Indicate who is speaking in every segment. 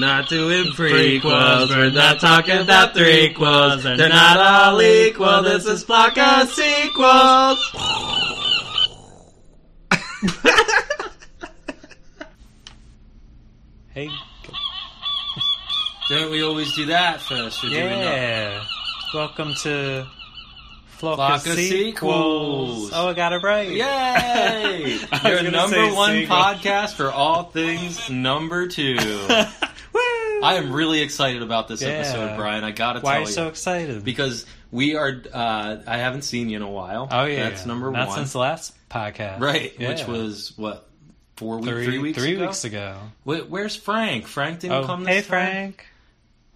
Speaker 1: got to in prequels. We're not talking about threequels. They're not all equal. This is block of sequels.
Speaker 2: Hey,
Speaker 1: Don't we always do that first? Or do we not?
Speaker 2: yeah. Welcome to Flock,
Speaker 1: Flock
Speaker 2: of
Speaker 1: of
Speaker 2: sequels.
Speaker 1: Sequels.
Speaker 2: Oh, I got it right.
Speaker 1: Yay!
Speaker 2: I was
Speaker 1: Your
Speaker 2: gonna
Speaker 1: number
Speaker 2: say
Speaker 1: one
Speaker 2: sequel.
Speaker 1: podcast for all things number two.
Speaker 2: Woo!
Speaker 1: I am really excited about this
Speaker 2: Yeah.
Speaker 1: episode, Brian. I gotta
Speaker 2: Why are
Speaker 1: tell
Speaker 2: you
Speaker 1: you.
Speaker 2: so excited?
Speaker 1: because we are, uh, I haven't seen you in a while.
Speaker 2: oh yeah,
Speaker 1: That's number
Speaker 2: Not
Speaker 1: one.
Speaker 2: since the last podcast,
Speaker 1: right,
Speaker 2: Yeah.
Speaker 1: which was, what, four weeks,
Speaker 2: three,
Speaker 1: three weeks
Speaker 2: three
Speaker 1: ago?
Speaker 2: weeks ago.
Speaker 1: Wh- where's Frank? Frank didn't
Speaker 2: oh,
Speaker 1: come this
Speaker 2: hey
Speaker 1: time?
Speaker 2: Frank.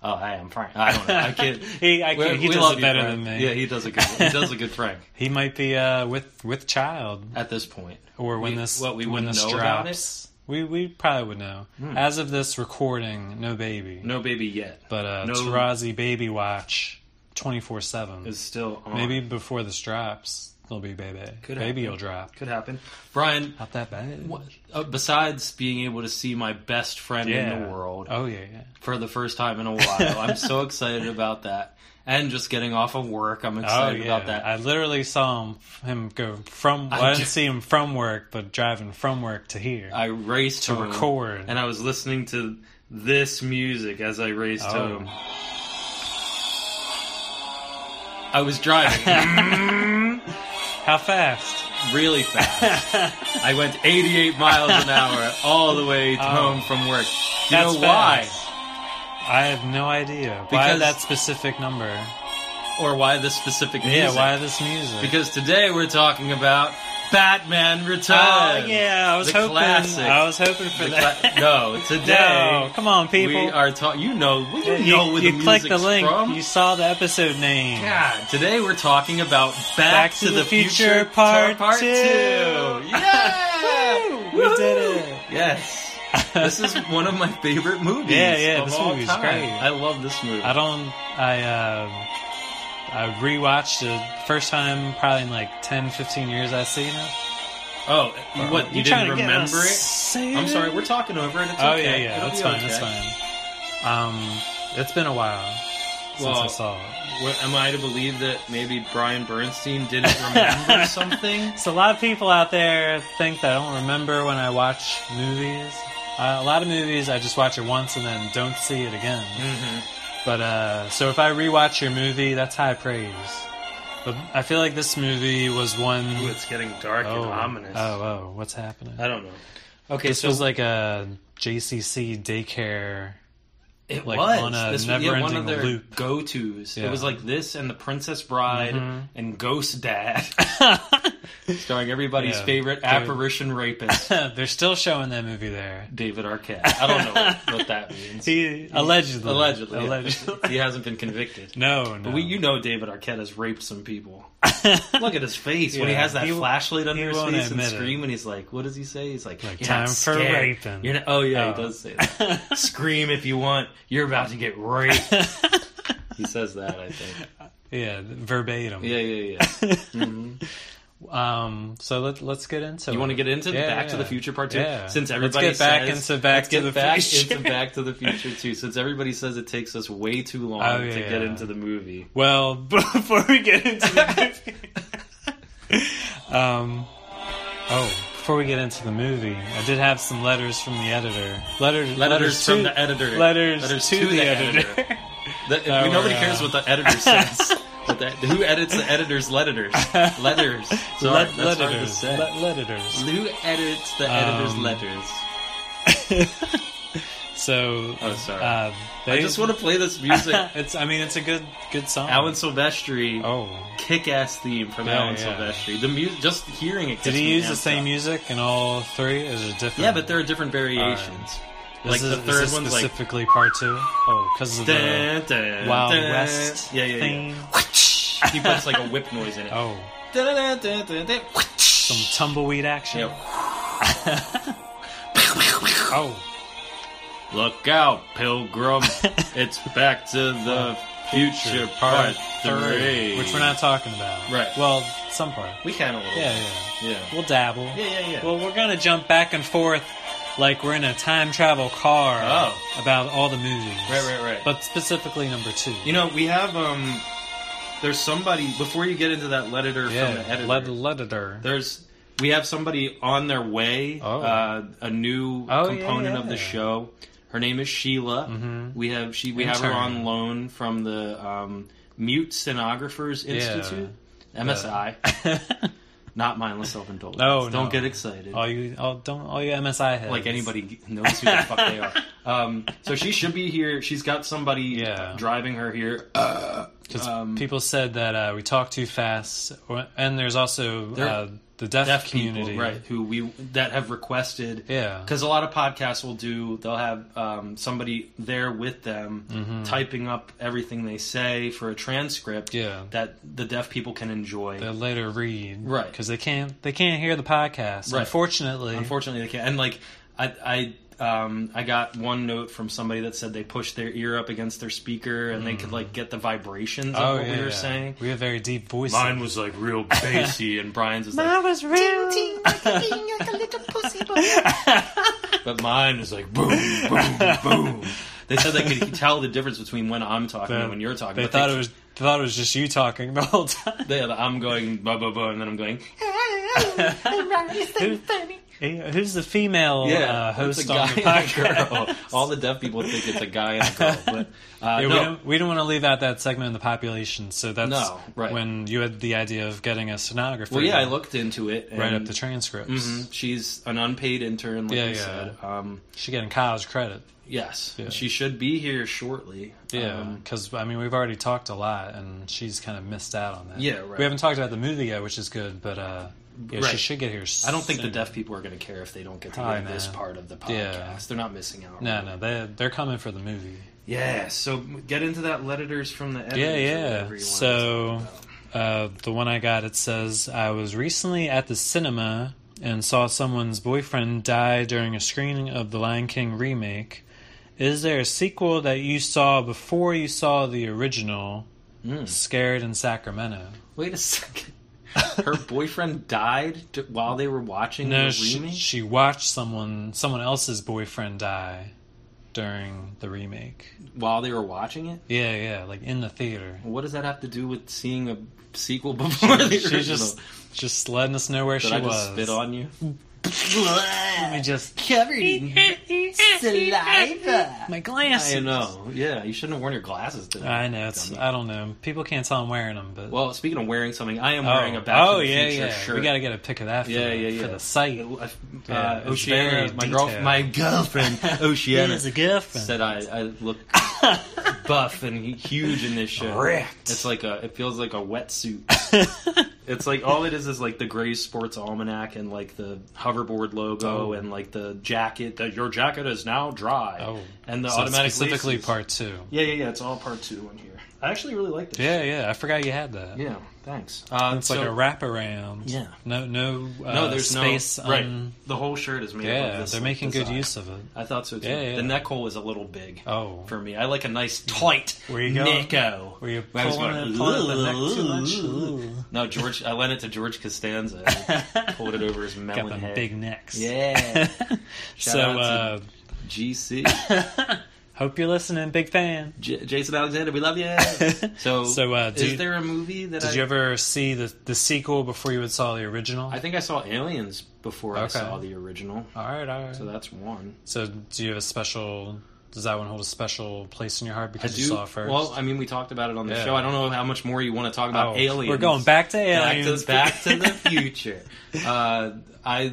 Speaker 1: Oh, hi, I'm Frank. I don't know. I can't.
Speaker 2: He- I can't- he does
Speaker 1: love
Speaker 2: it
Speaker 1: you,
Speaker 2: better
Speaker 1: Frank.
Speaker 2: than me.
Speaker 1: Yeah, he does a good. He does a good Frank
Speaker 2: He might be uh, with with child,
Speaker 1: at this point.
Speaker 2: or when
Speaker 1: We-
Speaker 2: this
Speaker 1: what, we
Speaker 2: when
Speaker 1: wouldn't
Speaker 2: this
Speaker 1: know about Hmm.
Speaker 2: drops, we we probably would know. As of this recording, no baby,
Speaker 1: No baby yet
Speaker 2: but uh,
Speaker 1: no-
Speaker 2: Tarazi baby watch twenty four seven.
Speaker 1: is still on.
Speaker 2: Maybe before this drops, there'll be baby.
Speaker 1: Could
Speaker 2: baby
Speaker 1: happen.
Speaker 2: will drop.
Speaker 1: could happen. Brian,
Speaker 2: Not that bad.
Speaker 1: what, uh, besides being able to see my best friend in the world
Speaker 2: Oh yeah, yeah.
Speaker 1: for the first time in a while, I'm so excited about that. And just getting off of work, I'm
Speaker 2: Oh
Speaker 1: excited
Speaker 2: yeah.
Speaker 1: about that.
Speaker 2: I literally saw him, him go from.
Speaker 1: I
Speaker 2: Well, I didn't
Speaker 1: ju-
Speaker 2: see him from work, but driving from work to here.
Speaker 1: I raced
Speaker 2: To
Speaker 1: home,
Speaker 2: record.
Speaker 1: and I was listening to this music as I raced
Speaker 2: Oh.
Speaker 1: home. I was driving
Speaker 2: How fast?
Speaker 1: really fast. I went 88 miles an hour all the way to home from work. You
Speaker 2: Oh. That's
Speaker 1: know why,
Speaker 2: fast. I have no idea why
Speaker 1: Because-
Speaker 2: that specific number.
Speaker 1: or why this specific music?
Speaker 2: Yeah, why this music?
Speaker 1: Because today we're talking about Batman Returns.
Speaker 2: oh yeah, I was
Speaker 1: the
Speaker 2: hoping.
Speaker 1: classic.
Speaker 2: I was hoping for
Speaker 1: The
Speaker 2: that.
Speaker 1: cla- no, today
Speaker 2: no, come on, people.
Speaker 1: we are talking. You know, you
Speaker 2: you
Speaker 1: know where
Speaker 2: you
Speaker 1: the
Speaker 2: clicked the
Speaker 1: music's
Speaker 2: link.
Speaker 1: from.
Speaker 2: You saw the episode name.
Speaker 1: God, today we're talking about Back, to, the, Future, Part, Two. Yeah,
Speaker 2: Woo! We did it.
Speaker 1: Yes, this is one of my favorite movies.
Speaker 2: Yeah, yeah,
Speaker 1: of
Speaker 2: this
Speaker 1: all
Speaker 2: movie's
Speaker 1: time.
Speaker 2: great.
Speaker 1: I love this movie.
Speaker 2: I don't. I uh, I rewatched it first time probably in like 10, 15 years. I've seen it.
Speaker 1: oh, you- what you,
Speaker 2: trying
Speaker 1: didn't
Speaker 2: to get
Speaker 1: remember
Speaker 2: us
Speaker 1: it?
Speaker 2: saved?
Speaker 1: I'm sorry, we're talking over it. It's
Speaker 2: Oh yeah,
Speaker 1: okay.
Speaker 2: yeah,
Speaker 1: It'll
Speaker 2: that's
Speaker 1: be
Speaker 2: fine.
Speaker 1: okay.
Speaker 2: That's fine. Um, it's been a while since I
Speaker 1: Well,
Speaker 2: saw it.
Speaker 1: What, am I to believe that maybe Brian Bernstein didn't remember something?
Speaker 2: So a lot of people out there think that I don't remember when I watch movies. Uh, a lot of movies I just watch it once and then don't see it again.
Speaker 1: Mm-hmm.
Speaker 2: But uh, so if I rewatch your movie, that's high praise. But I feel like this movie was one.
Speaker 1: Ooh, it's getting dark
Speaker 2: oh,
Speaker 1: and ominous.
Speaker 2: oh, oh, what's happening?
Speaker 1: I don't know. Okay,
Speaker 2: This
Speaker 1: so
Speaker 2: was like a JCC daycare.
Speaker 1: It
Speaker 2: like,
Speaker 1: was
Speaker 2: on a
Speaker 1: this, was- yeah, one
Speaker 2: never-ending
Speaker 1: of their
Speaker 2: loop.
Speaker 1: go-to's.
Speaker 2: Yeah. Mm-hmm.
Speaker 1: It was like this and The Princess Bride and Ghost Dad, starring everybody's
Speaker 2: Yeah.
Speaker 1: favorite apparition rapist,
Speaker 2: They're still showing that movie there.
Speaker 1: David Arquette. I don't know what, what that means.
Speaker 2: He allegedly,
Speaker 1: Allegedly,
Speaker 2: allegedly.
Speaker 1: he hasn't been convicted.
Speaker 2: No, no.
Speaker 1: We, you know, David Arquette has raped some people. Look at his face when he
Speaker 2: Yeah.
Speaker 1: has that
Speaker 2: He-
Speaker 1: flashlight under
Speaker 2: he
Speaker 1: his
Speaker 2: won't
Speaker 1: face and
Speaker 2: admit it.
Speaker 1: scream, and he's like, "What does he say?" He's like,
Speaker 2: Like,
Speaker 1: "You're
Speaker 2: "Time
Speaker 1: not
Speaker 2: for
Speaker 1: scared.
Speaker 2: raping."
Speaker 1: You're not- oh yeah,
Speaker 2: Oh.
Speaker 1: he does say that. scream if you want. You're about to get raped. he says that. I think.
Speaker 2: yeah, verbatim.
Speaker 1: Yeah, yeah, yeah.
Speaker 2: Um, so let, let's get into
Speaker 1: You
Speaker 2: it.
Speaker 1: want to get into
Speaker 2: Yeah,
Speaker 1: Back to the
Speaker 2: yeah.
Speaker 1: Future Part Two?
Speaker 2: Yeah.
Speaker 1: Since
Speaker 2: Let's
Speaker 1: everybody
Speaker 2: get back
Speaker 1: says-
Speaker 2: into Back
Speaker 1: let's
Speaker 2: to
Speaker 1: get
Speaker 2: the
Speaker 1: back
Speaker 2: Future.
Speaker 1: into Back to the Future Two. Since everybody says it takes us way too long
Speaker 2: Oh,
Speaker 1: to
Speaker 2: yeah.
Speaker 1: get into the movie.
Speaker 2: Well, before we get into the movie, um, oh, before we get into the movie, I did have some letters from the editor. Letter, letters,
Speaker 1: from
Speaker 2: to,
Speaker 1: the editor.
Speaker 2: Letters,
Speaker 1: Letters
Speaker 2: to,
Speaker 1: to
Speaker 2: the,
Speaker 1: the
Speaker 2: editor.
Speaker 1: That,
Speaker 2: That
Speaker 1: we- nobody
Speaker 2: were,
Speaker 1: cares
Speaker 2: uh,
Speaker 1: what the editor says. but that, who edits the editor's letters? Letters. Sorry, that's
Speaker 2: Let-
Speaker 1: hard to
Speaker 2: letters.
Speaker 1: say.
Speaker 2: Let- letters.
Speaker 1: who edits the editor's
Speaker 2: Um,
Speaker 1: letters?
Speaker 2: So,
Speaker 1: Mm. Oh, sorry.
Speaker 2: uh, they,
Speaker 1: I just want to play this music.
Speaker 2: It's. I mean, it's a good, good song.
Speaker 1: Alan Silvestri,
Speaker 2: Oh,
Speaker 1: kick-ass theme from
Speaker 2: Yeah,
Speaker 1: Alan
Speaker 2: yeah.
Speaker 1: Silvestri. The mu- just hearing it.
Speaker 2: Did
Speaker 1: gets
Speaker 2: he
Speaker 1: me
Speaker 2: use the
Speaker 1: amped
Speaker 2: same
Speaker 1: up.
Speaker 2: music in all three? Is it different?
Speaker 1: Yeah, but there are different variations. like
Speaker 2: This is-
Speaker 1: the
Speaker 2: is
Speaker 1: third
Speaker 2: this
Speaker 1: one's like
Speaker 2: specifically part two. Oh, because of the
Speaker 1: dun, dun,
Speaker 2: Wild
Speaker 1: dun.
Speaker 2: West
Speaker 1: Yeah, yeah,
Speaker 2: thing.
Speaker 1: yeah. he puts like a whip noise in it.
Speaker 2: Oh,
Speaker 1: Dun, dun, dun, dun, dun.
Speaker 2: some tumbleweed action.
Speaker 1: Yeah.
Speaker 2: Oh,
Speaker 1: Look out, pilgrim! it's back to the future part three.
Speaker 2: which we're not talking about.
Speaker 1: Right.
Speaker 2: Well, some part.
Speaker 1: We can a little.
Speaker 2: Yeah, yeah.
Speaker 1: yeah.
Speaker 2: We'll dabble.
Speaker 1: Yeah, yeah, yeah.
Speaker 2: Well, we're gonna jump back and forth like we're in a time travel car
Speaker 1: Oh.
Speaker 2: about all the movies.
Speaker 1: Right, right, right.
Speaker 2: But specifically number two.
Speaker 1: You know, we have um. There's somebody before you get into that letterer from the
Speaker 2: yeah,
Speaker 1: editor.
Speaker 2: Led Leditor.
Speaker 1: There's we have somebody on their way,
Speaker 2: Oh.
Speaker 1: uh, a new
Speaker 2: Oh,
Speaker 1: component
Speaker 2: yeah.
Speaker 1: of the show. Her name is Sheila.
Speaker 2: Mhm.
Speaker 1: We have she we have her
Speaker 2: Intern.
Speaker 1: on loan from the um, Mute Stenographers Institute,
Speaker 2: Uh,
Speaker 1: MSI, not mindless self indulgence.
Speaker 2: No,
Speaker 1: don't
Speaker 2: Oh, no.
Speaker 1: get excited.
Speaker 2: all you, all don't, all you MSI heads.
Speaker 1: like anybody knows who the fuck they are. Um, so she should be here. She's got somebody
Speaker 2: Yeah.
Speaker 1: driving her here.
Speaker 2: Because
Speaker 1: Um,
Speaker 2: people said that uh, we talk too fast, or- and there's also
Speaker 1: There-
Speaker 2: uh, the deaf,
Speaker 1: deaf
Speaker 2: community,
Speaker 1: people, right? Who we that have requested
Speaker 2: Yeah,
Speaker 1: because a lot of podcasts will do they'll have um, somebody there with them
Speaker 2: Mm-hmm.
Speaker 1: typing up everything they say for a transcript
Speaker 2: Yeah.
Speaker 1: that the deaf people can enjoy
Speaker 2: they later read,
Speaker 1: Right.
Speaker 2: Because they can't, they can't hear the podcast.
Speaker 1: Right.
Speaker 2: Unfortunately,
Speaker 1: unfortunately they can't and like i i um, I got one note from somebody that said they pushed their ear up against their speaker and they could like get the vibrations of
Speaker 2: Mm. oh
Speaker 1: what
Speaker 2: yeah,
Speaker 1: we were
Speaker 2: yeah.
Speaker 1: saying.
Speaker 2: we have very deep voices.
Speaker 1: Mine was like real bassy, and Brian's was
Speaker 2: I
Speaker 1: like,
Speaker 2: was real.
Speaker 1: but mine was like boom, boom, boom. They said they could tell the difference between when I'm talking and when you're talking.
Speaker 2: They
Speaker 1: but
Speaker 2: thought it was, they thought it was just you talking the whole time.
Speaker 1: Yeah, the I'm going blah blah blah, and then I'm going.
Speaker 2: Hey, Who's the female uh,
Speaker 1: it's
Speaker 2: host
Speaker 1: a
Speaker 2: on
Speaker 1: guy
Speaker 2: the
Speaker 1: and a
Speaker 2: podcast?
Speaker 1: girl. All the deaf people think it's a guy and a girl, but uh,
Speaker 2: Yeah, we
Speaker 1: no,
Speaker 2: don't we don't want to leave out that segment of the population. So that's
Speaker 1: No, right.
Speaker 2: when you had the idea of getting a stenographer.
Speaker 1: well, yeah, I looked into it. And,
Speaker 2: right up the transcripts.
Speaker 1: Mhm, she's an unpaid intern, like
Speaker 2: Yeah,
Speaker 1: you
Speaker 2: yeah.
Speaker 1: said. Um,
Speaker 2: She getting college credit.
Speaker 1: yes, she should be here shortly.
Speaker 2: Yeah,
Speaker 1: Um,
Speaker 2: because I mean we've already talked a lot, and she's kind of missed out on that.
Speaker 1: Yeah, right.
Speaker 2: We haven't talked about the movie yet, which is good, but uh, yeah, she
Speaker 1: Right.
Speaker 2: should get here.
Speaker 1: I don't think the
Speaker 2: soon.
Speaker 1: deaf people are going to care if they don't get to
Speaker 2: Probably
Speaker 1: hear this
Speaker 2: not.
Speaker 1: part of the podcast.
Speaker 2: Yeah.
Speaker 1: They're not missing out.
Speaker 2: No, no, they they're coming for the movie.
Speaker 1: Yeah, so get into that letters from the editors. or
Speaker 2: Yeah,
Speaker 1: whatever
Speaker 2: yeah.
Speaker 1: you want to
Speaker 2: So
Speaker 1: talk about.
Speaker 2: uh, the one I got it says I was recently at the cinema and saw someone's boyfriend die during a screening of the Lion King remake. Is there a sequel that you saw before you saw the original?
Speaker 1: Hmm.
Speaker 2: Scared in Sacramento.
Speaker 1: wait a second. Her boyfriend died t- while they were watching
Speaker 2: No,
Speaker 1: the
Speaker 2: she,
Speaker 1: remake.
Speaker 2: she watched someone someone else's boyfriend die during the remake.
Speaker 1: while they were watching it.
Speaker 2: Yeah, yeah, like in the theater.
Speaker 1: What does that have to do with seeing a sequel before the original?
Speaker 2: She's just just letting us know where
Speaker 1: Did
Speaker 2: she
Speaker 1: I
Speaker 2: was.
Speaker 1: just spit on you?
Speaker 2: Let me just
Speaker 1: Covered in
Speaker 3: Saliva.
Speaker 2: My glasses.
Speaker 1: I know. Yeah, you shouldn't have worn your glasses today.
Speaker 2: I know. It's.
Speaker 1: Dummy.
Speaker 2: I don't know. People can't tell I'm wearing them, but
Speaker 1: well, speaking of wearing something, I am
Speaker 2: oh,
Speaker 1: wearing a Back
Speaker 2: oh,
Speaker 1: to the
Speaker 2: yeah,
Speaker 1: Future
Speaker 2: yeah.
Speaker 1: shirt.
Speaker 2: We got to get a pic of that. For,
Speaker 1: Yeah, yeah, yeah.
Speaker 2: For the site.
Speaker 1: Uh,
Speaker 2: Yeah,
Speaker 1: uh,
Speaker 2: it's
Speaker 1: Oceana,
Speaker 2: very
Speaker 1: my girl,
Speaker 2: detailed.
Speaker 1: my girlfriend, Oceana
Speaker 2: a gift.
Speaker 1: said I, I look buff and huge in this shirt.
Speaker 2: Ripped.
Speaker 1: It's like a. It feels like a wetsuit. It's like all it is is like the gray sports almanac and like the hoverboard logo
Speaker 2: Oh.
Speaker 1: and like the jacket that your jacket is now dry.
Speaker 2: oh,
Speaker 1: and the
Speaker 2: so it's
Speaker 1: automatic
Speaker 2: specifically
Speaker 1: laces.
Speaker 2: part two.
Speaker 1: Yeah, yeah, yeah. It's all part two on here. I actually really like this.
Speaker 2: Yeah, yeah. I forgot you had that.
Speaker 1: shit. yeah. Thanks. Uh,
Speaker 2: It's like a wraparound.
Speaker 1: Yeah.
Speaker 2: No, no. Uh,
Speaker 1: no, there's
Speaker 2: space.
Speaker 1: no right.
Speaker 2: un-
Speaker 1: the whole shirt is made. up of
Speaker 2: yeah,
Speaker 1: this,
Speaker 2: they're
Speaker 1: like,
Speaker 2: making good
Speaker 1: design.
Speaker 2: use of it.
Speaker 1: I thought so too.
Speaker 2: Yeah, yeah.
Speaker 1: The neck hole is a little big
Speaker 2: Oh,
Speaker 1: for me. I like a nice tight
Speaker 2: Where you going?
Speaker 1: necko.
Speaker 2: were you
Speaker 1: I was
Speaker 2: pulling
Speaker 1: going,
Speaker 2: it, pulling the neck too much?
Speaker 1: "Ooh."
Speaker 2: Ooh.
Speaker 1: No, George. I lent it to George Costanza. I pulled it over his melon
Speaker 2: Got them
Speaker 1: head.
Speaker 2: big necks.
Speaker 1: Yeah. Shout
Speaker 2: so,
Speaker 1: out
Speaker 2: uh,
Speaker 1: GC uh,
Speaker 2: hope you're listening, big fan.
Speaker 1: J- Jason Alexander. We love you. So,
Speaker 2: So, uh, do
Speaker 1: is
Speaker 2: you-
Speaker 1: there a movie that I?
Speaker 2: Did you ever see the the sequel before you saw the original?
Speaker 1: I think I saw Aliens before I
Speaker 2: Okay.
Speaker 1: saw the original.
Speaker 2: all right, all right.
Speaker 1: So
Speaker 2: So,
Speaker 1: that's one.
Speaker 2: do you have a special? Does that one hold a special place in your heart because
Speaker 1: I do.
Speaker 2: you saw it first?
Speaker 1: Well, I mean, we talked about it on the
Speaker 2: Yeah.
Speaker 1: show. I don't know how much more you want to talk about
Speaker 2: Oh,
Speaker 1: Aliens.
Speaker 2: We're going back to
Speaker 1: back to,
Speaker 2: aliens.
Speaker 1: back to the future. Uh, I,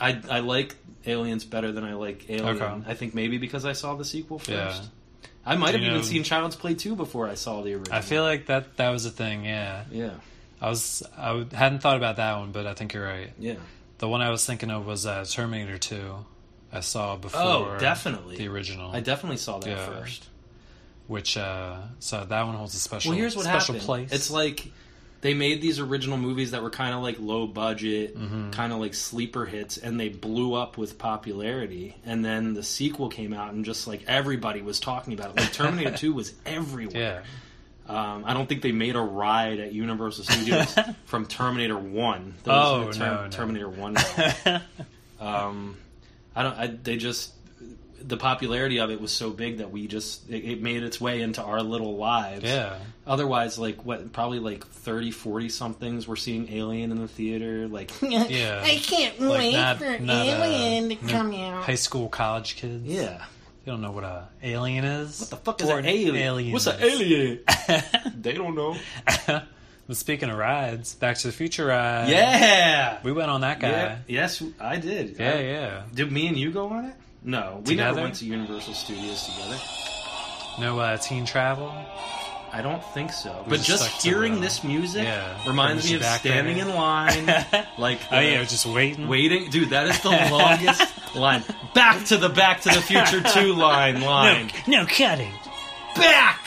Speaker 1: I, I like Aliens better than I like Alien.
Speaker 2: Okay.
Speaker 1: I think maybe because I saw the sequel first.
Speaker 2: Yeah.
Speaker 1: I might
Speaker 2: Do
Speaker 1: have
Speaker 2: you
Speaker 1: even
Speaker 2: know-
Speaker 1: seen Child's Play two before I saw the original.
Speaker 2: I feel like that that was a thing. Yeah,
Speaker 1: Yeah,
Speaker 2: I was I w- hadn't thought about that one, but I think you're right.
Speaker 1: yeah.
Speaker 2: The one I was thinking of was uh, Terminator Two. I saw before.
Speaker 1: Oh, definitely.
Speaker 2: the original.
Speaker 1: I definitely saw that
Speaker 2: Yeah.
Speaker 1: first.
Speaker 2: which uh, so that one holds a special.
Speaker 1: Well, here's what
Speaker 2: special
Speaker 1: happened.
Speaker 2: place.
Speaker 1: It's like they made these original movies that were kind of like low budget,
Speaker 2: Mm-hmm.
Speaker 1: kind of like sleeper hits, and they blew up with popularity. And then the sequel came out, and just like everybody was talking about it. Like Terminator Two was everywhere.
Speaker 2: yeah,
Speaker 1: Um, I don't think they made a ride at Universal Studios from Terminator One. There
Speaker 2: Oh,
Speaker 1: Term-
Speaker 2: no, no.
Speaker 1: Terminator One. ride. um, I don't. I, they just the popularity of it was so big that we just it, it made its way into our little lives.
Speaker 2: Yeah.
Speaker 1: Otherwise, like what, probably like 30, 40 somethings were seeing Alien in the theater. Like,
Speaker 2: Yeah.
Speaker 3: I can't
Speaker 2: Like,
Speaker 3: wait
Speaker 2: not-
Speaker 3: for
Speaker 2: not, uh,
Speaker 3: Alien to
Speaker 2: no-
Speaker 3: come out.
Speaker 2: High school, college kids.
Speaker 1: yeah,
Speaker 2: You don't know what a alien is. What
Speaker 1: the fuck is an alien? What's an alien? they don't know.
Speaker 2: Well, speaking of rides, Back to the Future ride.
Speaker 1: Yeah.
Speaker 2: We went on that guy.
Speaker 1: yeah. Yes, I did.
Speaker 2: Yeah,
Speaker 1: I-
Speaker 2: yeah.
Speaker 1: Did me and you go on it? No, we never
Speaker 2: Together?
Speaker 1: went to Universal Studios together.
Speaker 2: No uh, teen travel.
Speaker 1: I don't think so.
Speaker 2: We
Speaker 1: but
Speaker 2: just
Speaker 1: just
Speaker 2: stuck to
Speaker 1: hearing
Speaker 2: the-
Speaker 1: this music
Speaker 2: yeah,
Speaker 1: reminds me of
Speaker 2: Hermes Backer.
Speaker 1: standing in line, like
Speaker 2: oh
Speaker 1: the-
Speaker 2: yeah, we're just waiting.
Speaker 1: waiting. Dude, that is the longest line. Back to the Back to the Future Two line line.
Speaker 2: no cutting.
Speaker 1: Back,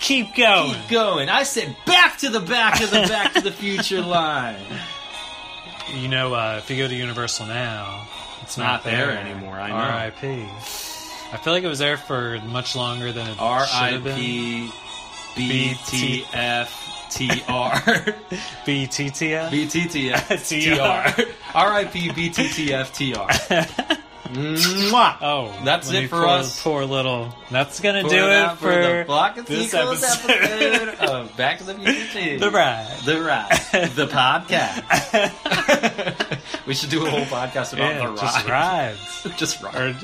Speaker 2: Keep going.
Speaker 1: keep going. I said back to the Back to the Back to the Future line.
Speaker 2: You know, uh, if you go to Universal now, it's
Speaker 1: Not
Speaker 2: not,
Speaker 1: there anymore, I know.
Speaker 2: R.I.P. I feel like it was there for much longer than it
Speaker 1: R
Speaker 2: should
Speaker 1: I
Speaker 2: have been.
Speaker 1: P B T F T R
Speaker 2: B.T.T.F.
Speaker 1: B T T F T R R I P B T T F T R. Mwah.
Speaker 2: Oh,
Speaker 1: That's
Speaker 2: let
Speaker 1: it
Speaker 2: me
Speaker 1: for
Speaker 2: poor,
Speaker 1: us.
Speaker 2: Poor little. That's gonna
Speaker 1: Pour
Speaker 2: do it,
Speaker 1: out
Speaker 2: for,
Speaker 1: the Block and
Speaker 2: this
Speaker 1: Sequels
Speaker 2: episode.
Speaker 1: episode of Back to the Future.
Speaker 2: the ride.
Speaker 1: The ride. The podcast. we should do a whole podcast about
Speaker 2: Yeah,
Speaker 1: the ride.
Speaker 2: just rides.
Speaker 1: Just ride.
Speaker 2: Or,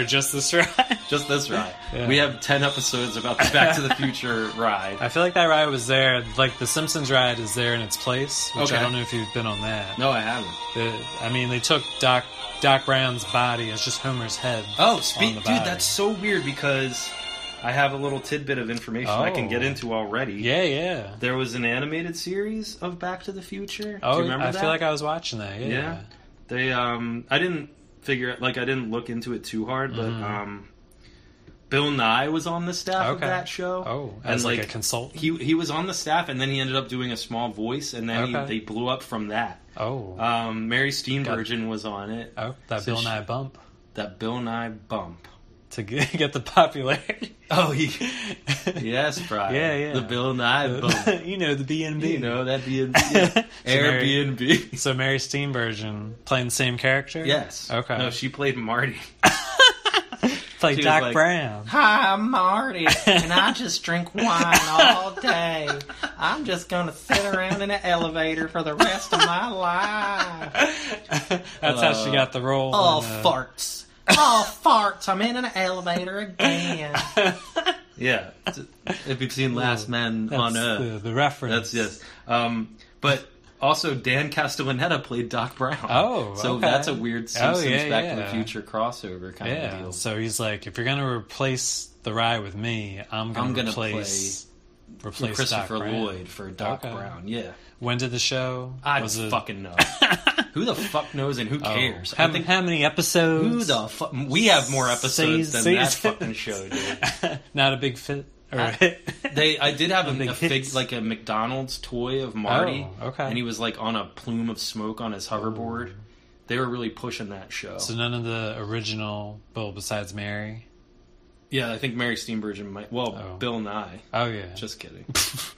Speaker 2: or just this ride.
Speaker 1: Just this ride.
Speaker 2: Yeah.
Speaker 1: We have ten episodes about the Back to the Future ride.
Speaker 2: I feel like that ride was there. Like the Simpsons ride is there in its place, which
Speaker 1: Okay.
Speaker 2: I don't know if you've been on that.
Speaker 1: No, I haven't.
Speaker 2: The- I mean, they took Doc Doc Brown's body as just Homer's head.
Speaker 1: Oh,
Speaker 2: on
Speaker 1: speak,
Speaker 2: the
Speaker 1: dude,
Speaker 2: body.
Speaker 1: that's so weird because I have a little tidbit of information I can
Speaker 2: Oh.
Speaker 1: get into already.
Speaker 2: yeah, yeah.
Speaker 1: There was an animated series of Back to the Future.
Speaker 2: Oh,
Speaker 1: Do you remember
Speaker 2: I
Speaker 1: that?
Speaker 2: feel like I was watching that. Yeah,
Speaker 1: Yeah. They um I didn't figure it like I didn't look into it too hard, but
Speaker 2: Mm-hmm.
Speaker 1: um Bill Nye was on the staff of
Speaker 2: Okay.
Speaker 1: that show.
Speaker 2: Oh, as
Speaker 1: and
Speaker 2: like, a consultant.
Speaker 1: he he was on the staff and then he ended up doing a small voice and then
Speaker 2: Okay.
Speaker 1: he, they blew up from that.
Speaker 2: oh,
Speaker 1: Um Mary Steenburgen was on it.
Speaker 2: oh, that
Speaker 1: so
Speaker 2: Bill
Speaker 1: she-
Speaker 2: Nye bump
Speaker 1: That Bill Nye bump.
Speaker 2: to g- get the popularity.
Speaker 1: Oh he Yes, Brian.
Speaker 2: Yeah, yeah.
Speaker 1: The Bill Nye bump.
Speaker 2: you know the B and B.
Speaker 1: you know, that B and Airbnb.
Speaker 2: So Mary Steenburgen playing the same character.
Speaker 1: Yes.
Speaker 2: Okay.
Speaker 1: No, she played Marty.
Speaker 2: played
Speaker 1: she was
Speaker 2: Doc
Speaker 1: like-
Speaker 2: Brown.
Speaker 3: Hi, I'm Marty, and I just drink wine all day. I'm just gonna sit around in an elevator for the rest of my life.
Speaker 2: That's how she got the role.
Speaker 1: oh,
Speaker 3: All
Speaker 2: in, uh,
Speaker 3: farts. All farts. I'm in an elevator again.
Speaker 1: Yeah. If you've seen Last Man
Speaker 2: That's
Speaker 1: on Earth.
Speaker 2: the, the reference.
Speaker 1: uh, That's yes. Um, but also Dan Castellaneta played Doc Brown.
Speaker 2: Oh,
Speaker 1: so
Speaker 2: okay.
Speaker 1: that's a weird Simpsons
Speaker 2: Oh, yeah,
Speaker 1: Back to the
Speaker 2: yeah.
Speaker 1: Future crossover kind of
Speaker 2: Yeah.
Speaker 1: deal.
Speaker 2: So he's like, if you're gonna replace the ride with me, I'm gonna,
Speaker 1: I'm gonna
Speaker 2: replace replace Doc
Speaker 1: Christopher
Speaker 2: Brown.
Speaker 1: Lloyd for Doc
Speaker 2: Okay.
Speaker 1: Brown. Yeah,
Speaker 2: When did the show?
Speaker 1: I
Speaker 2: was
Speaker 1: don't fucking know. who the fuck knows and who
Speaker 2: Oh.
Speaker 1: cares?
Speaker 2: How,
Speaker 1: I think
Speaker 2: how many episodes?
Speaker 1: who the fuck? We have more episodes than that
Speaker 2: Season-
Speaker 1: fucking show, dude.
Speaker 2: Not a big fit or
Speaker 1: I-
Speaker 2: hit.
Speaker 1: They, I did have a,
Speaker 2: Big
Speaker 1: a fig,
Speaker 2: hits.
Speaker 1: like a McDonald's toy of Marty.
Speaker 2: Oh, okay. Oh.
Speaker 1: And he was like on a plume of smoke on his hoverboard. They were really pushing that show.
Speaker 2: So none of the original, well, besides Mary.
Speaker 1: yeah, I think Mary Steenburgen might. Well,
Speaker 2: Oh.
Speaker 1: Bill Nye.
Speaker 2: Oh yeah,
Speaker 1: Just kidding.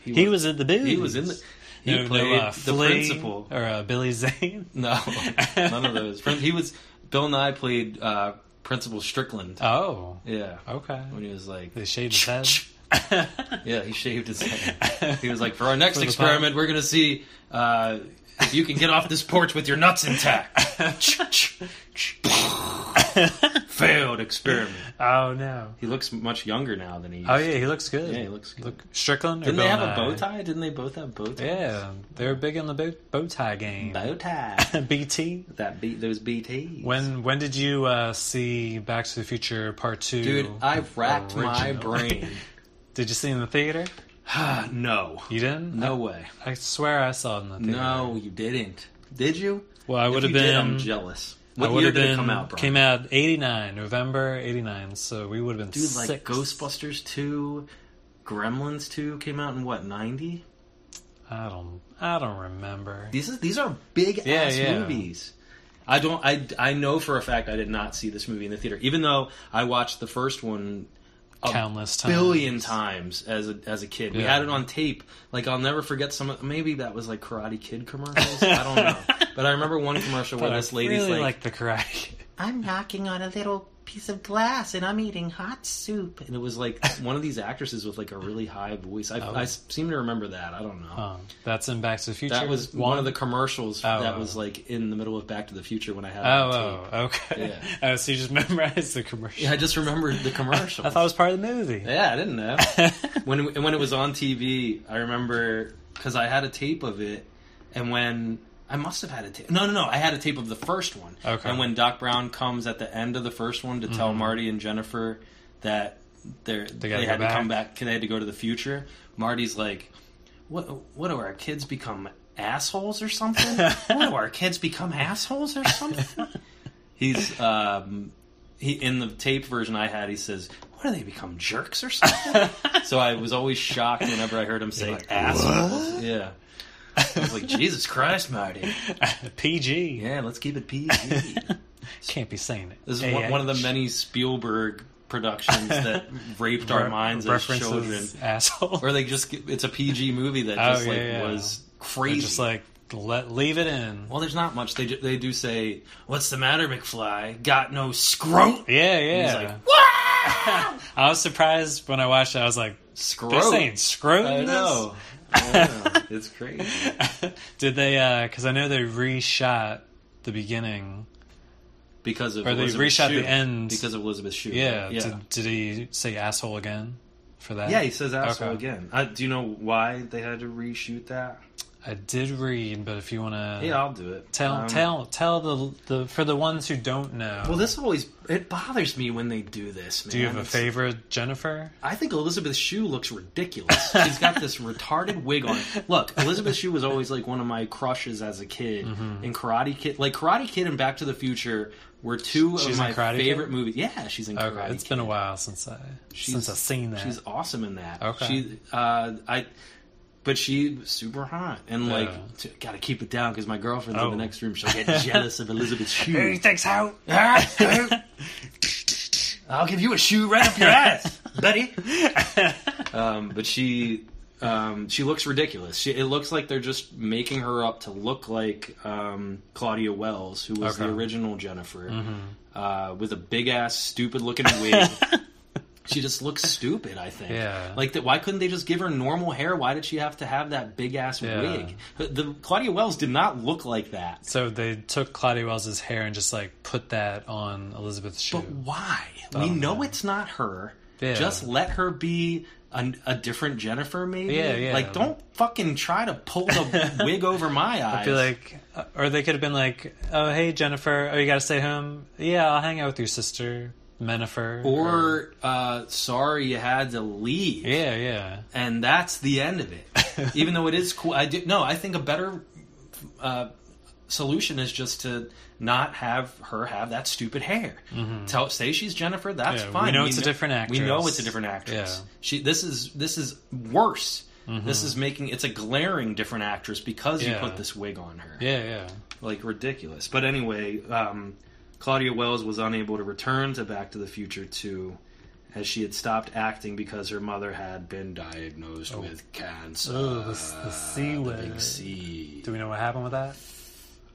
Speaker 2: he, was, in the booth.
Speaker 1: He was in the. He
Speaker 2: no,
Speaker 1: played
Speaker 2: no, uh,
Speaker 1: the
Speaker 2: Flea
Speaker 1: principal.
Speaker 2: or uh, Billy Zane.
Speaker 1: No, none of those. Prin- He was Bill Nye played uh, Principal Strickland.
Speaker 2: Oh,
Speaker 1: Yeah,
Speaker 2: okay.
Speaker 1: when he was like,
Speaker 2: They shaved his head.
Speaker 1: yeah, he shaved his head. He was like, for our next
Speaker 2: For the
Speaker 1: experiment, we're gonna see uh, if you can get off this porch with your nuts intact. Failed experiment.
Speaker 2: oh no.
Speaker 1: He looks much younger now than he. Used.
Speaker 2: Oh yeah, he looks good.
Speaker 1: Yeah, he looks good.
Speaker 2: Look, Strickland. Or
Speaker 1: Didn't they
Speaker 2: Bill
Speaker 1: have a
Speaker 2: Nye?
Speaker 1: bow tie? Didn't they both have bow ties?
Speaker 2: Yeah, they were big in the bow, bow tie game.
Speaker 1: bow tie.
Speaker 2: BT.
Speaker 1: that beat those BTS.
Speaker 2: When when did you uh, see Back to the Future Part Two?
Speaker 1: Dude, I racked my
Speaker 2: originally?
Speaker 1: brain.
Speaker 2: Did you see it in the theater?
Speaker 1: Ah, no.
Speaker 2: You didn't?
Speaker 1: No way.
Speaker 2: I, I swear I saw it in the theater.
Speaker 1: No, you didn't. Did you?
Speaker 2: Well, I
Speaker 1: If
Speaker 2: would have
Speaker 1: you did,
Speaker 2: been.
Speaker 1: I'm jealous.
Speaker 2: I
Speaker 1: What
Speaker 2: would
Speaker 1: year
Speaker 2: have
Speaker 1: did
Speaker 2: been.
Speaker 1: it come out, Brian?
Speaker 2: Came out eighty nine, November eighty nine. So we would have been
Speaker 1: Dude, like
Speaker 2: six.
Speaker 1: Ghostbusters 2, Gremlins 2 came out in what, 90?
Speaker 2: I don't. I don't remember.
Speaker 1: These is these are big
Speaker 2: Yeah,
Speaker 1: ass
Speaker 2: yeah.
Speaker 1: movies. I don't I I know for a fact I did not see this movie in the theater even though I watched the first one a
Speaker 2: Countless times.
Speaker 1: billion times as a, as a kid. We
Speaker 2: Yeah.
Speaker 1: had it on tape. Like I'll never forget some of maybe that was like Karate Kid commercials, I don't know. But I remember one commercial where
Speaker 2: But I
Speaker 1: this lady's
Speaker 2: really
Speaker 1: like
Speaker 2: like the karate.
Speaker 3: I'm knocking on a little piece of glass and I'm eating hot soup.
Speaker 1: And it was like one of these actresses with like a really high voice.
Speaker 2: Oh.
Speaker 1: I, I seem to remember that. I don't know.
Speaker 2: Um, that's in Back to the Future.
Speaker 1: That was one of the commercials
Speaker 2: Oh,
Speaker 1: that
Speaker 2: oh.
Speaker 1: was like in the middle of Back to the Future when I had it on tape.
Speaker 2: Oh, oh, okay.
Speaker 1: Yeah.
Speaker 2: Oh, so you just memorized the commercial.
Speaker 1: Yeah, I just remembered the commercial.
Speaker 2: I thought it was part of the movie.
Speaker 1: Yeah, I didn't know. when and when it was on TV, I remember because I had a tape of it, and when I must have had a tape. No, no, no. I had a tape of the first one.
Speaker 2: Okay. Mm-hmm.
Speaker 1: And when Doc Brown comes at the end of the first one to tell Marty and Jennifer that they're, they
Speaker 2: gotta go
Speaker 1: had to
Speaker 2: back.
Speaker 1: come back, 'cause they had to go to the future. Marty's like, "What? What do our kids become?" Assholes or something? what do our kids become assholes or something? He's um, he in the tape version I had. He says, "What do they become jerks or something?" so I was always shocked whenever I heard him say
Speaker 2: like,
Speaker 1: "assholes." Yeah, I was like, "Jesus Christ, Marty!"
Speaker 2: PG.
Speaker 1: Yeah, let's keep it PG.
Speaker 2: Can't be saying it.
Speaker 1: This is one, one of the many Spielberg productions that raped our minds as
Speaker 2: references
Speaker 1: children,
Speaker 2: Asshole.
Speaker 1: or they just—it's a PG movie that just
Speaker 2: Oh, yeah,
Speaker 1: like
Speaker 2: yeah.
Speaker 1: was
Speaker 2: They're
Speaker 1: crazy.
Speaker 2: just like let leave it in.
Speaker 1: well, there's not much. They ju- they do say, "What's the matter, McFly? Got no scrote?"
Speaker 2: Yeah, yeah.
Speaker 1: like,
Speaker 2: I was surprised when I watched it. I was like,
Speaker 1: Scrote.
Speaker 2: they're saying scrotum.
Speaker 1: I
Speaker 2: in this?
Speaker 1: know. I know. It's crazy.
Speaker 2: Did they? Because I know they reshot the beginning.
Speaker 1: Because of
Speaker 2: Or they
Speaker 1: Elizabeth
Speaker 2: reshot
Speaker 1: Shue.
Speaker 2: the end.
Speaker 1: Because of Elizabeth Shue.
Speaker 2: Yeah.
Speaker 1: Yeah,
Speaker 2: Did, did he say asshole again for that?
Speaker 1: Yeah, he says asshole
Speaker 2: Okay.
Speaker 1: again. I, do you know why they had to reshoot that?
Speaker 2: I did read, but if you want to
Speaker 1: Yeah, I'll do it.
Speaker 2: tell
Speaker 1: Um,
Speaker 2: tell tell the the for the ones who don't know.
Speaker 1: Well, this always it bothers me when they do this. Man.
Speaker 2: do you have a
Speaker 1: It's-
Speaker 2: favorite, Jennifer?
Speaker 1: I think Elizabeth Shue looks ridiculous. She's got this retarded wig on. Look, Elizabeth Shue was always like one of my crushes as a kid.
Speaker 2: Mm-hmm.
Speaker 1: And Karate Kid, like Karate Kid and Back to the Future, were two
Speaker 2: She's in
Speaker 1: of my
Speaker 2: Karate Kid?
Speaker 1: favorite movies. Yeah, she's in
Speaker 2: Okay,
Speaker 1: Karate
Speaker 2: it's been a while since I since I've seen that.
Speaker 1: She's awesome in that.
Speaker 2: Okay.
Speaker 1: She, uh, I, but she was super hot and like
Speaker 2: Yeah.
Speaker 1: t- gotta keep it down because my girlfriend's
Speaker 2: Oh.
Speaker 1: in the next room. She'll get jealous of Elizabeth shoe.
Speaker 2: thinks how?
Speaker 1: I'll give you a shoe right up your ass, buddy. um, but she, um, she looks ridiculous. She, it looks like they're just making her up to look like um, Claudia Wells, who was the
Speaker 2: Okay. Mm-hmm.
Speaker 1: original Jennifer, uh, with a big ass, stupid looking wig. She just looks stupid. I think.
Speaker 2: Yeah.
Speaker 1: Like that. Why couldn't they just give her normal hair? Why did she have to have that big ass
Speaker 2: Yeah.
Speaker 1: wig? The, the Claudia Wells did not look like that.
Speaker 2: So they took Claudia Wells' hair and just like put that on Elizabeth's shoe.
Speaker 1: But why? we know it's not her.
Speaker 2: Oh, Yeah.
Speaker 1: Just let her be a, a different Jennifer, maybe.
Speaker 2: Yeah, yeah.
Speaker 1: Like, don't fucking try to pull the wig over my eyes.
Speaker 2: I feel like, uh, or they could have been like, "Oh, hey Jennifer, oh you gotta stay home. Yeah, I'll hang out with your sister, Menifer."
Speaker 1: or uh, sorry you had to leave.
Speaker 2: yeah, yeah,
Speaker 1: and that's the end of it. Even though it is cool, I do, no. I think a better uh, solution is just to not have her have that stupid hair. Tell say she's Jennifer. That's
Speaker 2: Mm-hmm. Yeah, we
Speaker 1: fine.
Speaker 2: know it's a different
Speaker 1: We know
Speaker 2: actress.
Speaker 1: it's a different actress.
Speaker 2: Yeah. Mm-hmm.
Speaker 1: She this is this is worse. This is making it's a glaring different actress because you
Speaker 2: Yeah.
Speaker 1: put this wig on her
Speaker 2: yeah, yeah.
Speaker 1: like ridiculous. But anyway, um, Claudia Wells was unable to return to Back to the Future 2 as she had stopped acting because her mother had been diagnosed with cancer.
Speaker 2: Oh, the, the C
Speaker 1: The
Speaker 2: word.
Speaker 1: big C.
Speaker 2: Do we know what happened with that?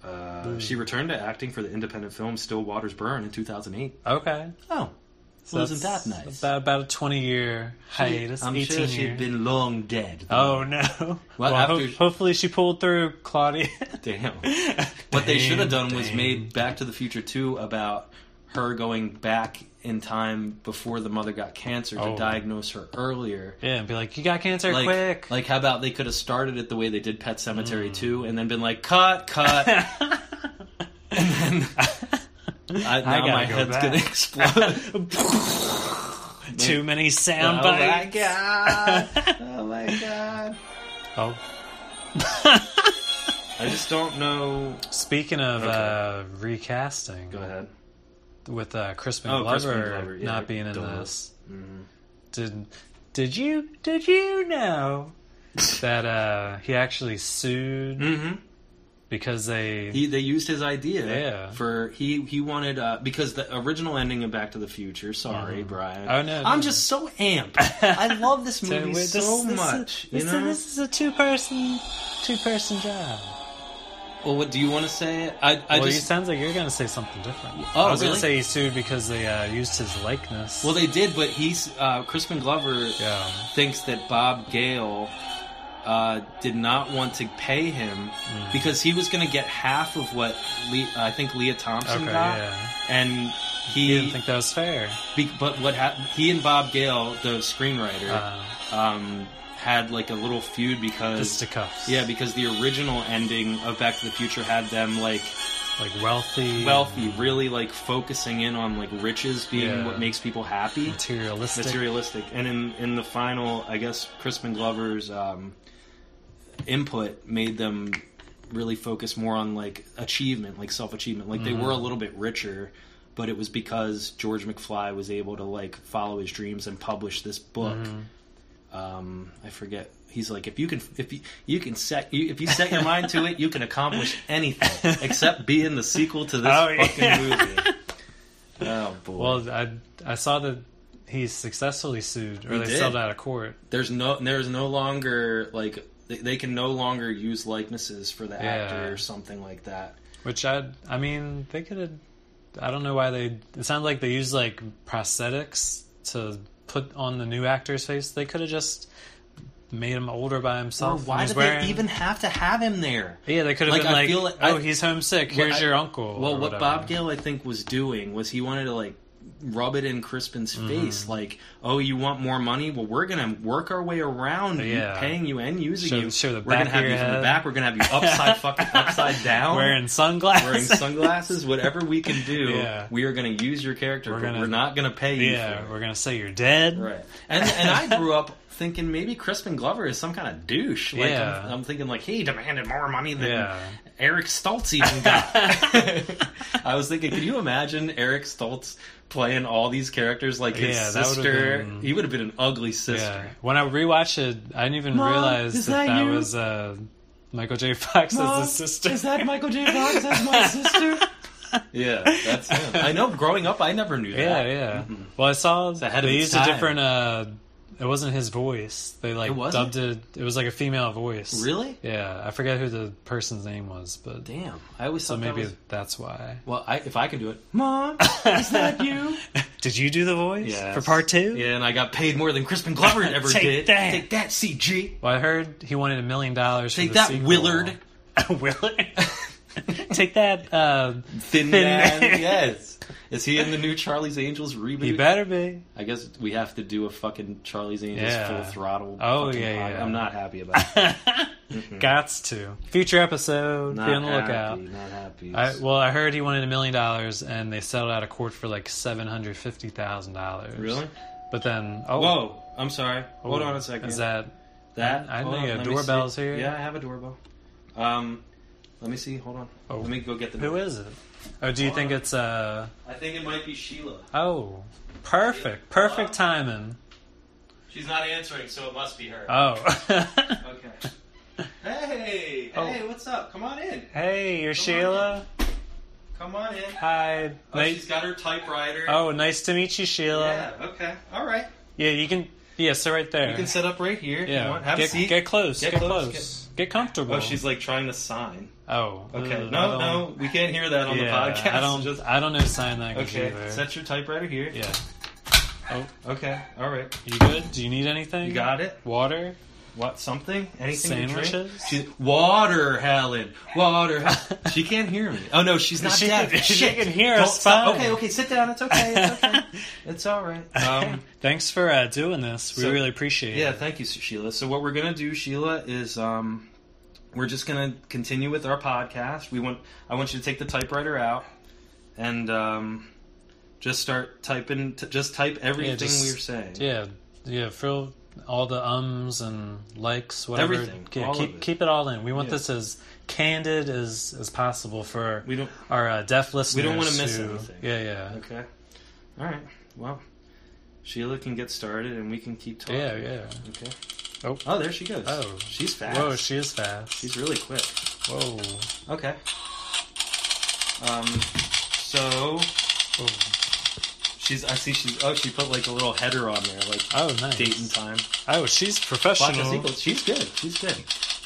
Speaker 1: Uh,
Speaker 2: Mm.
Speaker 1: she returned to acting for the independent film Still Waters Burn in 2008.
Speaker 2: Okay,
Speaker 1: Oh,
Speaker 2: so
Speaker 1: wasn't
Speaker 2: that's
Speaker 1: that nice?
Speaker 2: About, about a twenty-year hiatus,
Speaker 1: I'm sure
Speaker 2: eighteen year.
Speaker 1: she'd been long dead.
Speaker 2: Oh no! Well,
Speaker 1: after-
Speaker 2: ho- hopefully she pulled through, Claudia.
Speaker 1: Damn. What they should have done was
Speaker 2: Damn.
Speaker 1: made Back to the Future 2 about her going back in time before the mother got cancer to
Speaker 2: Oh.
Speaker 1: diagnose her earlier.
Speaker 2: yeah, and be like, "You got cancer,
Speaker 1: Like,
Speaker 2: quick!" Mm.
Speaker 1: like how about they could have started it the way they did Pet Cemetery 2 and then been like, cut, cut. and then I, now
Speaker 2: gotta
Speaker 1: my
Speaker 2: go
Speaker 1: head's
Speaker 2: back.
Speaker 1: going to explode.
Speaker 2: Too many sound
Speaker 1: oh my
Speaker 2: bites.
Speaker 1: god. Oh my god.
Speaker 2: Oh,
Speaker 1: I just don't know.
Speaker 2: speaking of
Speaker 1: Okay.
Speaker 2: uh, recasting,
Speaker 1: Go ahead.
Speaker 2: with uh, Crispin
Speaker 1: Oh,
Speaker 2: Glover
Speaker 1: Crispin Glover, yeah,
Speaker 2: not being in
Speaker 1: duh.
Speaker 2: this,
Speaker 1: Mm-hmm.
Speaker 2: did did you did you know that uh, he actually sued
Speaker 1: Mm-hmm.
Speaker 2: because they
Speaker 1: He, they used his idea
Speaker 2: Yeah.
Speaker 1: for he he wanted uh, because the original ending of Back to the Future. Sorry, Brian.
Speaker 2: Oh, no,
Speaker 1: I'm
Speaker 2: no.
Speaker 1: just so amped. I love this
Speaker 2: So
Speaker 1: movie
Speaker 2: wait, this-
Speaker 1: so
Speaker 2: this is-
Speaker 1: much.
Speaker 2: This,
Speaker 1: you know,
Speaker 2: this is a two person two person job.
Speaker 1: Well, what do you want to say? it? I, I
Speaker 2: well, it
Speaker 1: just.
Speaker 2: sounds like you're going to say something different.
Speaker 1: Oh,
Speaker 2: I was going
Speaker 1: really?
Speaker 2: to say he sued because they uh, used his likeness.
Speaker 1: well, they did, but he's uh, Crispin Glover
Speaker 2: yeah,
Speaker 1: thinks that Bob Gale uh, did not want to pay him
Speaker 2: Mm.
Speaker 1: because he was going to get half of what Le- I think Leah Thompson
Speaker 2: okay,
Speaker 1: got,
Speaker 2: yeah.
Speaker 1: and
Speaker 2: He
Speaker 1: he.
Speaker 2: didn't think that was fair.
Speaker 1: be- but what hap he and Bob Gale, the screenwriter,
Speaker 2: Uh,
Speaker 1: um, had like a little feud because
Speaker 2: fisticuffs.
Speaker 1: yeah, because the original ending of Back to the Future had them like
Speaker 2: like wealthy,
Speaker 1: wealthy, really like focusing in on like riches being
Speaker 2: Yeah.
Speaker 1: what makes people happy,
Speaker 2: materialistic.
Speaker 1: materialistic. And in in the final, I guess Crispin Glover's um, input made them really focus more on like achievement, like self achievement. Like
Speaker 2: Mm-hmm.
Speaker 1: they were a little bit richer. But it was because George McFly was able to like follow his dreams and publish this book.
Speaker 2: Mm-hmm.
Speaker 1: Um, I forget. He's like, if you can, if you, you can set, you, if you set your mind to it, you can accomplish anything except be in the sequel to this
Speaker 2: Oh, yeah.
Speaker 1: fucking movie. Oh boy.
Speaker 2: well, I I saw that he successfully sued, or
Speaker 1: He
Speaker 2: they
Speaker 1: did.
Speaker 2: settled out of court.
Speaker 1: there's no there's no longer like they, they can no longer use likenesses for the actor
Speaker 2: Yeah.
Speaker 1: or something like that.
Speaker 2: Which I I mean they could have. I don't know why they. It sounded like they used like prosthetics to put on the new actor's face. They could have just made him older by
Speaker 1: Or
Speaker 2: himself. and
Speaker 1: why
Speaker 2: was
Speaker 1: did
Speaker 2: wearing-
Speaker 1: they even have to have him there?
Speaker 2: Yeah, they could have
Speaker 1: Like,
Speaker 2: been
Speaker 1: I
Speaker 2: like,
Speaker 1: feel like-
Speaker 2: "Oh,
Speaker 1: I-
Speaker 2: he's homesick.
Speaker 1: Well,
Speaker 2: Here's
Speaker 1: I-
Speaker 2: your uncle."
Speaker 1: Well,
Speaker 2: or
Speaker 1: what
Speaker 2: whatever.
Speaker 1: Bob Gale I think was doing was he wanted to like rub it in Crispin's
Speaker 2: Mm-hmm.
Speaker 1: face, like, "Oh, you want more money? Well, we're gonna work our way around you,
Speaker 2: Yeah.
Speaker 1: paying you and using
Speaker 2: Show-
Speaker 1: you.
Speaker 2: show the
Speaker 1: we're gonna
Speaker 2: back of
Speaker 1: have
Speaker 2: your
Speaker 1: you from the
Speaker 2: head."
Speaker 1: back. We're gonna have you upside fucking upside down,
Speaker 2: wearing sunglasses,
Speaker 1: wearing sunglasses. Whatever we can do,
Speaker 2: Yeah.
Speaker 1: we are gonna use your character,
Speaker 2: We're
Speaker 1: but
Speaker 2: gonna-
Speaker 1: we're not gonna pay you. for it.
Speaker 2: yeah, we're gonna say you're dead.
Speaker 1: Right. And and I grew up thinking maybe Crispin Glover is some kind of douche. Like
Speaker 2: Yeah.
Speaker 1: I'm, I'm thinking like he demanded more money than
Speaker 2: Yeah.
Speaker 1: Eric Stoltz even got. I was thinking, could you imagine Eric Stoltz playing all these characters like his
Speaker 2: Yeah, that would've
Speaker 1: sister?
Speaker 2: been-
Speaker 1: He would have been an ugly sister.
Speaker 2: Yeah. When I rewatched it, I didn't even
Speaker 1: Mom,
Speaker 2: realize
Speaker 1: is that
Speaker 2: that that,
Speaker 1: you?
Speaker 2: was uh, Michael J. Fox
Speaker 1: Mom,
Speaker 2: as the sister.
Speaker 1: Is that Michael J. Fox as my sister? yeah, that's him. I know. Growing up, I never knew
Speaker 2: yeah,
Speaker 1: that.
Speaker 2: yeah. Well, I saw
Speaker 1: ahead of
Speaker 2: they
Speaker 1: Mm-hmm. its
Speaker 2: used a
Speaker 1: time.
Speaker 2: different. Uh, it wasn't his voice. They like
Speaker 1: It wasn't?
Speaker 2: dubbed it. It was like a female voice.
Speaker 1: Really?
Speaker 2: Yeah, I forget who the person's name was, but
Speaker 1: Damn. I always
Speaker 2: so
Speaker 1: thought
Speaker 2: maybe
Speaker 1: That was...
Speaker 2: that's why.
Speaker 1: Well, I, if I can do it, Mom, is that you?
Speaker 2: Did you do the voice
Speaker 1: Yes.
Speaker 2: for part two?
Speaker 1: Yeah, and I got paid more than Crispin Glover ever
Speaker 2: Take
Speaker 1: did.
Speaker 2: that.
Speaker 1: Take that, CG.
Speaker 2: Well, I heard he wanted a million dollars. for
Speaker 1: Take
Speaker 2: the
Speaker 1: that,
Speaker 2: sequel.
Speaker 1: Willard.
Speaker 2: Willard. Take that. Uh,
Speaker 1: Thin,
Speaker 2: Man.
Speaker 1: Man. yes. Is he in the new Charlie's Angels reboot?
Speaker 2: he better be.
Speaker 1: I guess we have to do a fucking Charlie's Angels
Speaker 2: Yeah.
Speaker 1: full throttle.
Speaker 2: Oh,
Speaker 1: fucking
Speaker 2: yeah,
Speaker 1: pod-
Speaker 2: yeah.
Speaker 1: I'm not happy about it.
Speaker 2: Gots to. Future episode.
Speaker 1: Not
Speaker 2: be on the
Speaker 1: happy,
Speaker 2: lookout.
Speaker 1: Not happy.
Speaker 2: I, well, I heard he wanted a million dollars, and they settled out of court for like seven hundred fifty thousand dollars.
Speaker 1: really?
Speaker 2: But then, oh,
Speaker 1: Whoa. I'm sorry.
Speaker 2: oh,
Speaker 1: Hold on a second.
Speaker 2: Is that
Speaker 1: that?
Speaker 2: I- I
Speaker 1: Hold
Speaker 2: think
Speaker 1: on,
Speaker 2: a
Speaker 1: let me
Speaker 2: doorbell's
Speaker 1: see.
Speaker 2: here.
Speaker 1: Yeah, I have a doorbell. Um, let me see. Hold on.
Speaker 2: Oh.
Speaker 1: Let me go get the.
Speaker 2: who is it? Oh, do you think it's uh?
Speaker 1: I think it might be Sheila.
Speaker 2: Oh, perfect, perfect timing.
Speaker 1: She's not answering, so it must be her.
Speaker 2: Oh,
Speaker 1: Okay. Hey,
Speaker 2: Oh.
Speaker 1: hey, what's up? Come on in.
Speaker 2: hey, you're
Speaker 1: Come on
Speaker 2: Sheila.
Speaker 1: Come on in.
Speaker 2: Hi.
Speaker 1: Oh, she's
Speaker 2: Nice.
Speaker 1: got her typewriter.
Speaker 2: Oh, nice to meet you, Sheila.
Speaker 1: yeah. Okay. All right.
Speaker 2: Yeah, you can. Yeah, sit right there.
Speaker 1: You can sit up right here. if you
Speaker 2: yeah,
Speaker 1: want. Have
Speaker 2: get,
Speaker 1: a seat.
Speaker 2: get close. Get,
Speaker 1: Get
Speaker 2: close.
Speaker 1: close,
Speaker 2: Get, comfortable.
Speaker 1: oh, she's like trying to sign.
Speaker 2: Oh,
Speaker 1: Okay.
Speaker 2: uh,
Speaker 1: no,
Speaker 2: I don't-
Speaker 1: no, we can't hear that on
Speaker 2: yeah,
Speaker 1: the podcast.
Speaker 2: I don't.
Speaker 1: Just
Speaker 2: I don't know sign language
Speaker 1: okay.
Speaker 2: either.
Speaker 1: Set your typewriter here.
Speaker 2: Yeah. Oh,
Speaker 1: Okay. All right.
Speaker 2: you good? Do you need anything?
Speaker 1: You got it.
Speaker 2: Water?
Speaker 1: What? Something? Anything? to drink?
Speaker 2: Sandwiches?
Speaker 1: She- water, Helen. Water. she can't hear me. Oh no, she's not
Speaker 2: She
Speaker 1: deaf.
Speaker 2: can- she
Speaker 1: Shit.
Speaker 2: can hear
Speaker 1: Don't
Speaker 2: us
Speaker 1: stop.
Speaker 2: fine.
Speaker 1: Okay. Okay. Sit down. It's okay. It's okay. it's all right. Um,
Speaker 2: Thanks for uh, doing this. We
Speaker 1: So-
Speaker 2: really appreciate
Speaker 1: Yeah,
Speaker 2: it.
Speaker 1: thank you, Sheila. So what we're gonna do, Sheila, is um, we're just gonna continue with our podcast. We want I want you to take the typewriter out and um, just start typing. T- just type everything
Speaker 2: just-
Speaker 1: we were saying.
Speaker 2: Yeah, yeah. Fill all the ums and likes, whatever.
Speaker 1: Everything,
Speaker 2: Yeah,
Speaker 1: all
Speaker 2: keep
Speaker 1: of it.
Speaker 2: keep it all in. We want
Speaker 1: Yeah.
Speaker 2: this as candid as as possible for
Speaker 1: We don't.
Speaker 2: our uh, deaf listeners.
Speaker 1: don't wanna miss
Speaker 2: who-
Speaker 1: anything.
Speaker 2: Yeah, yeah,
Speaker 1: Okay. All right. Well, Sheila can get started, and we can keep talking.
Speaker 2: yeah, yeah.
Speaker 1: Okay.
Speaker 2: Oh.
Speaker 1: Oh, there she goes.
Speaker 2: Oh.
Speaker 1: she's fast.
Speaker 2: Whoa, she is fast.
Speaker 1: she's really quick.
Speaker 2: Whoa.
Speaker 1: Okay. Um. So
Speaker 2: Whoa.
Speaker 1: she's. I see. She's. Oh, she put like a little header on there, like
Speaker 2: Oh, nice.
Speaker 1: date and time.
Speaker 2: Oh, she's
Speaker 1: Watch the
Speaker 2: professional.
Speaker 1: sequel. She's good. She's good.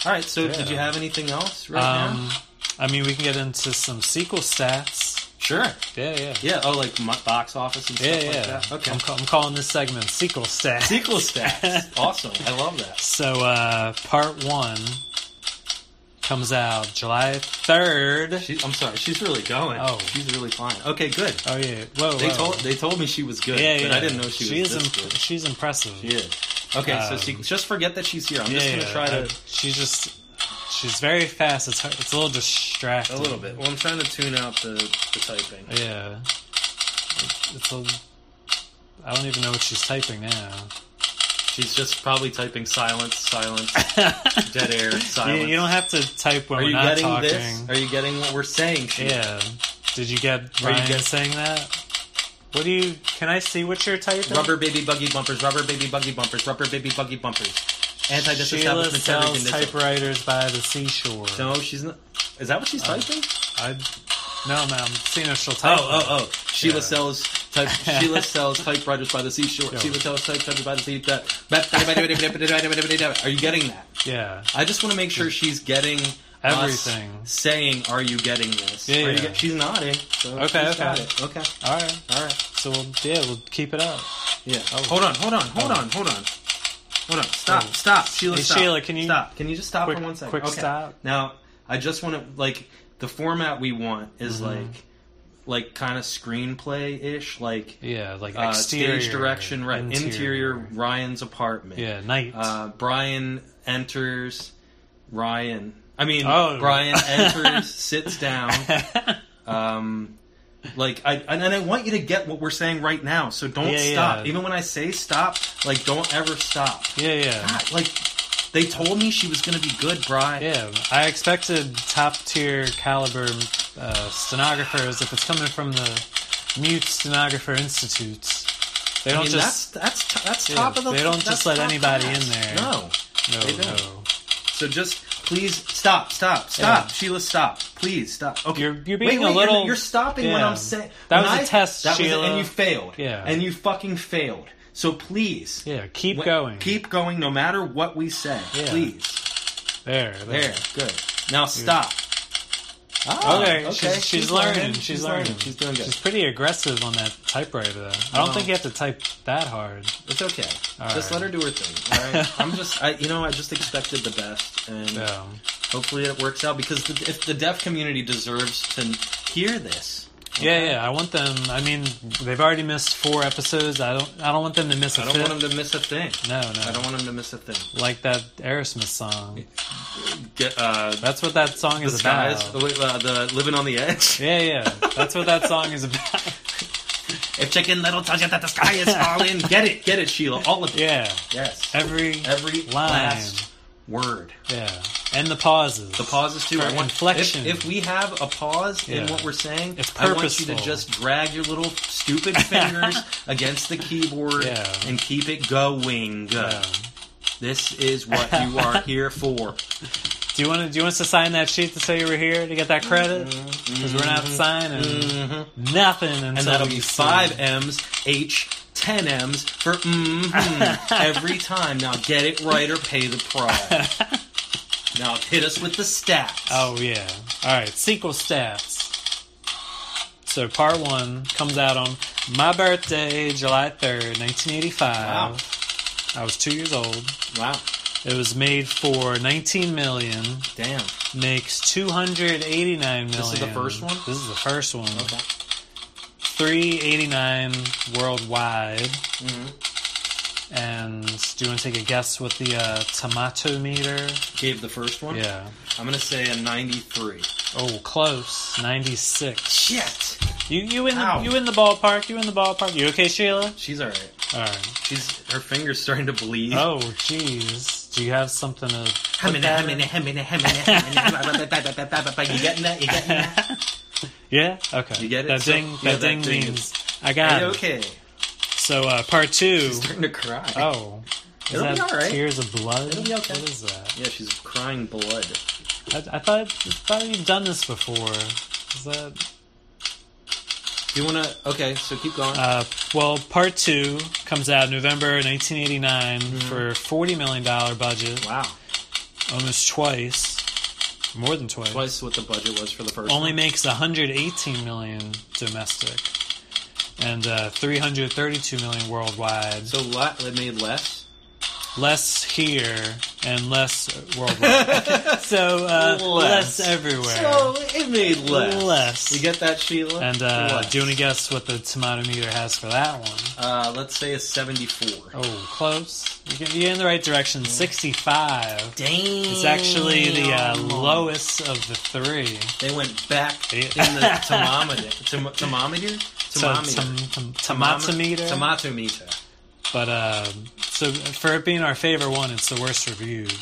Speaker 1: All right. So,
Speaker 2: Yeah.
Speaker 1: did you have anything else right
Speaker 2: Um, I mean, we can get into some sequel stats.
Speaker 1: Sure.
Speaker 2: Yeah, yeah.
Speaker 1: Yeah. Oh, like mo- box office and
Speaker 2: Yeah,
Speaker 1: stuff
Speaker 2: yeah.
Speaker 1: like that. Okay.
Speaker 2: I'm, ca- I'm calling this segment sequel stats.
Speaker 1: Sequel stats. awesome. I love that.
Speaker 2: So, uh, part one comes out July 3rd.
Speaker 1: She, I'm sorry. She's really going.
Speaker 2: Oh.
Speaker 1: she's really flying. Okay, good.
Speaker 2: Oh, yeah. Whoa,
Speaker 1: They
Speaker 2: whoa.
Speaker 1: told they told me she was good,
Speaker 2: yeah,
Speaker 1: but
Speaker 2: yeah.
Speaker 1: I didn't know she, was
Speaker 2: is
Speaker 1: this
Speaker 2: imp-
Speaker 1: good.
Speaker 2: She's impressive.
Speaker 1: She is. Okay, so
Speaker 2: Um,
Speaker 1: she, just forget that she's here. I'm just
Speaker 2: Yeah,
Speaker 1: gonna
Speaker 2: yeah.
Speaker 1: try
Speaker 2: Uh,
Speaker 1: to
Speaker 2: she's just. She's very fast. It's, hard- it's a little distracting.
Speaker 1: a little bit. Well, I'm trying to tune out the, the typing.
Speaker 2: Yeah. It's a, I don't even know what she's typing now.
Speaker 1: She's just probably typing silence, silence, dead air,
Speaker 2: You,
Speaker 1: silence.
Speaker 2: you don't have to type when
Speaker 1: Are
Speaker 2: we're
Speaker 1: you
Speaker 2: not
Speaker 1: getting
Speaker 2: talking.
Speaker 1: this? Are you getting what we're saying? She-
Speaker 2: yeah. Did you get
Speaker 1: Are you
Speaker 2: Ryan
Speaker 1: get-
Speaker 2: saying that? What do you? Can I see what you're typing?
Speaker 1: Rubber baby buggy bumpers. Rubber baby buggy bumpers. Rubber baby buggy bumpers.
Speaker 2: Sheila
Speaker 1: Anti-disestablishment terror
Speaker 2: sells
Speaker 1: condition.
Speaker 2: typewriters by the seashore.
Speaker 1: No, she's not. Is that what she's
Speaker 2: Uh,
Speaker 1: typing?
Speaker 2: I, no, man, I'm seeing if she'll type.
Speaker 1: Oh, oh, oh! Sheila
Speaker 2: Yeah.
Speaker 1: sells type. Sheila sells typewriters by the seashore.
Speaker 2: Yeah.
Speaker 1: Sheila sells typewriters by the seashore. Are you getting that?
Speaker 2: it. Yeah,
Speaker 1: I just want to make sure she's getting us
Speaker 2: Everything.
Speaker 1: saying, "Are you getting this?"
Speaker 2: Yeah,
Speaker 1: Are you
Speaker 2: yeah.
Speaker 1: get- she's nodding. So
Speaker 2: Okay,
Speaker 1: she's
Speaker 2: okay.
Speaker 1: got it. Okay.
Speaker 2: all right.
Speaker 1: All right.
Speaker 2: So we'll, yeah, we'll keep it up.
Speaker 1: Yeah. Hold on. Hold on. Hold on. Hold on. Hold on. Stop.
Speaker 2: Oh.
Speaker 1: Stop. Sheila.
Speaker 2: Hey,
Speaker 1: stop.
Speaker 2: Sheila, can you-
Speaker 1: stop? Can you just stop
Speaker 2: Quick-
Speaker 1: for one second?
Speaker 2: quick
Speaker 1: Okay.
Speaker 2: stop.
Speaker 1: Now, I just want to like the format we want is
Speaker 2: Mm-hmm.
Speaker 1: like like kind of screenplay ish, like
Speaker 2: Yeah, like
Speaker 1: uh,
Speaker 2: exterior
Speaker 1: stage direction, right? Interior. Ryan's apartment.
Speaker 2: Yeah, night.
Speaker 1: Uh, Brian enters. Ryan. I mean,
Speaker 2: Oh.
Speaker 1: Brian enters, sits down. Um, like I and, and I want you to get what we're saying right now. So don't
Speaker 2: Yeah,
Speaker 1: stop.
Speaker 2: yeah.
Speaker 1: Even when I say stop, like don't ever stop.
Speaker 2: yeah, yeah,
Speaker 1: God, like they told me she was gonna be good, Brian.
Speaker 2: yeah. I expected top tier caliber uh, stenographers if it's coming from the Mute Stenographer Institute. They
Speaker 1: I
Speaker 2: don't
Speaker 1: mean,
Speaker 2: just
Speaker 1: that's that's t- that's
Speaker 2: Yeah,
Speaker 1: top of the.
Speaker 2: they don't
Speaker 1: that's
Speaker 2: just let
Speaker 1: top
Speaker 2: anybody
Speaker 1: class.
Speaker 2: in there.
Speaker 1: No.
Speaker 2: no,
Speaker 1: they don't.
Speaker 2: no.
Speaker 1: So just please stop, stop, stop,
Speaker 2: Yeah.
Speaker 1: Sheila, stop, please stop. Okay,
Speaker 2: You're- you're
Speaker 1: Wait,
Speaker 2: being a
Speaker 1: wait, you're-
Speaker 2: little-
Speaker 1: You're, stopping when
Speaker 2: yeah.
Speaker 1: I'm saying
Speaker 2: That
Speaker 1: when
Speaker 2: was a
Speaker 1: I-
Speaker 2: test,
Speaker 1: that was it,
Speaker 2: Sheila.
Speaker 1: and you failed.
Speaker 2: Yeah.
Speaker 1: and you fucking failed. So please,
Speaker 2: Yeah, keep
Speaker 1: Wait,
Speaker 2: going.
Speaker 1: Keep going no matter what we say.
Speaker 2: Yeah.
Speaker 1: Please.
Speaker 2: there, there.
Speaker 1: There. Good. Now stop. Ah,
Speaker 2: Okay, she's, she's, learning. She's, learning.
Speaker 1: She's doing good.
Speaker 2: She's pretty aggressive on that typewriter, though. I don't
Speaker 1: Oh.
Speaker 2: think you have to type that hard.
Speaker 1: It's okay.
Speaker 2: All
Speaker 1: just let
Speaker 2: right.
Speaker 1: her do her thing. All right. I'm just, I, you know, I just expected the best, and
Speaker 2: No.
Speaker 1: hopefully it works out because the, if the deaf community deserves to hear this,
Speaker 2: Yeah, yeah. I want them. I mean, they've already missed four episodes. I don't. I don't want them to miss a
Speaker 1: I don't
Speaker 2: fifth.
Speaker 1: want them to miss a thing.
Speaker 2: No, no.
Speaker 1: I don't want them to miss a thing.
Speaker 2: like that Aerosmith song.
Speaker 1: Get uh,
Speaker 2: That's what that song
Speaker 1: the
Speaker 2: is
Speaker 1: skies,
Speaker 2: about.
Speaker 1: uh, the living on the edge.
Speaker 2: Yeah, yeah. That's what that song is about.
Speaker 1: If chicken little tells you that the sky is falling, get it, get it, Sheila, all of it.
Speaker 2: Yeah.
Speaker 1: Yes.
Speaker 2: Every
Speaker 1: every
Speaker 2: line.
Speaker 1: last word.
Speaker 2: yeah. And the pauses.
Speaker 1: The pauses too.
Speaker 2: For
Speaker 1: I want
Speaker 2: inflection.
Speaker 1: If, if we have a pause in
Speaker 2: Yeah.
Speaker 1: what we're saying,
Speaker 2: It's
Speaker 1: I want you to
Speaker 2: purposeful.
Speaker 1: just drag your little stupid fingers against the keyboard
Speaker 2: Yeah.
Speaker 1: and keep it going.
Speaker 2: Yeah.
Speaker 1: This is what you are here for.
Speaker 2: Do you want to? Do you want us to sign that sheet to say you were here to get that credit? Because we're not signing nothing until
Speaker 1: Mm-hmm. And that'll
Speaker 2: we
Speaker 1: be
Speaker 2: see.
Speaker 1: five M's H. 10 M's for mm every time. Now get it right or pay the price. Now hit us with the stats.
Speaker 2: Oh yeah. All right. Sequel stats. So part one comes out on my birthday, July third, nineteen eighty-five.
Speaker 1: Wow.
Speaker 2: I was two years old.
Speaker 1: wow.
Speaker 2: It was made for nineteen million.
Speaker 1: Damn.
Speaker 2: Makes two hundred eighty-nine million.
Speaker 1: This is the first one?
Speaker 2: This is the first one.
Speaker 1: Okay.
Speaker 2: Three eighty-nine worldwide.
Speaker 1: Mm-hmm.
Speaker 2: And do you want to take a guess with the uh, tomato meter?
Speaker 1: Gave the first one?
Speaker 2: Yeah.
Speaker 1: I'm gonna say a 93.
Speaker 2: Oh, close. Ninety-six.
Speaker 1: Shit.
Speaker 2: You you in the
Speaker 1: Ow.
Speaker 2: you in the ballpark? You in the ballpark? You okay, Sheila?
Speaker 1: She's all right.
Speaker 2: All right.
Speaker 1: She's her fingers starting to bleed.
Speaker 2: Oh, jeez. Do you have something to?
Speaker 1: Hemmina, hemmina, hemmina, hemmina, hemmina. you getting that? You getting that?
Speaker 2: Yeah. Okay.
Speaker 1: You get it?
Speaker 2: That
Speaker 1: So-
Speaker 2: ding.
Speaker 1: yeah, that
Speaker 2: that, ding
Speaker 1: ding
Speaker 2: means
Speaker 1: is-
Speaker 2: I
Speaker 1: Are
Speaker 2: got
Speaker 1: you
Speaker 2: it.
Speaker 1: okay?
Speaker 2: So uh, part two.
Speaker 1: Starting to cry.
Speaker 2: Oh. Is
Speaker 1: It'll
Speaker 2: that
Speaker 1: be all right.
Speaker 2: tears of blood?
Speaker 1: It'll be okay.
Speaker 2: What is that?
Speaker 1: Yeah, she's crying blood.
Speaker 2: I, I thought I thought you'd done this before. Is that?
Speaker 1: Do you wanna? Okay, so keep going.
Speaker 2: Uh, well, part two comes out November
Speaker 1: Mm-hmm.
Speaker 2: 1989 for 40 million dollar budget,
Speaker 1: wow.
Speaker 2: almost twice. more than twice.
Speaker 1: twice what the budget was for the first.
Speaker 2: Only
Speaker 1: one.
Speaker 2: makes 118 million domestic and uh, 332 million worldwide.
Speaker 1: so la- it made less.
Speaker 2: less here and less worldwide. so uh,
Speaker 1: Less.
Speaker 2: less. everywhere.
Speaker 1: So it made less.
Speaker 2: Less.
Speaker 1: You get that, Sheila?
Speaker 2: and uh,
Speaker 1: Less.
Speaker 2: do you want to guess what the tomato meter has for that one?
Speaker 1: Uh, let's say a seventy-four.
Speaker 2: Oh, close. You get, you're in the right direction. 65.
Speaker 1: Dang.
Speaker 2: It's actually the uh, lowest of the three.
Speaker 1: They went back in
Speaker 2: Yeah.
Speaker 1: the thermometer. Tom- thermometer?
Speaker 2: So,
Speaker 1: Thermometer.
Speaker 2: tom- tom- tomatometer.
Speaker 1: Tomato meter.
Speaker 2: But uh, so for it being our favorite one, it's the worst reviewed,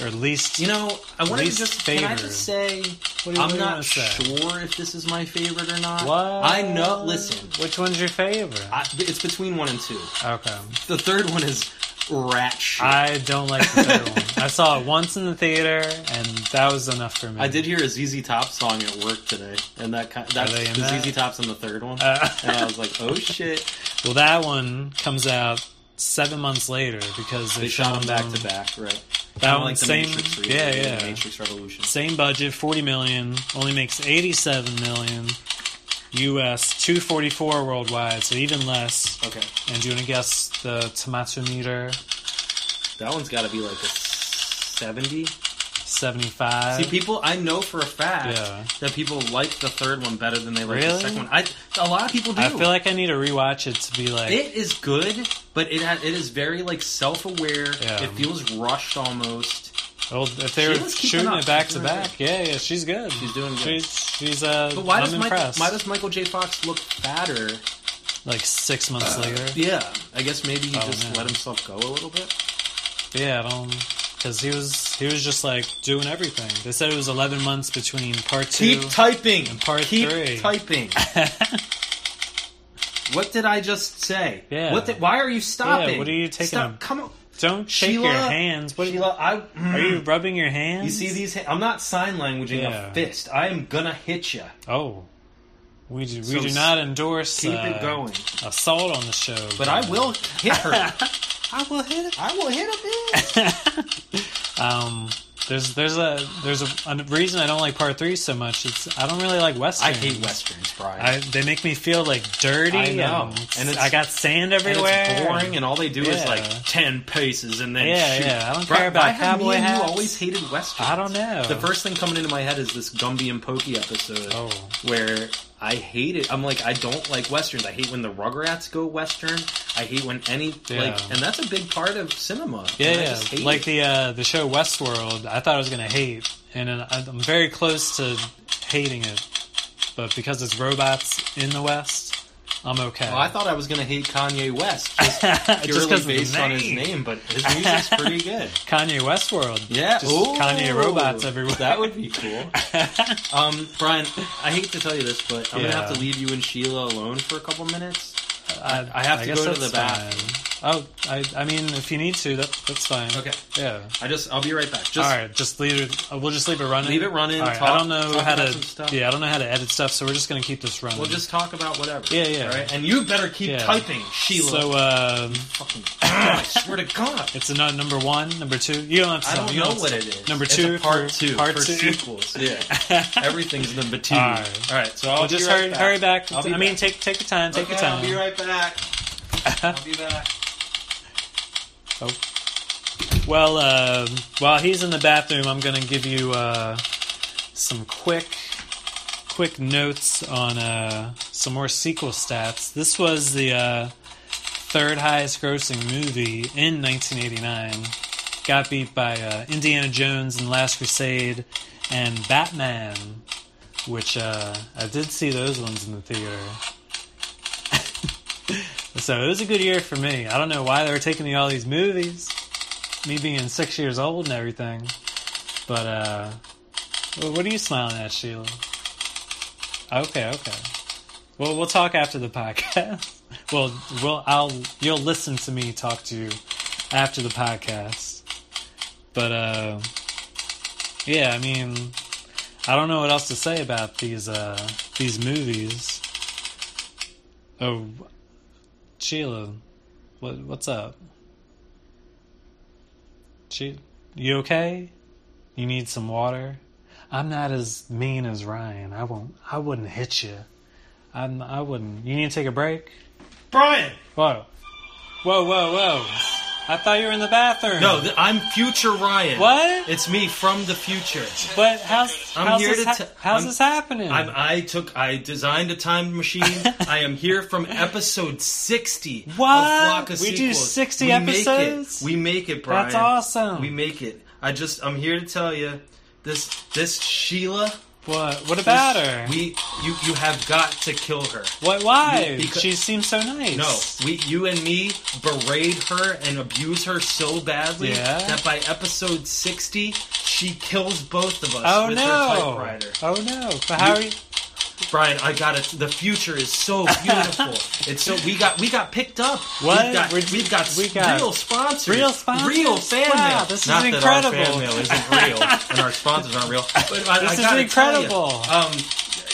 Speaker 2: or least.
Speaker 1: You know, I wanted to
Speaker 2: Least
Speaker 1: just. Can I
Speaker 2: favored.
Speaker 1: just say?
Speaker 2: What do you- what do
Speaker 1: I'm
Speaker 2: you wanna
Speaker 1: not
Speaker 2: say?
Speaker 1: sure if this is my favorite or not.
Speaker 2: what?
Speaker 1: I know. Listen,
Speaker 2: Which one's your favorite?
Speaker 1: I, it's between one and two.
Speaker 2: okay.
Speaker 1: The third one is rat shit. I,
Speaker 2: I don't like the third one. I saw it once in the theater, and that was enough for me.
Speaker 1: did hear a ZZ Top song at work today, and that kind that's
Speaker 2: they in
Speaker 1: the
Speaker 2: that?
Speaker 1: ZZ Top's in the third one,
Speaker 2: Uh,
Speaker 1: and I was like, oh shit!
Speaker 2: well, that one comes out seven months later because
Speaker 1: They shot them back to
Speaker 2: back.
Speaker 1: back, right?
Speaker 2: That
Speaker 1: Kinda
Speaker 2: one,
Speaker 1: like the
Speaker 2: same.
Speaker 1: Matrix re-
Speaker 2: yeah,
Speaker 1: the
Speaker 2: yeah.
Speaker 1: Matrix Revolution.
Speaker 2: Same budget, forty million. Only makes eighty-seven million. U.S. two forty-four worldwide, so even less.
Speaker 1: Okay,
Speaker 2: And do you want to guess the tomato meter?
Speaker 1: that one's got to be like a seventy.
Speaker 2: 75.
Speaker 1: See, people, I know for a fact
Speaker 2: Uh, Yeah.
Speaker 1: that people like the third one better than they like the
Speaker 2: Really?
Speaker 1: second one. I, a lot of people do.
Speaker 2: I feel like I need to rewatch it to be like,
Speaker 1: It is good, but it ha- it is very like self aware.
Speaker 2: Yeah.
Speaker 1: It feels rushed almost.
Speaker 2: oh, if they're
Speaker 1: Sheila's keeping
Speaker 2: shooting
Speaker 1: up.
Speaker 2: it back
Speaker 1: She's
Speaker 2: to
Speaker 1: doing
Speaker 2: back. Yeah, yeah, she's good.
Speaker 1: She's doing good.
Speaker 2: She's, she's uh,
Speaker 1: But why
Speaker 2: I'm
Speaker 1: does
Speaker 2: impressed.
Speaker 1: Michael, why does Michael J. Fox look fatter?
Speaker 2: like six months later.
Speaker 1: Uh, Yeah, I guess maybe he
Speaker 2: Oh,
Speaker 1: just
Speaker 2: man.
Speaker 1: let himself go a little bit.
Speaker 2: Yeah, I don't. Because he was, he was just like doing everything. They said it was 11 months between part two.
Speaker 1: Keep typing.
Speaker 2: part
Speaker 1: Keep
Speaker 2: three.
Speaker 1: typing. what did I just say?
Speaker 2: Yeah.
Speaker 1: What? The, why are you stopping?
Speaker 2: what are you taking
Speaker 1: Stop.
Speaker 2: a-
Speaker 1: Come on,
Speaker 2: don't shake
Speaker 1: Sheila,
Speaker 2: your hands. What
Speaker 1: Sheila. I.
Speaker 2: are you rubbing your hands?
Speaker 1: You see these? ha- I'm not sign languaging
Speaker 2: Yeah.
Speaker 1: a fist. I am gonna hit you.
Speaker 2: Oh, we do, we
Speaker 1: So
Speaker 2: do
Speaker 1: s-
Speaker 2: not endorse
Speaker 1: Keep it
Speaker 2: uh,
Speaker 1: going.
Speaker 2: assault on the show.
Speaker 1: But I will hit her.
Speaker 2: I will hit it.
Speaker 1: I will hit a bitch.
Speaker 2: um, there's there's a there's a, a reason I don't like part three so much. It's I don't really like
Speaker 1: I
Speaker 2: westerns.
Speaker 1: hate westerns, Brian.
Speaker 2: I, they make me feel like dirty.
Speaker 1: I know.
Speaker 2: and,
Speaker 1: And it's-
Speaker 2: I got sand
Speaker 1: and
Speaker 2: everywhere.
Speaker 1: it's boring, and all they do is
Speaker 2: Yeah.
Speaker 1: like ten paces and then
Speaker 2: Yeah,
Speaker 1: shoot.
Speaker 2: yeah, I don't
Speaker 1: Bri-
Speaker 2: care about
Speaker 1: why have me
Speaker 2: cowboy
Speaker 1: and You
Speaker 2: hats.
Speaker 1: always hated westerns.
Speaker 2: I don't know.
Speaker 1: The first thing coming into my head is this Gumby and Pokey episode
Speaker 2: Oh.
Speaker 1: where I hate it. I'm like, I don't like westerns. I hate when the Rugrats go western. I hate when any
Speaker 2: Yeah.
Speaker 1: like, and that's a big part of cinema.
Speaker 2: yeah,
Speaker 1: and I
Speaker 2: yeah.
Speaker 1: just hate
Speaker 2: like
Speaker 1: it.
Speaker 2: the uh, the show Westworld. I thought I was gonna hate, and then I- I'm very close to hating it. But because it's robots in the West, I'm okay.
Speaker 1: Well, I thought I was gonna hate Kanye West just
Speaker 2: Just
Speaker 1: purely
Speaker 2: 'cause of the
Speaker 1: based on his name, but his music's pretty good.
Speaker 2: Kanye Westworld.
Speaker 1: Yeah,
Speaker 2: just
Speaker 1: ooh,
Speaker 2: Kanye robots everywhere.
Speaker 1: That would be cool. um, Brian, I hate to tell you this, but I'm gonna have
Speaker 2: Yeah.
Speaker 1: to leave you and Sheila alone for a couple minutes.
Speaker 2: I,
Speaker 1: I have to
Speaker 2: guess
Speaker 1: go to the
Speaker 2: that's fine. Oh, I, I mean, if you need to, that, that's fine.
Speaker 1: Okay.
Speaker 2: Yeah.
Speaker 1: I just, I'll be right back. Just
Speaker 2: All right, just leave it. uh, We'll just leave it running.
Speaker 1: Leave it running,
Speaker 2: All right,
Speaker 1: talk-
Speaker 2: I don't know
Speaker 1: talk
Speaker 2: how
Speaker 1: about
Speaker 2: to.
Speaker 1: some stuff.
Speaker 2: Yeah, I don't know how to edit stuff, so we're just gonna keep this running.
Speaker 1: we'll just talk about whatever.
Speaker 2: Yeah, yeah.
Speaker 1: All right, and you better keep
Speaker 2: Yeah.
Speaker 1: typing, Sheila.
Speaker 2: So um,
Speaker 1: Fucking God, I swear to God,
Speaker 2: it's a nu- number one, number two. You don't have to.
Speaker 1: I
Speaker 2: tell
Speaker 1: don't
Speaker 2: me, you
Speaker 1: know
Speaker 2: have
Speaker 1: what
Speaker 2: to-
Speaker 1: it is.
Speaker 2: Number
Speaker 1: It's
Speaker 2: two,
Speaker 1: a part
Speaker 2: for-
Speaker 1: two,
Speaker 2: part
Speaker 1: for
Speaker 2: two.
Speaker 1: sequels. Yeah, everything's the two.
Speaker 2: All right.
Speaker 1: All right, so I'll
Speaker 2: Well, just
Speaker 1: be right
Speaker 2: hurry, hurry back.
Speaker 1: I'll be
Speaker 2: I mean,
Speaker 1: back.
Speaker 2: take take your time. Take your
Speaker 1: Okay,
Speaker 2: time.
Speaker 1: I'll be right back. I'll be back.
Speaker 2: Oh. Well, uh, while he's in the bathroom, I'm going to give you uh, some quick, quick notes on uh, some more sequel stats. This was the uh, third highest grossing movie in 1989. Got beat by uh, Indiana Jones and the Last Crusade and Batman, which uh, I did see those ones in the theater. So it was a good year for me. I don't know why they were taking me to all these movies, me being six years old and everything. But uh, wh- what are you smiling at, Sheila? Okay, okay. Well, we'll talk after the podcast. well, well, I'll you'll listen to me talk to you after the podcast. But uh, yeah, I mean, I don't know what else to say about these uh, these movies. Oh, Sheila, what what's up? She, you okay? You need some water? I'm not as mean as Ryan. I won't. I wouldn't hit you. I'm. I wouldn't. You need to take a break.
Speaker 1: Brian!
Speaker 2: Whoa, whoa, whoa, whoa! I thought you were in the bathroom.
Speaker 1: No, th- I'm future Ryan.
Speaker 2: What?
Speaker 1: It's me from the future.
Speaker 2: But how's
Speaker 1: I'm
Speaker 2: how's,
Speaker 1: here
Speaker 2: this,
Speaker 1: to
Speaker 2: ha-
Speaker 1: t-
Speaker 2: how's
Speaker 1: I'm-
Speaker 2: this happening?
Speaker 1: I'm, I took, I designed a timed machine. I am here from episode sixty. of
Speaker 2: What?
Speaker 1: Flock of
Speaker 2: We do
Speaker 1: Sequels.
Speaker 2: 60
Speaker 1: We make it.
Speaker 2: episodes?
Speaker 1: We make it, Brian.
Speaker 2: That's awesome.
Speaker 1: We make it. I just, I'm here to tell you, this, this Sheila.
Speaker 2: what? What
Speaker 1: this-
Speaker 2: about her?
Speaker 1: We, you, you have got to kill her.
Speaker 2: what? Why?
Speaker 1: we- because-
Speaker 2: she seems so nice.
Speaker 1: No, we, you and me berate her and abuse her so badly
Speaker 2: Yeah?
Speaker 1: that by episode sixty, she kills both of us
Speaker 2: Oh
Speaker 1: with her
Speaker 2: no!
Speaker 1: typewriter.
Speaker 2: Oh no! But how are
Speaker 1: You-
Speaker 2: you?
Speaker 1: Brian, I got it. The future is so beautiful. it's so we got we got picked up.
Speaker 2: What?
Speaker 1: We've got,
Speaker 2: We're-
Speaker 1: we've got
Speaker 2: we got
Speaker 1: real sponsors,
Speaker 2: real sponsors?
Speaker 1: real fan
Speaker 2: Wow,
Speaker 1: mail.
Speaker 2: this is
Speaker 1: Not That our
Speaker 2: incredible.
Speaker 1: fan mail isn't real, and our sponsors aren't real. But I,
Speaker 2: This
Speaker 1: I
Speaker 2: is
Speaker 1: gotta tell you,
Speaker 2: incredible.
Speaker 1: um,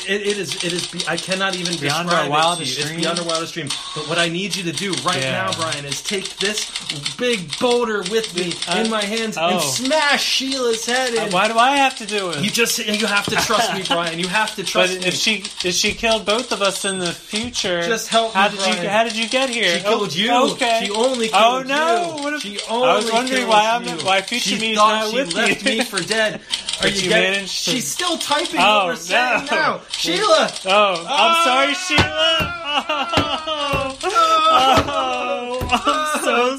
Speaker 1: it, it is. It is. Be, I cannot even
Speaker 2: Beyond
Speaker 1: describe
Speaker 2: our wildest
Speaker 1: it to you. It's
Speaker 2: dreams?
Speaker 1: beyond our wildest dream. But what I need you to do right
Speaker 2: Yeah.
Speaker 1: now, Brian, is take this big boulder with me
Speaker 2: Uh,
Speaker 1: in my hands
Speaker 2: oh. Uh,
Speaker 1: and smash Sheila's head in.
Speaker 2: Why do I have to do it?
Speaker 1: you just you have to trust me, Brian. You have to
Speaker 2: But
Speaker 1: trust me.
Speaker 2: if she if she killed both of us in the future,
Speaker 1: Just help me,
Speaker 2: How did you
Speaker 1: Brian.
Speaker 2: How did you get here?
Speaker 1: She killed you.
Speaker 2: Oh, Okay.
Speaker 1: She only
Speaker 2: Oh
Speaker 1: killed
Speaker 2: no!
Speaker 1: you.
Speaker 2: What if,
Speaker 1: she only
Speaker 2: I was wondering
Speaker 1: killed
Speaker 2: why I'm
Speaker 1: you.
Speaker 2: why future
Speaker 1: she
Speaker 2: me is
Speaker 1: thought
Speaker 2: not
Speaker 1: she
Speaker 2: with
Speaker 1: left
Speaker 2: you.
Speaker 1: me for dead. Are
Speaker 2: But
Speaker 1: you
Speaker 2: you
Speaker 1: getting-
Speaker 2: managed to-
Speaker 1: She's still typing
Speaker 2: Oh,
Speaker 1: what we're saying
Speaker 2: no.
Speaker 1: now. Sheila.
Speaker 2: oh, I'm sorry, Sheila. Oh, I'm so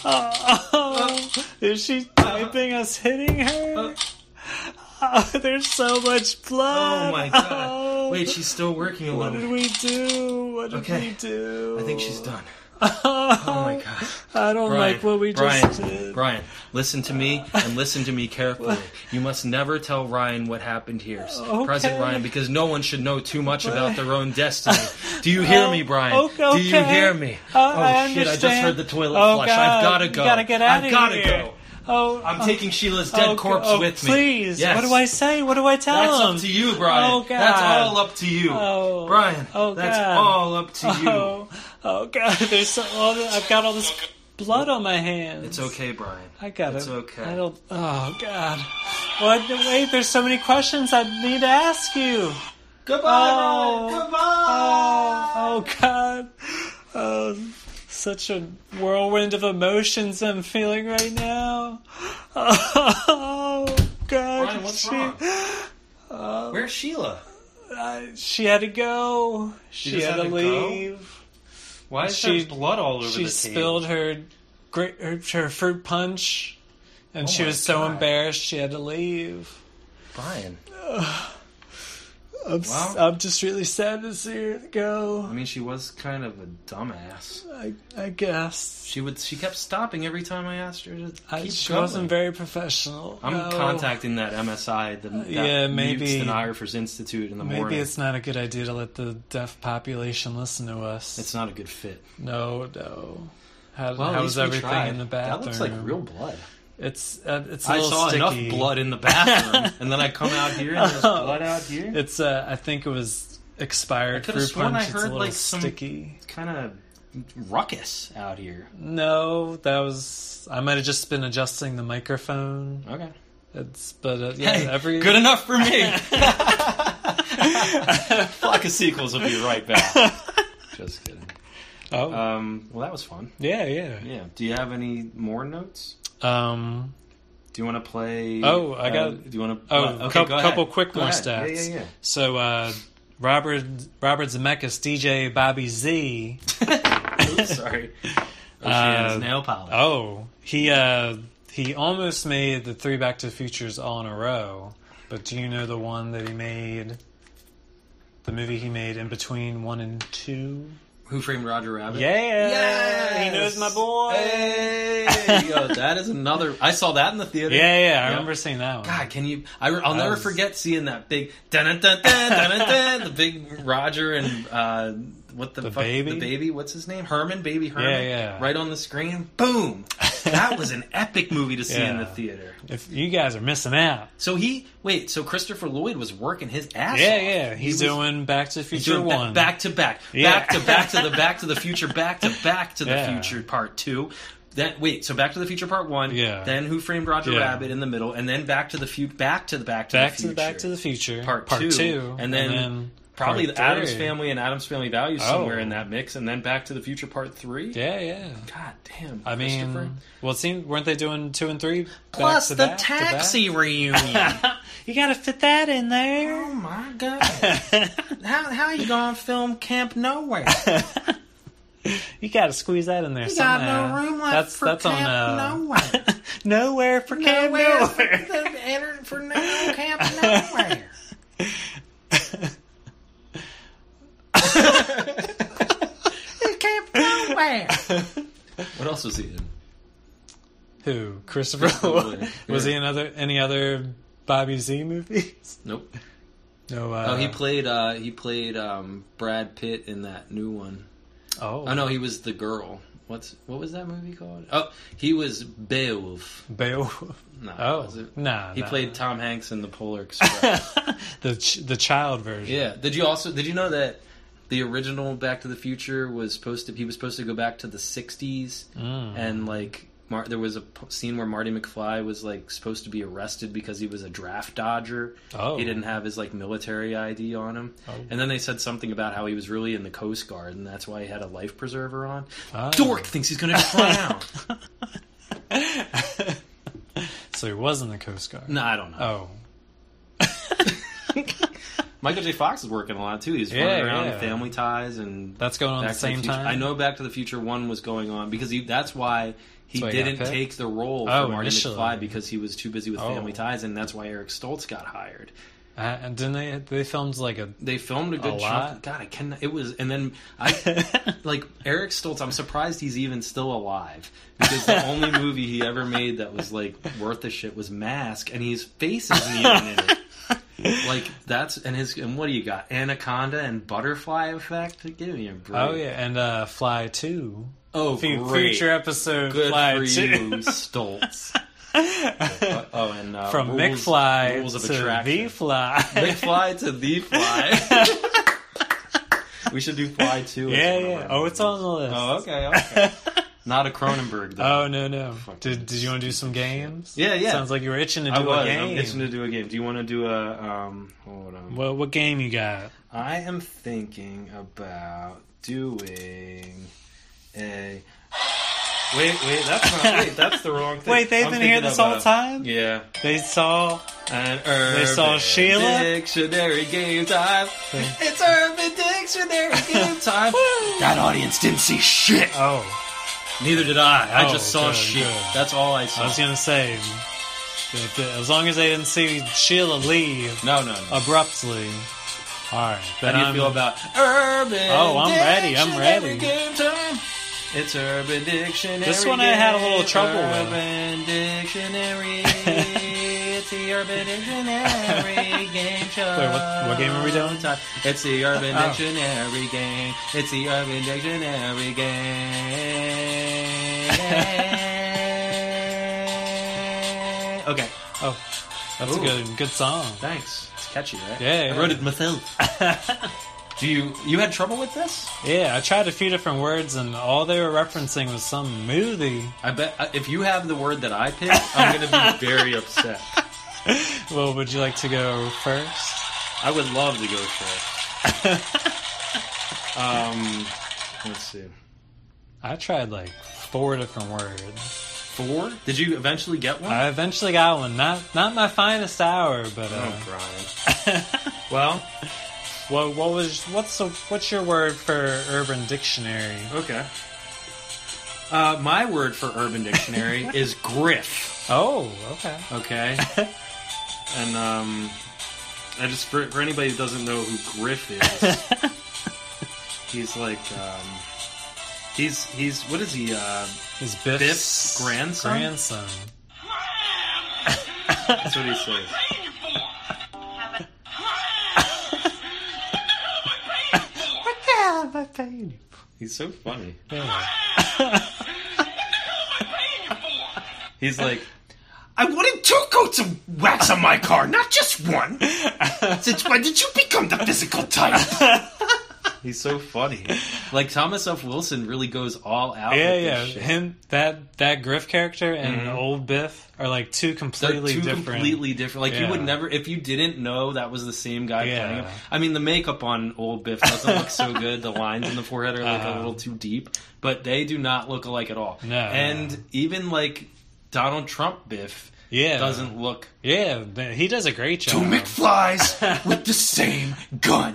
Speaker 2: sorry. Oh, is she typing us hitting her? Oh, there's so much blood.
Speaker 1: Uh, Oh my god. Wait, she's still working a
Speaker 2: What did
Speaker 1: little.
Speaker 2: we do? What did
Speaker 1: Okay.
Speaker 2: we do?
Speaker 1: I think she's done.
Speaker 2: Oh,
Speaker 1: Oh my god.
Speaker 2: I don't
Speaker 1: Brian,
Speaker 2: like what we
Speaker 1: Brian,
Speaker 2: just did.
Speaker 1: Brian, listen to me and listen to me carefully. You must never tell Ryan what happened here,
Speaker 2: Okay.
Speaker 1: present Ryan, because no one should know too much about their own destiny. Do you hear
Speaker 2: Oh,
Speaker 1: me, Brian?
Speaker 2: okay,
Speaker 1: Do you
Speaker 2: okay.
Speaker 1: hear me?
Speaker 2: Oh,
Speaker 1: oh
Speaker 2: I
Speaker 1: shit! I just
Speaker 2: understand.
Speaker 1: heard the toilet
Speaker 2: Oh,
Speaker 1: flush.
Speaker 2: God.
Speaker 1: I've gotta
Speaker 2: You
Speaker 1: go.
Speaker 2: gotta get outta
Speaker 1: I've gotta
Speaker 2: here.
Speaker 1: go.
Speaker 2: Oh,
Speaker 1: I'm
Speaker 2: oh,
Speaker 1: taking Sheila's dead
Speaker 2: oh,
Speaker 1: corpse
Speaker 2: oh,
Speaker 1: with me.
Speaker 2: Please,
Speaker 1: Yes.
Speaker 2: what do I say? What do I tell
Speaker 1: That's
Speaker 2: him?
Speaker 1: up to you, Brian.
Speaker 2: Oh, God.
Speaker 1: That's all up to you,
Speaker 2: Oh.
Speaker 1: Brian.
Speaker 2: Oh,
Speaker 1: that's
Speaker 2: God.
Speaker 1: all up to you.
Speaker 2: Oh, oh God, there's so, all the, I've got all this blood on my hands.
Speaker 1: It's okay, Brian.
Speaker 2: I got
Speaker 1: It's
Speaker 2: it.
Speaker 1: okay.
Speaker 2: I don't. Oh God. What? Wait, there's so many questions I need to ask you.
Speaker 1: Goodbye,
Speaker 2: Oh.
Speaker 1: Ryan. Goodbye.
Speaker 2: Oh, oh God. Oh, such a whirlwind of emotions I'm feeling right now. Oh, God.
Speaker 1: Brian, what's
Speaker 2: she,
Speaker 1: wrong? Where's Sheila?
Speaker 2: I- she had to go. She,
Speaker 1: just
Speaker 2: had,
Speaker 1: had
Speaker 2: to
Speaker 1: to go?
Speaker 2: leave.
Speaker 1: Why is
Speaker 2: She-
Speaker 1: there blood all over
Speaker 2: She
Speaker 1: the
Speaker 2: spilled her, gra- her her fruit punch, and she
Speaker 1: Oh my
Speaker 2: was so
Speaker 1: God.
Speaker 2: embarrassed she had to leave.
Speaker 1: table? Brian.
Speaker 2: I'm, s-
Speaker 1: Wow.
Speaker 2: I'm just really sad to see her
Speaker 1: I
Speaker 2: go.
Speaker 1: mean, she was kind of a dumbass.
Speaker 2: I, I guess.
Speaker 1: She would. She kept stopping every time I asked her to keep
Speaker 2: I, she
Speaker 1: going.
Speaker 2: wasn't very professional.
Speaker 1: I'm
Speaker 2: No.
Speaker 1: contacting that MSI, the that
Speaker 2: Uh, yeah,
Speaker 1: Mute
Speaker 2: maybe-
Speaker 1: Stenographers Institute in the
Speaker 2: Maybe
Speaker 1: morning.
Speaker 2: it's not a good idea to let the deaf population listen to us.
Speaker 1: It's not a good fit.
Speaker 2: no, no. How,
Speaker 1: Well,
Speaker 2: how
Speaker 1: at least
Speaker 2: was
Speaker 1: we
Speaker 2: everything
Speaker 1: tried.
Speaker 2: in the bathroom?
Speaker 1: That looks like real blood.
Speaker 2: It's uh, it's a
Speaker 1: I
Speaker 2: little
Speaker 1: saw
Speaker 2: sticky.
Speaker 1: enough blood in the bathroom, and then I come out here and there's blood out here.
Speaker 2: It's uh, I think it was expired
Speaker 1: could've
Speaker 2: fruit
Speaker 1: sworn I
Speaker 2: punch. it's a
Speaker 1: heard,
Speaker 2: little
Speaker 1: like, some-
Speaker 2: sticky.
Speaker 1: It's kind of ruckus out here.
Speaker 2: No, that was I might have just been adjusting the microphone.
Speaker 1: Okay.
Speaker 2: It's but uh, yeah,
Speaker 1: Hey,
Speaker 2: every
Speaker 1: good enough for me. Flock of sequels will be right back. Just kidding.
Speaker 2: oh
Speaker 1: Um, well, that was fun.
Speaker 2: yeah yeah
Speaker 1: Yeah. Do you have any more notes?
Speaker 2: um
Speaker 1: Do you want to play?
Speaker 2: Oh, I
Speaker 1: uh,
Speaker 2: got-
Speaker 1: do you want to?
Speaker 2: Oh,
Speaker 1: okay,
Speaker 2: a
Speaker 1: go
Speaker 2: couple,
Speaker 1: ahead.
Speaker 2: couple quick
Speaker 1: Go
Speaker 2: more
Speaker 1: ahead.
Speaker 2: stats.
Speaker 1: Yeah, yeah, yeah.
Speaker 2: So uh, Robert Robert Zemeckis, DJ Bobby Z.
Speaker 1: Oops, sorry. Oh, she
Speaker 2: Uh,
Speaker 1: has nail polish.
Speaker 2: Oh, he uh, he almost made the three Back to the Futures all in a row. But do you know the one that he made? The movie he made in between one and two.
Speaker 1: Who framed Roger Rabbit?
Speaker 2: Yeah, he knows my boy.
Speaker 1: Hey, yo, that is another. I saw that in the theater.
Speaker 2: Yeah, yeah, I
Speaker 1: Yeah.
Speaker 2: remember seeing that one.
Speaker 1: God, can you? I, will never
Speaker 2: was-
Speaker 1: forget seeing that big dun dun dun dun dun the big Roger and uh, what the, fuck,
Speaker 2: baby?
Speaker 1: the baby what's his name Herman baby Herman
Speaker 2: Yeah, yeah.
Speaker 1: right on the screen boom that was an epic movie to see in the
Speaker 2: Yeah.
Speaker 1: theater
Speaker 2: If you guys are missing out.
Speaker 1: so he wait so Christopher Lloyd was working his ass
Speaker 2: Yeah,
Speaker 1: off.
Speaker 2: yeah,
Speaker 1: He
Speaker 2: he's
Speaker 1: was-
Speaker 2: doing Back to the
Speaker 1: he's
Speaker 2: Future
Speaker 1: doing ba-
Speaker 2: one.
Speaker 1: back to back
Speaker 2: Yeah.
Speaker 1: back to back to the back to the future back to back to the
Speaker 2: Yeah.
Speaker 1: future part two Then wait, so Back to the Future Part One.
Speaker 2: Yeah.
Speaker 1: Then Who Framed Roger
Speaker 2: Yeah.
Speaker 1: Rabbit in the middle, and then Back to the Future, Back to the Back to the
Speaker 2: Back to
Speaker 1: Future,
Speaker 2: the Back to the Future
Speaker 1: Part Two, and then probably the
Speaker 2: Part
Speaker 1: Adams
Speaker 2: three.
Speaker 1: Family and Adams Family Values
Speaker 2: Oh.
Speaker 1: somewhere in that mix, and then Back to the Future Part Three.
Speaker 2: Yeah, yeah.
Speaker 1: God damn,
Speaker 2: I
Speaker 1: Christopher.
Speaker 2: mean, well, it seemed weren't they doing two and three? back
Speaker 3: Plus
Speaker 2: to
Speaker 3: the
Speaker 2: back to back?
Speaker 3: taxi reunion.
Speaker 2: you gotta fit that in
Speaker 3: oh
Speaker 2: there.
Speaker 3: my god! How how you gonna film Camp Nowhere?
Speaker 2: you gotta squeeze that in there
Speaker 3: You got
Speaker 2: somehow.
Speaker 3: no room left
Speaker 2: that's
Speaker 3: for
Speaker 2: that's
Speaker 3: Camp
Speaker 2: on uh,
Speaker 3: Nowhere.
Speaker 2: nowhere for Camp
Speaker 3: Nowhere,
Speaker 2: Nowhere.
Speaker 3: For, the, enter- for no Camp Nowhere. Camp Nowhere.
Speaker 1: what else was he in?
Speaker 2: Who? Christopher
Speaker 1: Miller.
Speaker 2: was
Speaker 1: Yeah.
Speaker 2: he in other any other Bobby Z movies?
Speaker 1: Nope.
Speaker 2: No. Uh,
Speaker 1: Oh, he played. Uh, he played um, Brad Pitt in that new one.
Speaker 2: oh,
Speaker 1: Oh no, he was the girl. What's what was that movie called? Oh, he was Beowulf.
Speaker 2: Beowulf.
Speaker 1: No,
Speaker 2: Oh,
Speaker 1: was it?
Speaker 2: nah.
Speaker 1: He
Speaker 2: nah.
Speaker 1: played Tom Hanks in the Polar Express.
Speaker 2: the ch- the child version.
Speaker 1: yeah. Did you also did you know that the original Back to the Future was supposed to he was supposed to go back to the '60s
Speaker 2: Mm.
Speaker 1: and like Mar- there was a p- scene where Marty McFly was like supposed to be arrested because he was a draft dodger.
Speaker 2: Oh.
Speaker 1: He didn't have his like military ID on him.
Speaker 2: Oh.
Speaker 1: And then they said something about how he was really in the Coast Guard and that's why he had a life preserver on.
Speaker 2: Oh.
Speaker 1: Dork thinks he's going to try out.
Speaker 2: so he was in the Coast Guard.
Speaker 1: no, I don't know.
Speaker 2: Oh.
Speaker 1: Michael J. Fox is working a lot too. He's
Speaker 2: Yeah,
Speaker 1: running around
Speaker 2: yeah.
Speaker 1: with Family Ties and
Speaker 2: That's going on at the
Speaker 1: to
Speaker 2: same
Speaker 1: Future.
Speaker 2: time.
Speaker 1: I know Back to the Future One was going on because he, that's why he
Speaker 2: That's why he got
Speaker 1: didn't
Speaker 2: picked?
Speaker 1: take the role
Speaker 2: Oh,
Speaker 1: for Marty
Speaker 2: initially.
Speaker 1: McFly because he was too busy with
Speaker 2: Oh.
Speaker 1: Family Ties, and that's why Eric Stoltz got hired.
Speaker 2: Uh, and didn't they? They filmed like a.
Speaker 1: They filmed a good chunk.
Speaker 2: lot?
Speaker 1: God, I can. It was, and then I like Eric Stoltz. I'm surprised he's even still alive because the only movie he ever made that was like worth a shit was Mask, and his face isn't even in it. Like that's and his and what do you got? Anaconda and Butterfly Effect. Give me a break.
Speaker 2: oh yeah, and uh, Fly Two.
Speaker 1: Oh
Speaker 2: Fu-
Speaker 1: great.
Speaker 2: Future episode
Speaker 1: Good
Speaker 2: Fly
Speaker 1: for you,
Speaker 2: Two.
Speaker 1: Stoltz. oh, and uh,
Speaker 2: From
Speaker 1: rules,
Speaker 2: McFly
Speaker 1: rules of
Speaker 2: to
Speaker 1: attraction.
Speaker 2: The Fly.
Speaker 1: McFly to the fly. we should do fly too. as
Speaker 2: yeah,
Speaker 1: one of
Speaker 2: yeah.
Speaker 1: our
Speaker 2: Oh, it's on the list.
Speaker 1: Oh, okay, okay. Not a Cronenberg though.
Speaker 2: Oh no no!
Speaker 1: Fucking
Speaker 2: Did Did you want to do some games?
Speaker 1: Yeah, yeah.
Speaker 2: Sounds like you were itching to do
Speaker 1: I was.
Speaker 2: a game.
Speaker 1: I'm itching to do a game. Do you want to do a? Um, hold on.
Speaker 2: Well, what game you got?
Speaker 1: I am thinking about doing a. Wait, wait. That's not. Wait, that's the wrong thing.
Speaker 2: Wait, they've
Speaker 1: I'm
Speaker 2: been here
Speaker 1: thinking
Speaker 2: this
Speaker 1: of
Speaker 2: whole
Speaker 1: a-
Speaker 2: time?
Speaker 1: Yeah.
Speaker 2: They saw.
Speaker 1: And
Speaker 2: They saw Sheila?
Speaker 1: Dictionary game time. It's Urban Dictionary game time. that audience didn't see shit.
Speaker 2: Oh,
Speaker 1: Neither did I. I
Speaker 2: Oh,
Speaker 1: just saw
Speaker 2: good,
Speaker 1: shit.
Speaker 2: good.
Speaker 1: That's all I saw.
Speaker 2: I was gonna say. that- that As long as they didn't see Sheila leave
Speaker 1: no, no, no.
Speaker 2: abruptly. All right.
Speaker 1: How
Speaker 2: Then
Speaker 1: do you
Speaker 2: I'm,
Speaker 1: feel about Urban?
Speaker 2: Oh, I'm ready, I'm
Speaker 1: Dictionary
Speaker 2: ready.
Speaker 1: Game time. It's Urban Dictionary.
Speaker 2: This one I had a little
Speaker 1: game.
Speaker 2: trouble with.
Speaker 1: Urban Dictionary. it's the Urban Dictionary game show.
Speaker 2: Wait, what- what game are we doing?
Speaker 1: Time. It's the Urban
Speaker 2: Oh.
Speaker 1: Dictionary game. It's the Urban Dictionary game. okay,
Speaker 2: Oh, that's
Speaker 1: Ooh.
Speaker 2: a good good song.
Speaker 1: thanks. It's catchy, right?
Speaker 2: Yeah, yeah.
Speaker 1: I wrote it myself. Do you you had trouble with this?
Speaker 2: Yeah, I tried a few different words, and all they were referencing was some movie.
Speaker 1: I bet uh, if you have the word that I picked, I'm going to be very upset.
Speaker 2: Well, would you like to go first?
Speaker 1: I would love to go first. um, let's see.
Speaker 2: I tried like four different words.
Speaker 1: Four? Did you eventually get one?
Speaker 2: I eventually got one. Not not my finest hour, but uh,
Speaker 1: oh, Brian. well,
Speaker 2: what what was what's the, what's your word for Urban Dictionary?
Speaker 1: okay. Uh, my word for Urban Dictionary is griff.
Speaker 2: Oh, okay.
Speaker 1: Okay. and um, I just for, for anybody who doesn't know who Griff is, he's like um, he's he's what is he? Uh,
Speaker 2: Is Biff's,
Speaker 1: Biff's grandson?
Speaker 2: Grandson.
Speaker 1: that's what he says.
Speaker 2: What the hell am I paying you?
Speaker 1: He's so funny.
Speaker 2: Yeah.
Speaker 1: He's like,
Speaker 3: I wanted two coats of wax on my car, not just one. Since when did you become the physical type?
Speaker 1: He's so funny. Like Thomas F. Wilson really goes all out.
Speaker 2: Yeah,
Speaker 1: with this
Speaker 2: yeah.
Speaker 1: shit.
Speaker 2: Him that that Griff character and old Biff are like two
Speaker 1: Mm-hmm. They're
Speaker 2: completely
Speaker 1: two
Speaker 2: different.
Speaker 1: completely different. Like you would
Speaker 2: Yeah.
Speaker 1: never, if you didn't know that was the same guy
Speaker 2: Yeah.
Speaker 1: playing him. I mean, the makeup on old Biff doesn't look so good. The lines in the forehead are like a
Speaker 2: Uh-huh.
Speaker 1: little too deep, but they do not look alike at all.
Speaker 2: No.
Speaker 1: and even like Donald Trump Biff
Speaker 2: yeah,
Speaker 1: doesn't look.
Speaker 2: Yeah, but he does a great job.
Speaker 4: McFlies with the same gun.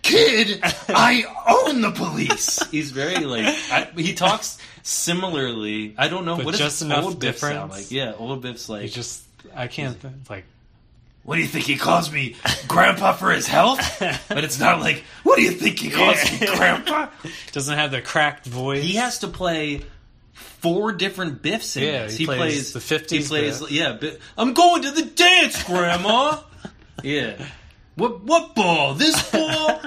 Speaker 4: Kid, I own the police.
Speaker 1: He's very like I, he talks similarly. I don't know
Speaker 2: But
Speaker 1: what does
Speaker 2: just enough
Speaker 1: old Biff sound
Speaker 2: difference.
Speaker 1: like. Yeah, old Biff's like
Speaker 2: He just I can't th- like
Speaker 4: What do you think he calls me, Grandpa, for his health? But it's not like, what do you think he calls me, Grandpa?
Speaker 2: doesn't have the cracked voice.
Speaker 1: He has to play four different Biffs in
Speaker 2: Yeah,
Speaker 1: this.
Speaker 2: he plays the 50s
Speaker 1: He plays
Speaker 2: Biff.
Speaker 1: yeah. Bi- I'm going to the dance, Grandma. yeah. What what ball? This ball.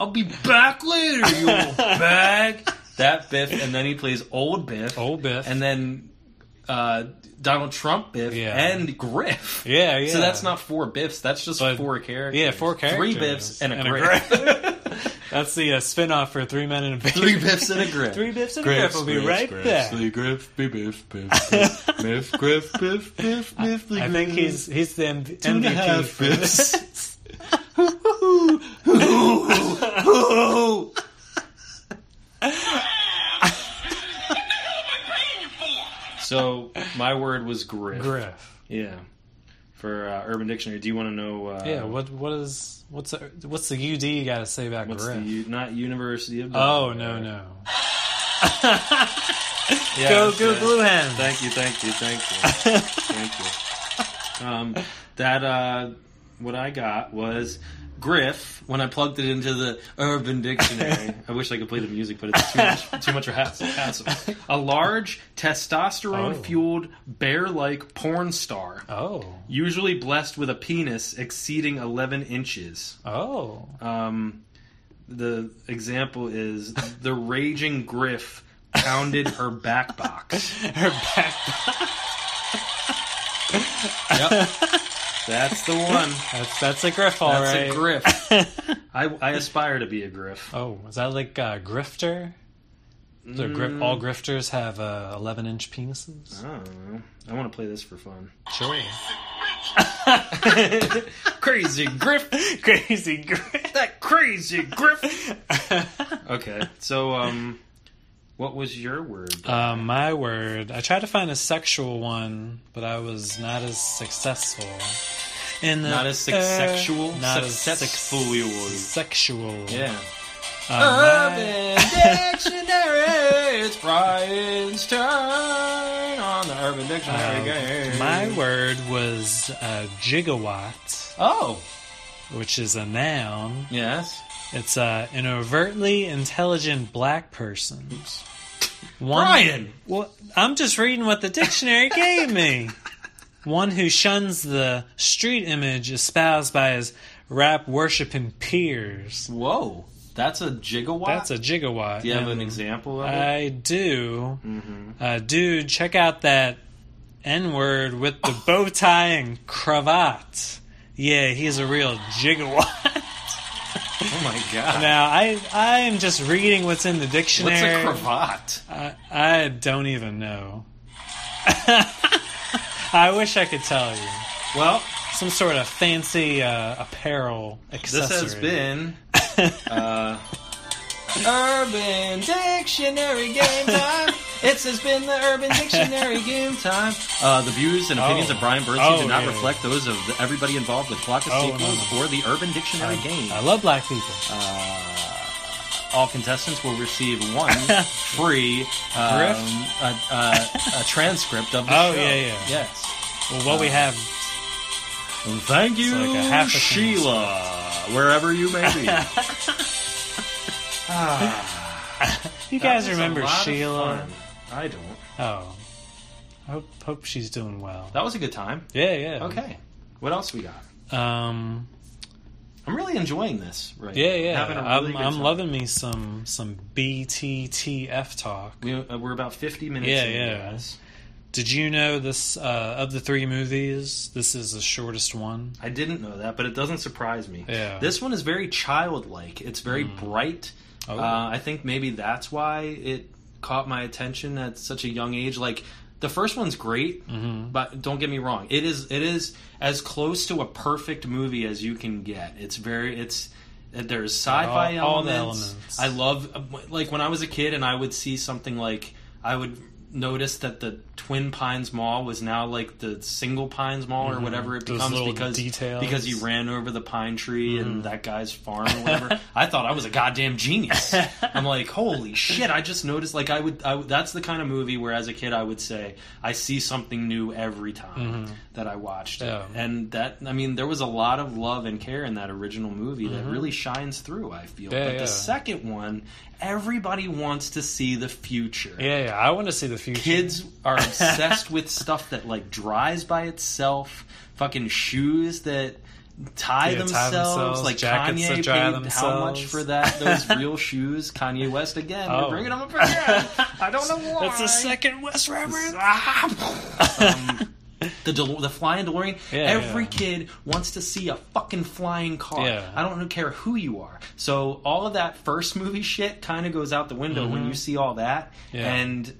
Speaker 1: I'll be back later, you old bag. That Biff, and then he plays old Biff,
Speaker 2: old Biff.
Speaker 1: and then uh, Donald Trump Biff
Speaker 2: Yeah.
Speaker 1: and Griff.
Speaker 2: yeah, yeah.
Speaker 1: So that's not four Biffs. That's just
Speaker 2: But-
Speaker 1: four characters.
Speaker 2: yeah, four
Speaker 1: Three
Speaker 2: characters.
Speaker 1: Biffs and a
Speaker 2: And a
Speaker 1: Griff.
Speaker 2: that's the uh, spin-off for Three Men and a Baby.
Speaker 1: Three Biffs and a Griff.
Speaker 2: Three Biffs and a Griff. We'll be right back.
Speaker 4: Griff, Biff, Biff, Biff, Biff, Griff, Biff, Biff, Biff,
Speaker 2: I think he's he's the M-
Speaker 4: and a
Speaker 2: MVP
Speaker 4: half
Speaker 2: for
Speaker 4: Biffs.
Speaker 2: this.
Speaker 1: Oh, so my word was griff.
Speaker 2: Griff.
Speaker 1: Yeah. For uh, Urban Dictionary, do you want to know? Uh,
Speaker 2: Yeah. What what is what's the, what's the UD you got to say about
Speaker 1: What's
Speaker 2: Griff?
Speaker 1: the u- not University of?
Speaker 2: oh no no.
Speaker 1: Yeah,
Speaker 2: go
Speaker 1: that's
Speaker 2: go
Speaker 1: it.
Speaker 2: Blue Hens.
Speaker 1: Thank you, thank you, thank you, thank you. Um, that uh, what I got was Griff when I plugged it into the Urban Dictionary. I wish I could play the music, but it's too much, too much hassle. hassle. A large testosterone-fueled bear-like porn star,
Speaker 2: Oh
Speaker 1: usually blessed with a penis exceeding 11 inches.
Speaker 2: oh.
Speaker 1: Um, the example is the raging Griff pounded her back box.
Speaker 2: Her back.
Speaker 1: Yep. That's the one.
Speaker 2: That's that's a Griff, all
Speaker 1: That's
Speaker 2: right.
Speaker 1: a griff. I, I aspire to be a griff.
Speaker 2: Oh, is that like uh, grifter? So grif- all grifters have uh, 11 inch penises?
Speaker 1: Mm, I don't know. I want to play this for fun.
Speaker 2: Sure.
Speaker 1: crazy griff.
Speaker 2: Crazy grift.
Speaker 1: That crazy griff. Okay. So, um, what was your word?
Speaker 2: uh, my word. I tried to find a sexual one, but I was not as successful. In the
Speaker 1: Not as
Speaker 2: air,
Speaker 1: sexual?
Speaker 2: Not as
Speaker 1: Successful.
Speaker 2: sex- Sexual.
Speaker 1: yeah.
Speaker 2: Uh, my-
Speaker 1: Urban Dictionary. It's Brian's turn on the Urban Dictionary
Speaker 2: uh,
Speaker 1: game.
Speaker 2: my word was uh, gigawatt,
Speaker 1: oh.
Speaker 2: which is a noun.
Speaker 1: Yes.
Speaker 2: It's uh, an overtly intelligent black person. One,
Speaker 1: Brian.
Speaker 2: Well, I'm just reading what the dictionary gave me. One who shuns the street image espoused by his rap worshiping peers.
Speaker 1: Whoa. That's a Uh, gigawatt.
Speaker 2: That's a gigawatt.
Speaker 1: Do you have an
Speaker 2: and
Speaker 1: example Mm-hmm. of it?
Speaker 2: I do. Uh, dude, check out that N word with the bow tie and cravat. Yeah, he's a real gigawatt.
Speaker 1: Oh my god.
Speaker 2: Now I I am just reading what's in the
Speaker 1: What's a
Speaker 2: dictionary.
Speaker 1: cravat?
Speaker 2: I, I don't even know. I wish I could tell you.
Speaker 1: Well,
Speaker 2: Some sort of fancy uh, apparel accessory.
Speaker 1: this has been uh, Urban Dictionary Game Time. It's has been the Urban Dictionary Game Time. Uh, the views and opinions
Speaker 2: Oh.
Speaker 1: of Brian Bernstein
Speaker 2: Oh,
Speaker 1: do not
Speaker 2: yeah, yeah.
Speaker 1: reflect those of the, everybody involved with Flock of
Speaker 2: Oh, no,
Speaker 1: Sequels or the Urban Dictionary Game.
Speaker 2: I love black people.
Speaker 1: Uh, all contestants will receive one free um, a, a, a transcript of the
Speaker 2: Oh,
Speaker 1: show.
Speaker 2: yeah, yeah.
Speaker 1: Yes.
Speaker 2: Well, what we have.
Speaker 1: And Thank you,
Speaker 2: like a half a
Speaker 1: Sheila, wherever you may be. Ah,
Speaker 2: You guys remember Sheila?
Speaker 1: I don't.
Speaker 2: Oh, I hope, hope she's doing well.
Speaker 1: That was a good time.
Speaker 2: Yeah, yeah.
Speaker 1: Okay. What else we got?
Speaker 2: Um.
Speaker 1: I'm really enjoying this. Right.
Speaker 2: Yeah,
Speaker 1: now.
Speaker 2: yeah.
Speaker 1: Having a
Speaker 2: I'm,
Speaker 1: really good
Speaker 2: I'm
Speaker 1: time.
Speaker 2: loving me some some BTTF talk.
Speaker 1: We, uh, we're about 50 minutes.
Speaker 2: Yeah,
Speaker 1: in,
Speaker 2: yeah.
Speaker 1: guys.
Speaker 2: Did you know this? Uh, of the three movies, this is the shortest one.
Speaker 1: I didn't know that, but it doesn't surprise me.
Speaker 2: Yeah. Mm.
Speaker 1: This one is very childlike. It's very bright.
Speaker 2: Oh.
Speaker 1: Uh, I think maybe that's why it caught my attention at such a young age. Like the first one's great,
Speaker 2: Mm-hmm.
Speaker 1: but don't get me wrong. It is it is as close to a perfect movie as you can get. It's very it's there's sci-fi
Speaker 2: all- all the
Speaker 1: elements.
Speaker 2: elements.
Speaker 1: I love like when I was a kid and I would see something like I would notice that the Twin Pines Mall was now like the Single Pines Mall or whatever it
Speaker 2: Mm-hmm. Those
Speaker 1: becomes
Speaker 2: little
Speaker 1: because
Speaker 2: details.
Speaker 1: because you ran over the pine tree
Speaker 2: Mm-hmm.
Speaker 1: and that guy's farm or whatever. I thought I was a goddamn genius. I'm like, holy shit! I just noticed. Like, I would. I, would- that's the kind of movie where, as a kid, I would say I see something new every time that I watched it.
Speaker 2: Mm-hmm. Yeah.
Speaker 1: And that, I mean, there was a lot of love and care in that original movie that really shines through. I feel.
Speaker 2: Mm-hmm. Yeah,
Speaker 1: but
Speaker 2: yeah.
Speaker 1: the second one, everybody wants to see the future
Speaker 2: Yeah, yeah. I want to see the future.
Speaker 1: kids are obsessed with stuff that like dries by itself, fucking shoes that tie,
Speaker 2: Yeah, tie
Speaker 1: themselves.
Speaker 2: themselves,
Speaker 1: Like
Speaker 2: jackets
Speaker 1: Kanye
Speaker 2: that
Speaker 1: paid
Speaker 2: dry
Speaker 1: how much
Speaker 2: themselves.
Speaker 1: for that? Those real shoes, Kanye West again.
Speaker 2: Oh.
Speaker 1: We're bringing him up again. I don't know why.
Speaker 2: That's the second Wes Reference.
Speaker 1: um, the Del- the flying DeLorean.
Speaker 2: Yeah,
Speaker 1: Every
Speaker 2: yeah.
Speaker 1: kid wants to see a fucking flying car.
Speaker 2: Yeah.
Speaker 1: I don't care who you are. So all of that first movie shit kind of goes out the window when you see all that.
Speaker 2: Mm-hmm. Yeah.
Speaker 1: And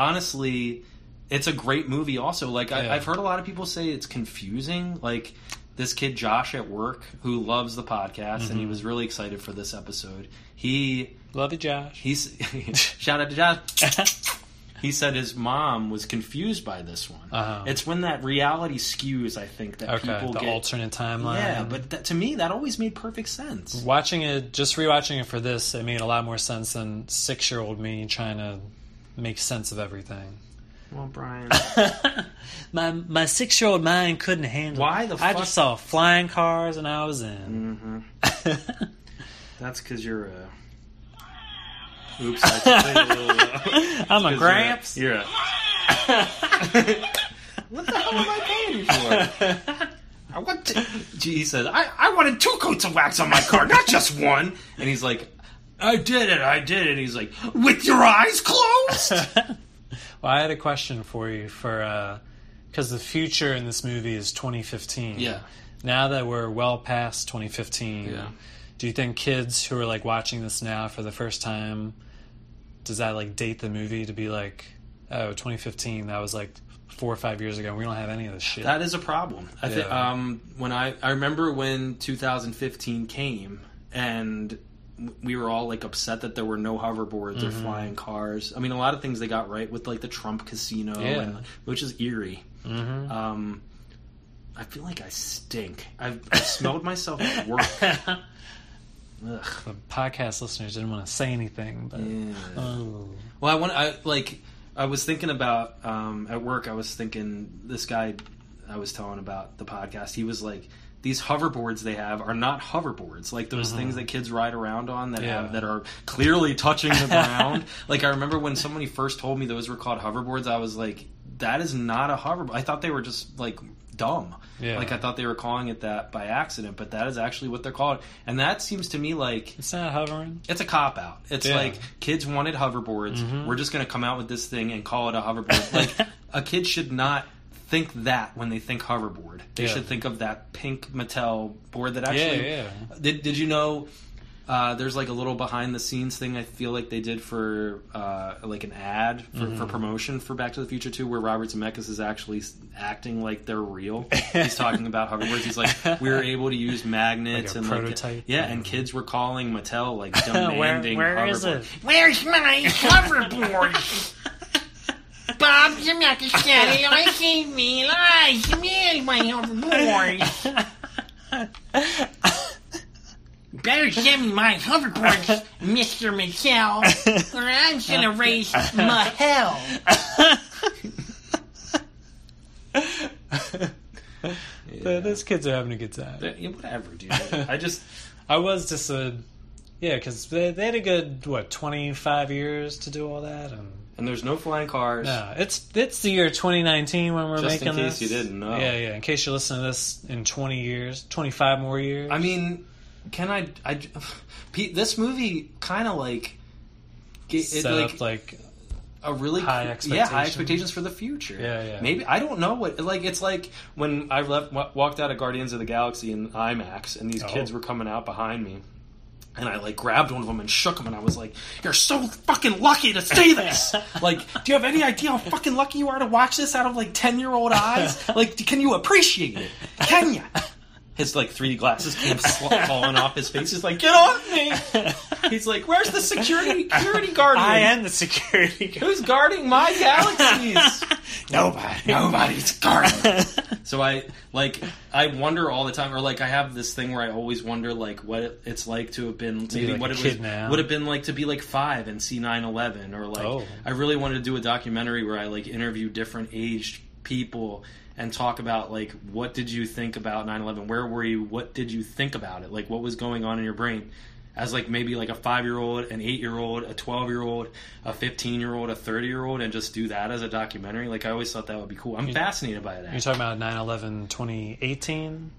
Speaker 1: honestly, it's a great movie. Also, like I,
Speaker 2: Yeah.
Speaker 1: I've heard a lot of people say it's confusing. Like this kid Josh at work who loves the podcast and
Speaker 2: Mm-hmm.
Speaker 1: he was really excited for this episode. He
Speaker 2: Love you, Josh.
Speaker 1: he's shout out to Josh he said his mom was confused by this one.
Speaker 2: Uh-huh.
Speaker 1: It's when that reality skews, I think, that
Speaker 2: okay,
Speaker 1: people
Speaker 2: the
Speaker 1: get.
Speaker 2: alternate timeline.
Speaker 1: yeah, but that, to me, that always made perfect sense.
Speaker 2: watching it, just rewatching it for this, it made a lot more sense than six-year-old me trying to make sense of everything.
Speaker 1: Well, Brian,
Speaker 2: my my six year old mind couldn't handle.
Speaker 1: Why the
Speaker 2: it. I
Speaker 1: fuck-
Speaker 2: just saw flying cars and I was in.
Speaker 1: Mm-hmm. that's because you're a. Oops, I
Speaker 2: I'm a gramps.
Speaker 1: uh, You're a. what the hell am I paying you for? I want. To... Gee, He says, I, I wanted two coats of wax on my car, not just one. And he's like, I did it, I did it. And he's like, with your eyes closed.
Speaker 2: well, I had a question for you for because the future in this movie is 2015.
Speaker 1: Yeah.
Speaker 2: Now that we're well past 2015,
Speaker 1: Yeah.
Speaker 2: do you think kids who are like watching this now for the first time, does that like date the movie to be like, oh, 2015? That was like four or five years ago. We don't have any of this shit.
Speaker 1: That is a problem. I thi-
Speaker 2: Yeah.
Speaker 1: um, when I I remember when 2015 came and w- we were all like upset that there were no hoverboards
Speaker 2: Mm-hmm.
Speaker 1: or flying cars. I mean, a lot of things they got right with like the Trump casino,
Speaker 2: Yeah.
Speaker 1: and, which is eerie.
Speaker 2: Mhm.
Speaker 1: Um, I feel like I stink. I've, I've smelled myself at work. Ugh.
Speaker 2: the podcast listeners didn't want to say anything, but
Speaker 1: Yeah.
Speaker 2: oh,
Speaker 1: Well, I want I like I was thinking about um, at work. I was thinking this guy I was telling about the podcast. He was like, these hoverboards they have are not hoverboards, like those things that kids ride around on that
Speaker 2: Mm-hmm. Yeah.
Speaker 1: have, that are clearly touching the ground. like I remember when somebody first told me those were called hoverboards, I was like, that is not a hoverboard. I thought they were just like dumb.
Speaker 2: Yeah.
Speaker 1: Like I thought they were calling it that by accident, but that is actually what they're called. And that seems to me like
Speaker 2: it's not hovering.
Speaker 1: it's a cop out. It's
Speaker 2: Yeah. Mm-hmm.
Speaker 1: like kids wanted hoverboards. We're just going to come out with this thing and call it a hoverboard. like a kid should not think that when they think hoverboard. They
Speaker 2: Yeah.
Speaker 1: should think of that pink Mattel board that actually.
Speaker 2: yeah.
Speaker 1: Did Did you know? Uh, there's like a little behind the scenes thing I feel like they did for uh, like an ad for, for
Speaker 2: Mm-hmm.
Speaker 1: promotion for Back to the Future 2 where Robert Zemeckis is actually s- acting like they're real. He's talking about hoverboards. He's like, we were able to use magnets
Speaker 2: Like a
Speaker 1: and
Speaker 2: prototype.
Speaker 1: Like, yeah, and kids were calling Mattel like demanding
Speaker 2: where
Speaker 1: hoverboard.
Speaker 2: is it?
Speaker 3: Where's my hoverboard? Bob Zemeckis said it. I see me. I see my hoverboard. Better send me my hoverboard, Mr. Michelle, or I'm gonna raise my hell.
Speaker 2: Th- Those kids are having a good time.
Speaker 1: Yeah, Whatever, dude. I just
Speaker 2: I was just a yeah, because they, they had a good what twenty five years to do all that, and
Speaker 1: and there's no flying cars.
Speaker 2: no, it's it's the year twenty nineteen when we're
Speaker 1: Just in
Speaker 2: making
Speaker 1: case
Speaker 2: this.
Speaker 1: you didn't know.
Speaker 2: yeah, yeah. In case you're listening to this in twenty years, twenty five more years.
Speaker 1: I mean, can I? I Pete, this movie kind of like. It, it,
Speaker 2: set
Speaker 1: like,
Speaker 2: up like
Speaker 1: a really
Speaker 2: High
Speaker 1: yeah high
Speaker 2: expectations.
Speaker 1: expectations for the future.
Speaker 2: Yeah, yeah.
Speaker 1: Maybe I don't know what like it's like when I left wa- walked out of Guardians of the Galaxy in IMAX and these
Speaker 2: Oh.
Speaker 1: kids were coming out behind me. And I like grabbed one of them and shook him, and I was like, "You're so fucking lucky to see this! like, do you have any idea how fucking lucky you are to watch this out of like ten year old eyes? Like, can you appreciate it? Can you?" His like three glasses came sl- falling off his face. He's like, "Get off me!" He's like, "Where's the security security guardian?
Speaker 2: I am the security guard.
Speaker 1: Who's guarding my galaxies?"
Speaker 4: Nobody, nobody's guarding.
Speaker 1: So I like I wonder all the time, or like I have this thing where I always wonder like what it, it's like to have been maybe
Speaker 2: like
Speaker 1: what
Speaker 2: a
Speaker 1: it
Speaker 2: kid
Speaker 1: was
Speaker 2: now.
Speaker 1: would have been like to be like five and see 9-11 or like
Speaker 2: Oh.
Speaker 1: I really wanted to do a documentary where I like interview different aged people and talk about like what did you think about 9-11 where were you what did you think about it like what was going on in your brain as like maybe like a five year old an eight year old a 12 year old a 15 year old a 30 year old and just do that as a documentary like i always thought that would be cool i'm fascinated by that
Speaker 2: You're talking about 9 11 2018?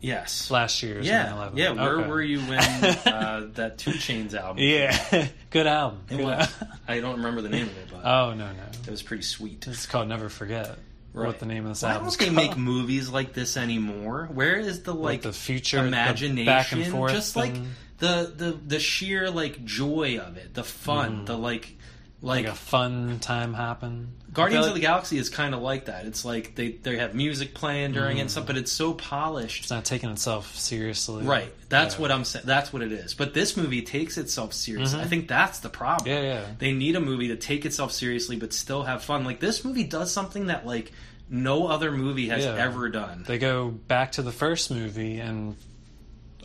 Speaker 1: yes
Speaker 2: Last year's 9
Speaker 1: yeah,
Speaker 2: 11.
Speaker 1: yeah. Where were you when uh, that Two Chains album?
Speaker 2: Yeah. Good album.
Speaker 1: It
Speaker 2: Good
Speaker 1: was-
Speaker 2: album.
Speaker 1: I don't remember the name of it, but
Speaker 2: Oh, no, no.
Speaker 1: it was pretty sweet.
Speaker 2: It's called Never Forget.
Speaker 1: Right.
Speaker 2: What the name of this
Speaker 1: Why
Speaker 2: album
Speaker 1: don't they make movies like this anymore? Where is the like,
Speaker 2: the future, the
Speaker 1: imagination,
Speaker 2: back and forth
Speaker 1: just like
Speaker 2: thing.
Speaker 1: the the the sheer like joy of it, the fun, the like like,
Speaker 2: Mm-hmm. Like a fun time hopping.
Speaker 1: Guardians of the Galaxy is kind of like that. It's like they they have music playing during it and
Speaker 2: Mm.
Speaker 1: stuff, but it's so polished
Speaker 2: It's not taking itself seriously.
Speaker 1: Right. That's
Speaker 2: Yeah. Mm-hmm.
Speaker 1: what I'm saying. That's what it is. But this movie takes itself seriously. I think that's the problem.
Speaker 2: Yeah, yeah.
Speaker 1: They need a movie to take itself seriously but still have fun. Like this movie does something that like no other movie has
Speaker 2: Yeah.
Speaker 1: ever done.
Speaker 2: They go back to the first movie and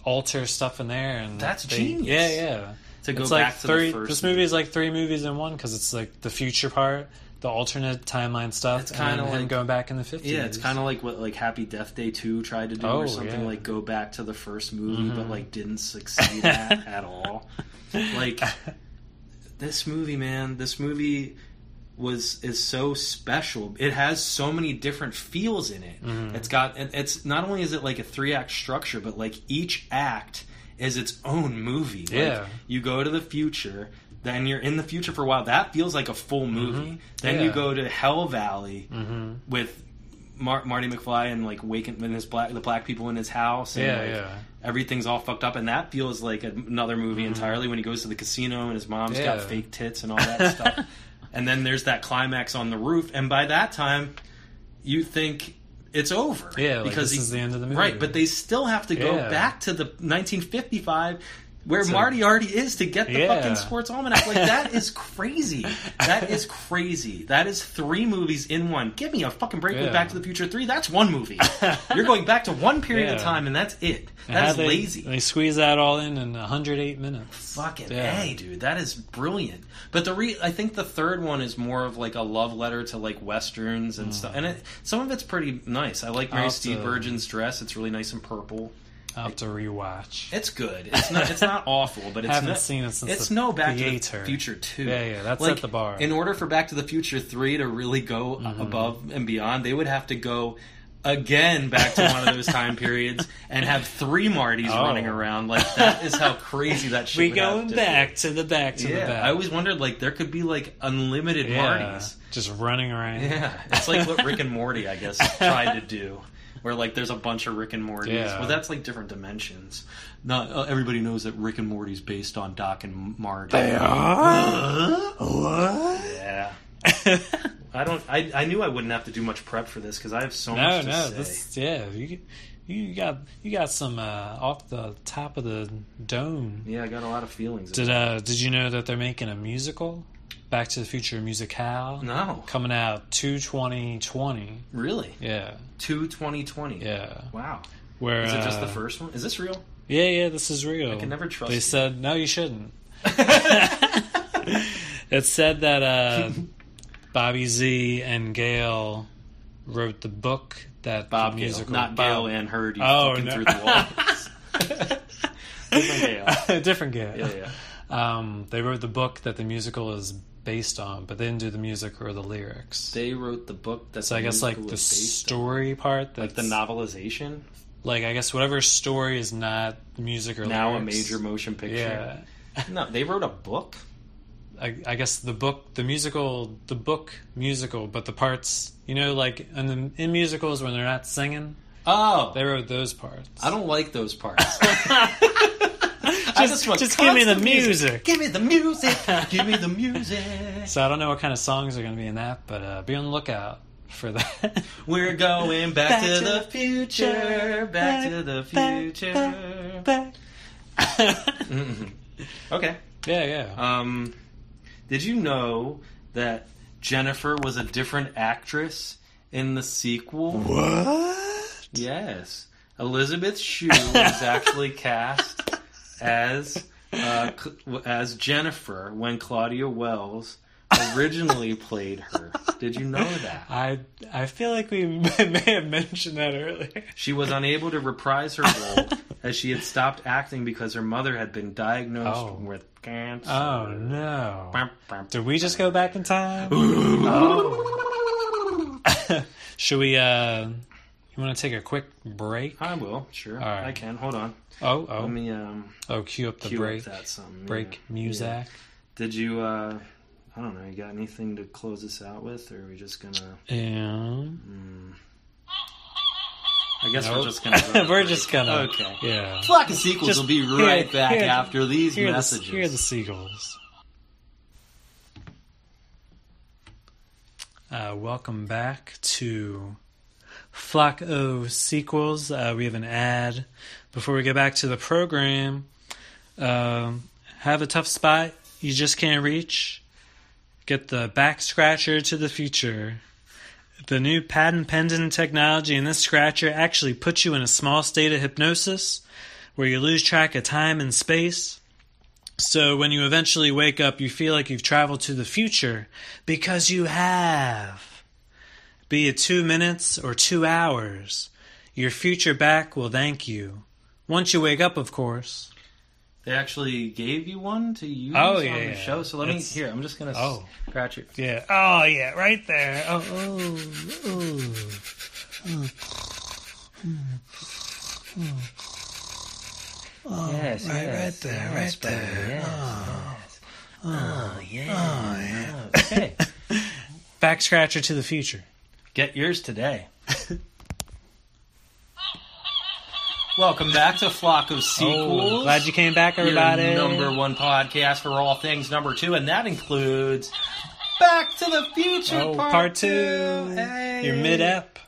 Speaker 2: alter stuff in there, and
Speaker 1: That's
Speaker 2: they-
Speaker 1: genius.
Speaker 2: Yeah, yeah.
Speaker 1: To go
Speaker 2: it's
Speaker 1: back
Speaker 2: like
Speaker 1: to the
Speaker 2: three,
Speaker 1: first
Speaker 2: This movie is like three movies in one because it's like the future part, the alternate timeline stuff,
Speaker 1: It's
Speaker 2: and
Speaker 1: kinda
Speaker 2: then him
Speaker 1: like-
Speaker 2: going back in the fifties.
Speaker 1: yeah, it's kind of like what like Happy Death Day 2 tried to do
Speaker 2: Oh,
Speaker 1: or something
Speaker 2: yeah. Mm-hmm.
Speaker 1: like go back to the first movie but like didn't succeed at, at all. Like this movie, man, this movie was is so special. It has so many different feels in it.
Speaker 2: Mm-hmm.
Speaker 1: It's got and it's not only is it like a three act structure, but like each act is its own movie. Like,
Speaker 2: Yeah.
Speaker 1: you go to the future, then you're in the future for a while. That feels like a full movie. Then you
Speaker 2: Mm-hmm. Yeah.
Speaker 1: go to Hell Valley with Mar- Marty McFly and like waking and his black the black people in his house. And,
Speaker 2: Yeah,
Speaker 1: like,
Speaker 2: yeah.
Speaker 1: Everything's all fucked up, and that feels like another movie entirely. When he goes to the casino and his mom's
Speaker 2: Mm-hmm. Yeah.
Speaker 1: got fake tits and all that stuff, and then there's that climax on the roof, and by that time, you think it's over.
Speaker 2: Yeah, like, this
Speaker 1: he-
Speaker 2: is the end of the movie.
Speaker 1: right? But they still have to go
Speaker 2: Yeah.
Speaker 1: back to the 1955 where
Speaker 2: a-
Speaker 1: Marty already is to get the
Speaker 2: Yeah.
Speaker 1: fucking sports almanac. Like that is crazy. That is crazy. That is three movies in one. Give me a fucking break
Speaker 2: Yeah.
Speaker 1: with Back to the Future three. That's one movie. You're going back to one period of
Speaker 2: Yeah.
Speaker 1: time and that's it.
Speaker 2: And
Speaker 1: That
Speaker 2: how
Speaker 1: is
Speaker 2: they,
Speaker 1: lazy.
Speaker 2: They squeeze that all in in 108 minutes.
Speaker 1: Fucking
Speaker 2: Yeah.
Speaker 1: a, dude, that is brilliant. But the re- I think the third one is more of like a love letter to like westerns and stuff. And it, some of it's pretty nice. I like Mary
Speaker 2: Hmm. I'll
Speaker 1: Steve
Speaker 2: have to-
Speaker 1: Virgin's dress. It's really nice and purple.
Speaker 2: I'll have to rewatch.
Speaker 1: It's good. It's not. It's not awful, but it's
Speaker 2: Haven't
Speaker 1: not,
Speaker 2: seen it since
Speaker 1: it's
Speaker 2: the
Speaker 1: no Back to
Speaker 2: theater.
Speaker 1: the Future two.
Speaker 2: Yeah, yeah, that's at the bar. Mm-hmm.
Speaker 1: In order for Back to the Future three to really go above and beyond, they would have to go again back to one of those time periods and have three Martys
Speaker 2: Oh.
Speaker 1: running around. Like that is how crazy that shit.
Speaker 2: We
Speaker 1: would have
Speaker 2: going
Speaker 1: to
Speaker 2: back
Speaker 1: be.
Speaker 2: to the back to the
Speaker 1: Yeah,
Speaker 2: back.
Speaker 1: I always wondered like there could be like unlimited
Speaker 2: yeah,
Speaker 1: Martys.
Speaker 2: just running around.
Speaker 1: Yeah, it's like what Rick and Morty, I guess, tried to do, where like there's a bunch of Rick and Mortys.
Speaker 2: Yeah.
Speaker 1: Well, that's like different dimensions. Not uh, everybody knows that Rick and Morty's based on Doc and Marty.
Speaker 4: what?
Speaker 1: Yeah. I don't. I, I knew I wouldn't have to do much prep for this because I have so
Speaker 2: No,
Speaker 1: much to
Speaker 2: no,
Speaker 1: say.
Speaker 2: this yeah, you you got you got some uh, off the top of the dome.
Speaker 1: Yeah, I got a lot of feelings.
Speaker 2: Did uh did you know that they're making a musical, Back to the Future musicale,
Speaker 1: no,
Speaker 2: coming out two twenty twenty?
Speaker 1: really,
Speaker 2: Yeah,
Speaker 1: two twenty twenty.
Speaker 2: yeah.
Speaker 1: Wow.
Speaker 2: Where
Speaker 1: Is it just the
Speaker 2: uh,
Speaker 1: first one? Is this real?
Speaker 2: Yeah, yeah. This is real. I
Speaker 1: can never trust
Speaker 2: They
Speaker 1: you.
Speaker 2: said no, you shouldn't. it said that uh, Bobby Z and Gail wrote the book that
Speaker 1: Bob
Speaker 2: the
Speaker 1: Gale,
Speaker 2: musical
Speaker 1: not Gail and Heard. You
Speaker 2: Oh,
Speaker 1: fucking
Speaker 2: no.
Speaker 1: through the wall. Different Gale.
Speaker 2: different Gail.
Speaker 1: Yeah, yeah.
Speaker 2: Um, they wrote the book that the musical is based on, but they didn't do the music or the lyrics.
Speaker 1: They wrote the book that
Speaker 2: so I guess like the story part, that's,
Speaker 1: like the novelization,
Speaker 2: like I guess whatever story is not music or
Speaker 1: now a
Speaker 2: lyrics.
Speaker 1: major motion picture.
Speaker 2: Yeah,
Speaker 1: No, they wrote a book.
Speaker 2: I, I guess the book, the musical, the book musical, but the parts, you know, like in the in musicals when they're not singing,
Speaker 1: Oh,
Speaker 2: they wrote those parts.
Speaker 1: I don't like those parts.
Speaker 2: Just,
Speaker 1: just want
Speaker 2: just give me the
Speaker 1: constant music.
Speaker 2: music.
Speaker 1: Give me the music. Give me the music.
Speaker 2: So I don't know what kind of songs are going to be in that, but uh, be on the lookout for that.
Speaker 1: We're going back,
Speaker 2: Back
Speaker 1: to,
Speaker 2: to
Speaker 1: the
Speaker 2: the
Speaker 1: future. Back to the future. Mm-hmm. Okay.
Speaker 2: yeah, yeah.
Speaker 1: Um, did you know that Jennifer was a different actress in the sequel?
Speaker 2: What?
Speaker 1: Yes. Elizabeth Shue was actually cast as uh, cl- as Jennifer when Claudia Wells originally played her. Did you know that?
Speaker 2: I I feel like we may have mentioned that earlier.
Speaker 1: She was unable to reprise her role as she had stopped acting because her mother had been diagnosed
Speaker 2: Oh.
Speaker 1: with cancer.
Speaker 2: Oh no!
Speaker 1: Bum, bum.
Speaker 2: Did we just go back in time?
Speaker 1: Oh.
Speaker 2: Should we? uh You want to take a quick break?
Speaker 1: I will, sure.
Speaker 2: All right.
Speaker 1: I can. Hold on.
Speaker 2: Oh,
Speaker 1: Let
Speaker 2: oh,
Speaker 1: me um
Speaker 2: oh! Cue up the
Speaker 1: cue
Speaker 2: break.
Speaker 1: up that some
Speaker 2: Break music.
Speaker 1: Did you uh I don't know, you got anything to close this out with or are we just gonna
Speaker 2: And
Speaker 1: I guess
Speaker 2: Nope.
Speaker 1: we're just gonna go to
Speaker 2: we're
Speaker 1: break.
Speaker 2: just gonna.
Speaker 1: Okay.
Speaker 2: Yeah.
Speaker 1: Flock of sequels
Speaker 2: Just
Speaker 1: will be right
Speaker 2: hear-
Speaker 1: back
Speaker 2: hear the-
Speaker 1: after these
Speaker 2: Hear the,
Speaker 1: messages.
Speaker 2: hear the seagulls. Uh, welcome back to Flock O Sequels. Uh, we have an ad. Before we get back to the program, um, have a tough spot you just can't reach? Get the back scratcher to the future. The new patent pending technology in this scratcher actually puts you in a small state of hypnosis where you lose track of time and space. So when you eventually wake up, you feel like you've traveled to the future because you have. Be it two minutes or two hours, your future back will thank you. Once you wake up, of course.
Speaker 1: They actually gave you one to use
Speaker 2: Oh,
Speaker 1: on
Speaker 2: yeah,
Speaker 1: the
Speaker 2: yeah.
Speaker 1: show. So let
Speaker 2: It's-
Speaker 1: me here, I'm just gonna
Speaker 2: Oh.
Speaker 1: scratch it.
Speaker 2: Yeah. Oh, yeah, right there. Oh, oh, oh.
Speaker 1: Oh, yes, yes,
Speaker 2: Right, right there,
Speaker 1: yes,
Speaker 2: right
Speaker 1: buddy,
Speaker 2: there.
Speaker 1: Yes, yes. Oh, yeah. Okay.
Speaker 2: Back scratcher to the future.
Speaker 1: Get yours today. Welcome back to Flock of Sequels.
Speaker 2: Oh, glad you came back, everybody.
Speaker 1: Your number one podcast for all things number two, and that includes Back to the Future
Speaker 2: Oh,
Speaker 1: Part,
Speaker 2: part, two.
Speaker 1: Hey.
Speaker 2: You're mid ep.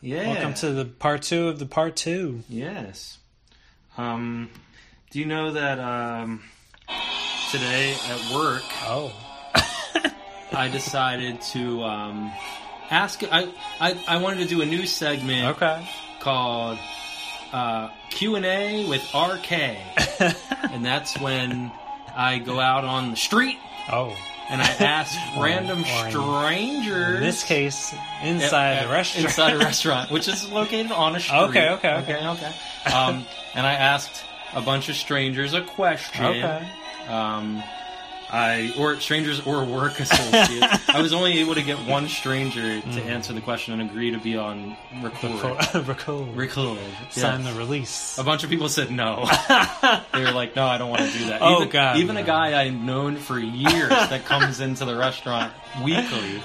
Speaker 1: Yeah.
Speaker 2: Welcome to the part two of the part two.
Speaker 1: Yes. Um, do you know that um, today at work
Speaker 2: Oh.
Speaker 1: I decided to um, ask. I, I I wanted to do a new segment.
Speaker 2: Okay.
Speaker 1: called uh, Q and A with RK, and that's when I go out on the street
Speaker 2: oh.
Speaker 1: and I ask random
Speaker 2: Or in-
Speaker 1: strangers.
Speaker 2: In this case,
Speaker 1: Yeah,
Speaker 2: inside
Speaker 1: yeah,
Speaker 2: the restaurant.
Speaker 1: inside a restaurant, which is located on a street.
Speaker 2: Okay, okay, okay.
Speaker 1: okay, okay. Um, and I asked a bunch of strangers a question.
Speaker 2: Okay.
Speaker 1: Um, I or strangers or work associates. I was only able to get one stranger to
Speaker 2: Mm-hmm.
Speaker 1: answer the question and agree to be on record.
Speaker 2: Record. Record.
Speaker 1: Record.
Speaker 2: Sign
Speaker 1: yes.
Speaker 2: the release.
Speaker 1: A bunch of people said no. they were like, "No, I don't want to do that."
Speaker 2: Oh,
Speaker 1: even,
Speaker 2: God,
Speaker 1: Even a
Speaker 2: no.
Speaker 1: guy I've known for years that comes into the restaurant weekly.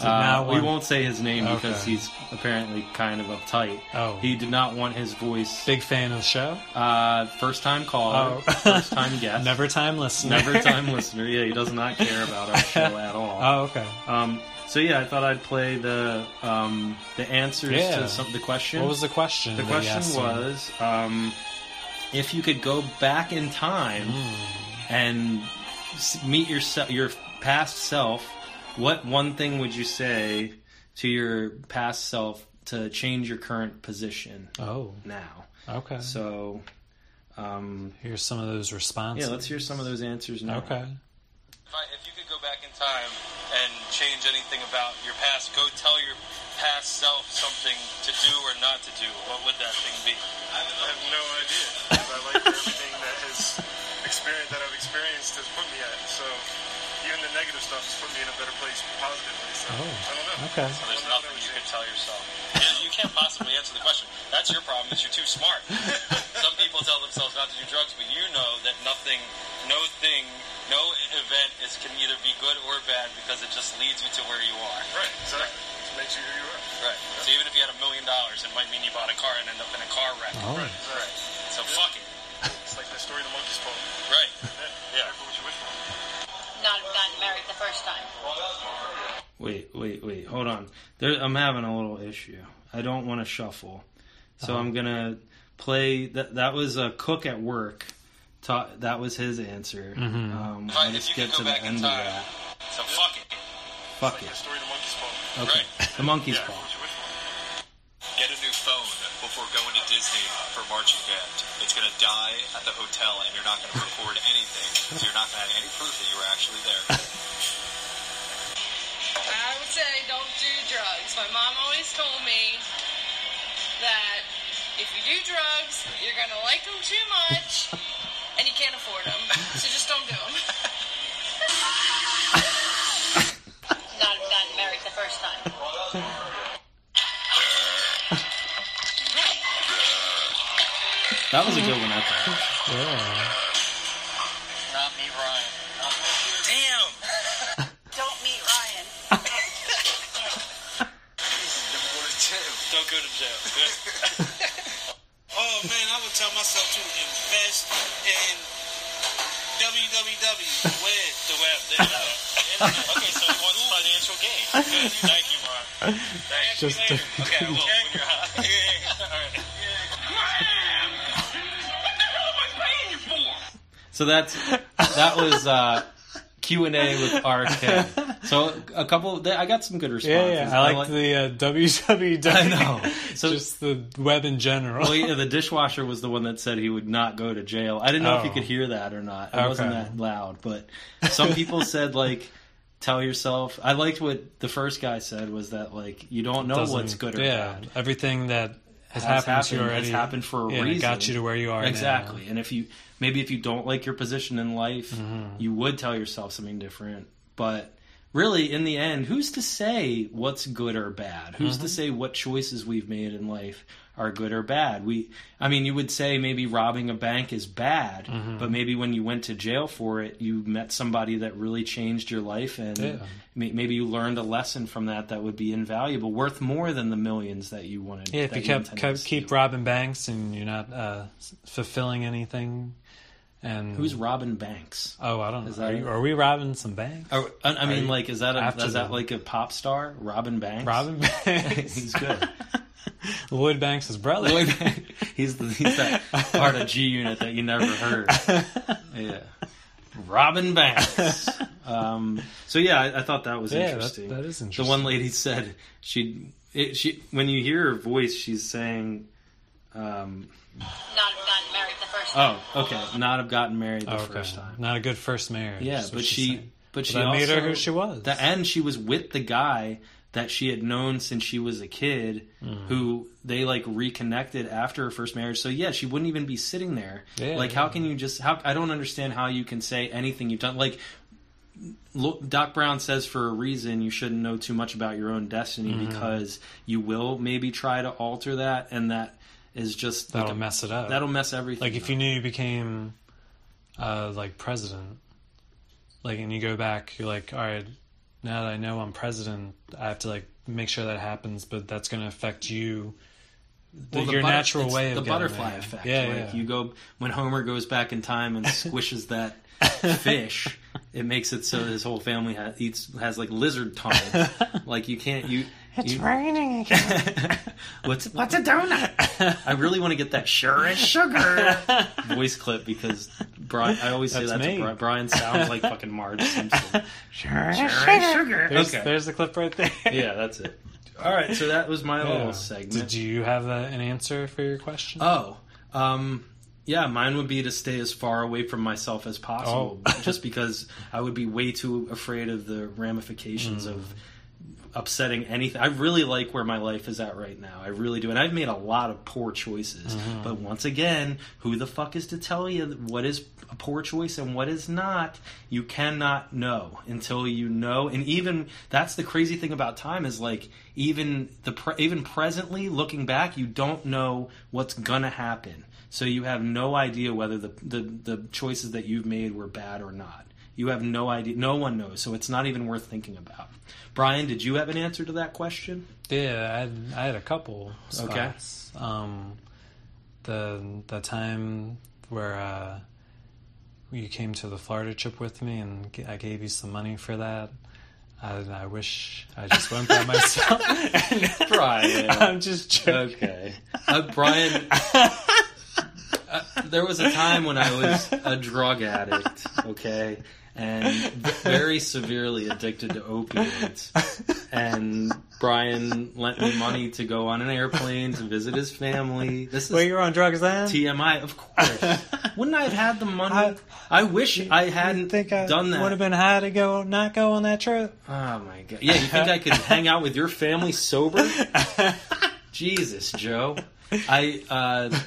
Speaker 1: Uh,
Speaker 2: not
Speaker 1: we
Speaker 2: want-
Speaker 1: won't say his name because
Speaker 2: Okay.
Speaker 1: he's apparently kind of uptight.
Speaker 2: Oh.
Speaker 1: He did not want his voice.
Speaker 2: Big fan of the show.
Speaker 1: Uh, first time caller,
Speaker 2: Oh.
Speaker 1: first time guest,
Speaker 2: Never time listener.
Speaker 1: never time listener. Yeah, he does not care about our show at all.
Speaker 2: Oh, okay.
Speaker 1: Um, so yeah, I thought I'd play the um, the answers
Speaker 2: Yeah.
Speaker 1: to some the question.
Speaker 2: What was the question?
Speaker 1: The
Speaker 2: that you
Speaker 1: question
Speaker 2: asked me?
Speaker 1: was um, if you could go back in time
Speaker 2: Hmm.
Speaker 1: and s- meet your se- your past self, what one thing would you say to your past self to change your current position
Speaker 2: Oh,
Speaker 1: now?
Speaker 2: okay.
Speaker 1: So, um,
Speaker 2: Here's some of those
Speaker 1: yeah,
Speaker 2: responses.
Speaker 1: let's hear some of those answers now.
Speaker 2: Okay.
Speaker 5: If, I, if you could go back in time and change anything about your past, go tell your past self something to do or not to do, what would that thing be? I have no idea. I like everything that has experience that I've experienced has put me at. So even the negative stuff has put me in a better place positively. So
Speaker 2: Oh,
Speaker 5: I don't know.
Speaker 2: okay.
Speaker 5: So there's nothing you could tell yourself. You, you can't possibly answer the question. That's your problem. Is you're too smart. Some people people tell themselves not to do drugs, but you know that nothing, no thing, no event is can either be good or bad because it just leads you to where you are.
Speaker 6: Right, exactly. It makes you who you are.
Speaker 5: Right. So even if you had a million dollars, it might mean you bought a car and end up in a car wreck.
Speaker 2: Oh.
Speaker 5: Right. So fuck it.
Speaker 6: It's like that story of the monkey's paw.
Speaker 5: Right.
Speaker 6: Yeah. Careful what you wish for.
Speaker 7: not have gotten married the first time.
Speaker 1: Wait, wait, wait. Hold on. There, I'm having a little issue. I don't want to shuffle,
Speaker 2: Uh-huh.
Speaker 1: so I'm gonna play. That that was a cook at work. Ta- that was his answer.
Speaker 2: Mm-hmm.
Speaker 1: Um,
Speaker 5: Fine,
Speaker 1: I'll
Speaker 5: if
Speaker 1: just
Speaker 5: you
Speaker 1: get
Speaker 5: could go
Speaker 1: to
Speaker 5: back
Speaker 1: the
Speaker 5: in
Speaker 1: end of
Speaker 5: time.
Speaker 1: that.
Speaker 5: So fuck it.
Speaker 1: Fuck
Speaker 6: Like
Speaker 1: it.
Speaker 6: that story of the monkey's paw.
Speaker 1: Okay. The monkey's
Speaker 6: Yeah.
Speaker 1: paw.
Speaker 6: Careful what you wish for.
Speaker 5: Get a new phone before going to Disney for marching band. It's gonna die at the hotel, and you're not gonna record anything, so you're not gonna have any proof that you were actually there.
Speaker 8: I would say don't do drugs. My mom always told me that if you do drugs, you're gonna like them too much, and you can't afford them. So just don't do them.
Speaker 7: Not have gotten married the first time.
Speaker 1: That was a good one. I thought.
Speaker 2: Yeah.
Speaker 5: Not me, Ryan. Damn.
Speaker 7: Don't meet Ryan.
Speaker 5: Don't go to jail. Good.
Speaker 9: Oh man, I would tell myself to invest in www the web, the web. There you go.
Speaker 5: okay, so he wants financial gain. Good. Thank you, Ron. Thanks.
Speaker 2: Just
Speaker 5: Okay, well, when you're high. All right.
Speaker 1: So that's that was uh, Q and A with RK. So a couple. Of, I got some good
Speaker 2: yeah,
Speaker 1: responses.
Speaker 2: yeah. I like the uh, www.
Speaker 1: I know. So-
Speaker 2: just the web in general.
Speaker 1: Well, yeah, the dishwasher was the one that said he would not go to jail. I didn't know if you
Speaker 2: Oh.
Speaker 1: could hear that or not. It
Speaker 2: Okay.
Speaker 1: wasn't that loud, but some people said like, "Tell yourself." I liked what the first guy said was that like you don't know
Speaker 2: Doesn't-
Speaker 1: what's good or
Speaker 2: yeah,
Speaker 1: bad.
Speaker 2: Everything that has,
Speaker 1: Has
Speaker 2: happened, to you
Speaker 1: happened- has
Speaker 2: already
Speaker 1: happened for a
Speaker 2: yeah, and it Got
Speaker 1: reason.
Speaker 2: you to where you are now.
Speaker 1: Exactly. And if you maybe if you don't like your position in life,
Speaker 2: Mm-hmm.
Speaker 1: you would tell yourself something different. But really, in the end, who's to say what's good or bad? Who's
Speaker 2: Mm-hmm.
Speaker 1: to say what choices we've made in life are good or bad? We, I mean, you would say maybe robbing a bank is bad,
Speaker 2: Mm-hmm.
Speaker 1: but maybe when you went to jail for it, you met somebody that really changed your life, and
Speaker 2: Yeah.
Speaker 1: may- maybe you learned a lesson from that that would be invaluable, worth more than the millions that you wanted.
Speaker 2: Yeah, if
Speaker 1: that
Speaker 2: you kept,
Speaker 1: intended
Speaker 2: kept
Speaker 1: to
Speaker 2: keep
Speaker 1: steal.
Speaker 2: robbing banks and you're not uh, s- fulfilling anything, and
Speaker 1: who's robbing banks?
Speaker 2: oh I don't know,
Speaker 1: Is that
Speaker 2: are,
Speaker 1: it?
Speaker 2: you- are we robbing some banks?
Speaker 1: Are, I I mean,
Speaker 2: you-
Speaker 1: like, is that a,
Speaker 2: after
Speaker 1: is that
Speaker 2: them?
Speaker 1: like a pop star, Robin Banks?
Speaker 2: robbing banks?
Speaker 1: he's good.
Speaker 2: Lloyd Banks' his brother.
Speaker 1: he's the, he's that part of G Unit that you never heard. Yeah, Robin Banks. Um, so yeah, I, I thought that was
Speaker 2: Yeah, that-
Speaker 1: interesting.
Speaker 2: that is
Speaker 1: The
Speaker 2: interesting.
Speaker 1: one lady said she it, she when you hear her voice, she's saying. Um,
Speaker 7: Not have gotten married the first time.
Speaker 1: oh, okay. Not have gotten married the
Speaker 2: Oh, okay.
Speaker 1: first time.
Speaker 2: Not a good first marriage.
Speaker 1: Yeah,
Speaker 2: is what
Speaker 1: but
Speaker 2: she's
Speaker 1: she,
Speaker 2: saying.
Speaker 1: but she
Speaker 2: that
Speaker 1: also,
Speaker 2: made her who she was.
Speaker 1: The end, she was with the guy that she had known since she was a kid,
Speaker 2: Mm-hmm.
Speaker 1: who they like reconnected after her first marriage. So yeah, she wouldn't even be sitting there.
Speaker 2: Yeah,
Speaker 1: like, how can you just? How I don't understand how you can say anything you've done. Like, look, Doc Brown says for a reason you shouldn't know too much about your own destiny
Speaker 2: Mm-hmm.
Speaker 1: because you will maybe try to alter that, and that is just
Speaker 2: that'll
Speaker 1: like,
Speaker 2: mess it up.
Speaker 1: that'll mess everything.
Speaker 2: like if you knew you became uh, like president, like and you go back, you're like, all right, now that I know I'm president, I have to like make sure that happens, but that's going to affect you. The,
Speaker 1: Well, the
Speaker 2: your
Speaker 1: butter-
Speaker 2: natural
Speaker 1: it's
Speaker 2: way of
Speaker 1: the
Speaker 2: getting
Speaker 1: butterfly
Speaker 2: there.
Speaker 1: effect.
Speaker 2: Yeah,
Speaker 1: like
Speaker 2: yeah.
Speaker 1: you go when Homer goes back in time and squishes that fish, it makes it so his whole family has, eats has like lizard tongue. like you can't you. It's raining again. what's what's a donut? I really want to get that sure as sugar voice clip because Brian. I always say
Speaker 2: That's
Speaker 1: that
Speaker 2: me.
Speaker 1: to Brian. Brian sounds like fucking Marge Simpson.
Speaker 2: There's,
Speaker 1: Okay.
Speaker 2: there's the clip right there.
Speaker 1: Yeah, that's it. All right, so that was my
Speaker 2: Yeah.
Speaker 1: little segment.
Speaker 2: Did you have uh an answer for your question?
Speaker 1: Oh, um, yeah, mine would be to stay as far away from myself as possible,
Speaker 2: Oh.
Speaker 1: just because I would be way too afraid of the ramifications of upsetting anything. I really like where my life is at right now. I really do. And I've made a lot of poor choices. But once again, who the fuck is to tell you what is a poor choice and what is not? You cannot know until you know. And even that's the crazy thing about time is like even the pre- even presently looking back, you don't know what's gonna happen. So you have no idea whether the, the, the choices that you've made were bad or not. You have no idea. No one knows. So it's not even worth thinking about. Brian, did you have an answer to that question?
Speaker 2: Yeah, I had, I had a couple.
Speaker 1: Okay.
Speaker 2: Spots. Um, the the time where uh, you came to the Florida trip with me, and g- I gave you some money for that. I, I wish I just went by myself.
Speaker 1: Brian.
Speaker 2: I'm just joking.
Speaker 1: Okay. Uh, Brian, uh, there was a time when I was a drug addict, okay, and very severely addicted to opioids. And Brian lent me money to go on an airplane to visit his family. This is
Speaker 2: Wait, you were on drugs then?
Speaker 1: TMI, of course. Wouldn't I have had the money? I,
Speaker 2: I-
Speaker 1: wish I hadn't
Speaker 2: Didn't think I
Speaker 1: done that.
Speaker 2: would have been high to go not go on that trip.
Speaker 1: Oh my god! Yeah, you think I could hang out with your family sober? Jesus, Joe. I uh,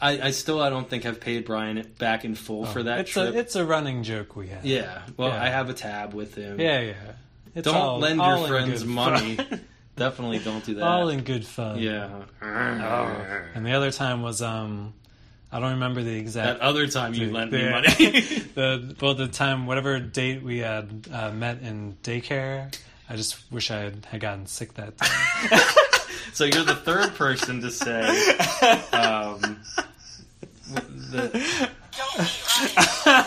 Speaker 1: I, I still I don't think I've paid Brian back in full for that
Speaker 2: it's
Speaker 1: trip.
Speaker 2: a it's a running joke we have.
Speaker 1: yeah. Well,
Speaker 2: Yeah.
Speaker 1: I have a tab with him.
Speaker 2: yeah, yeah. It's
Speaker 1: Don't
Speaker 2: all-
Speaker 1: lend
Speaker 2: all
Speaker 1: your
Speaker 2: in
Speaker 1: friends
Speaker 2: good
Speaker 1: money.
Speaker 2: fun.
Speaker 1: Definitely don't do that.
Speaker 2: all in good fun.
Speaker 1: yeah.
Speaker 2: Oh. And the other time was um, I don't remember the exact
Speaker 1: That other time you lent me
Speaker 2: Yeah.
Speaker 1: money.
Speaker 2: the well the time whatever date we had uh, met in daycare. I just wish I had, had gotten sick that day.
Speaker 1: So you're the third person to say. Um, the,
Speaker 7: Don't meet Ryan.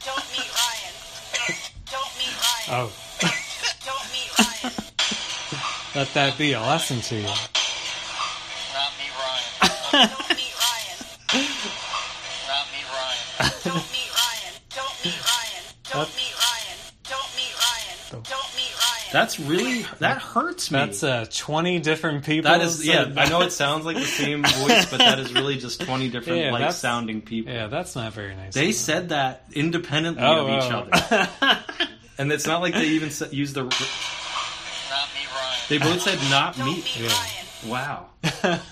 Speaker 7: Don't meet Ryan. Don't meet Ryan.
Speaker 2: Oh,
Speaker 7: Don't meet Ryan.
Speaker 2: let that be a lesson to you.
Speaker 5: Not me, Ryan.
Speaker 7: Don't meet Ryan.
Speaker 5: Not me, Ryan.
Speaker 7: Don't meet Ryan. Don't meet Ryan. Don't meet Ryan. Don't meet Ryan. Don't meet Ryan.
Speaker 1: that's really that hurts me.
Speaker 2: That's uh, twenty different people.
Speaker 1: That is,
Speaker 2: said
Speaker 1: yeah. I
Speaker 2: that.
Speaker 1: know it sounds like the same voice, but that is really just twenty different
Speaker 2: Yeah,
Speaker 1: like
Speaker 2: that's-
Speaker 1: sounding people.
Speaker 2: Yeah, that's not very nice.
Speaker 1: They said that independently
Speaker 2: Oh,
Speaker 1: of each
Speaker 2: oh.
Speaker 1: other, and it's not like they even s- use the.
Speaker 5: Not me, Ryan.
Speaker 1: They both said not
Speaker 7: Don't
Speaker 1: me.
Speaker 7: meet
Speaker 2: Yeah.
Speaker 7: Ryan.
Speaker 1: Wow,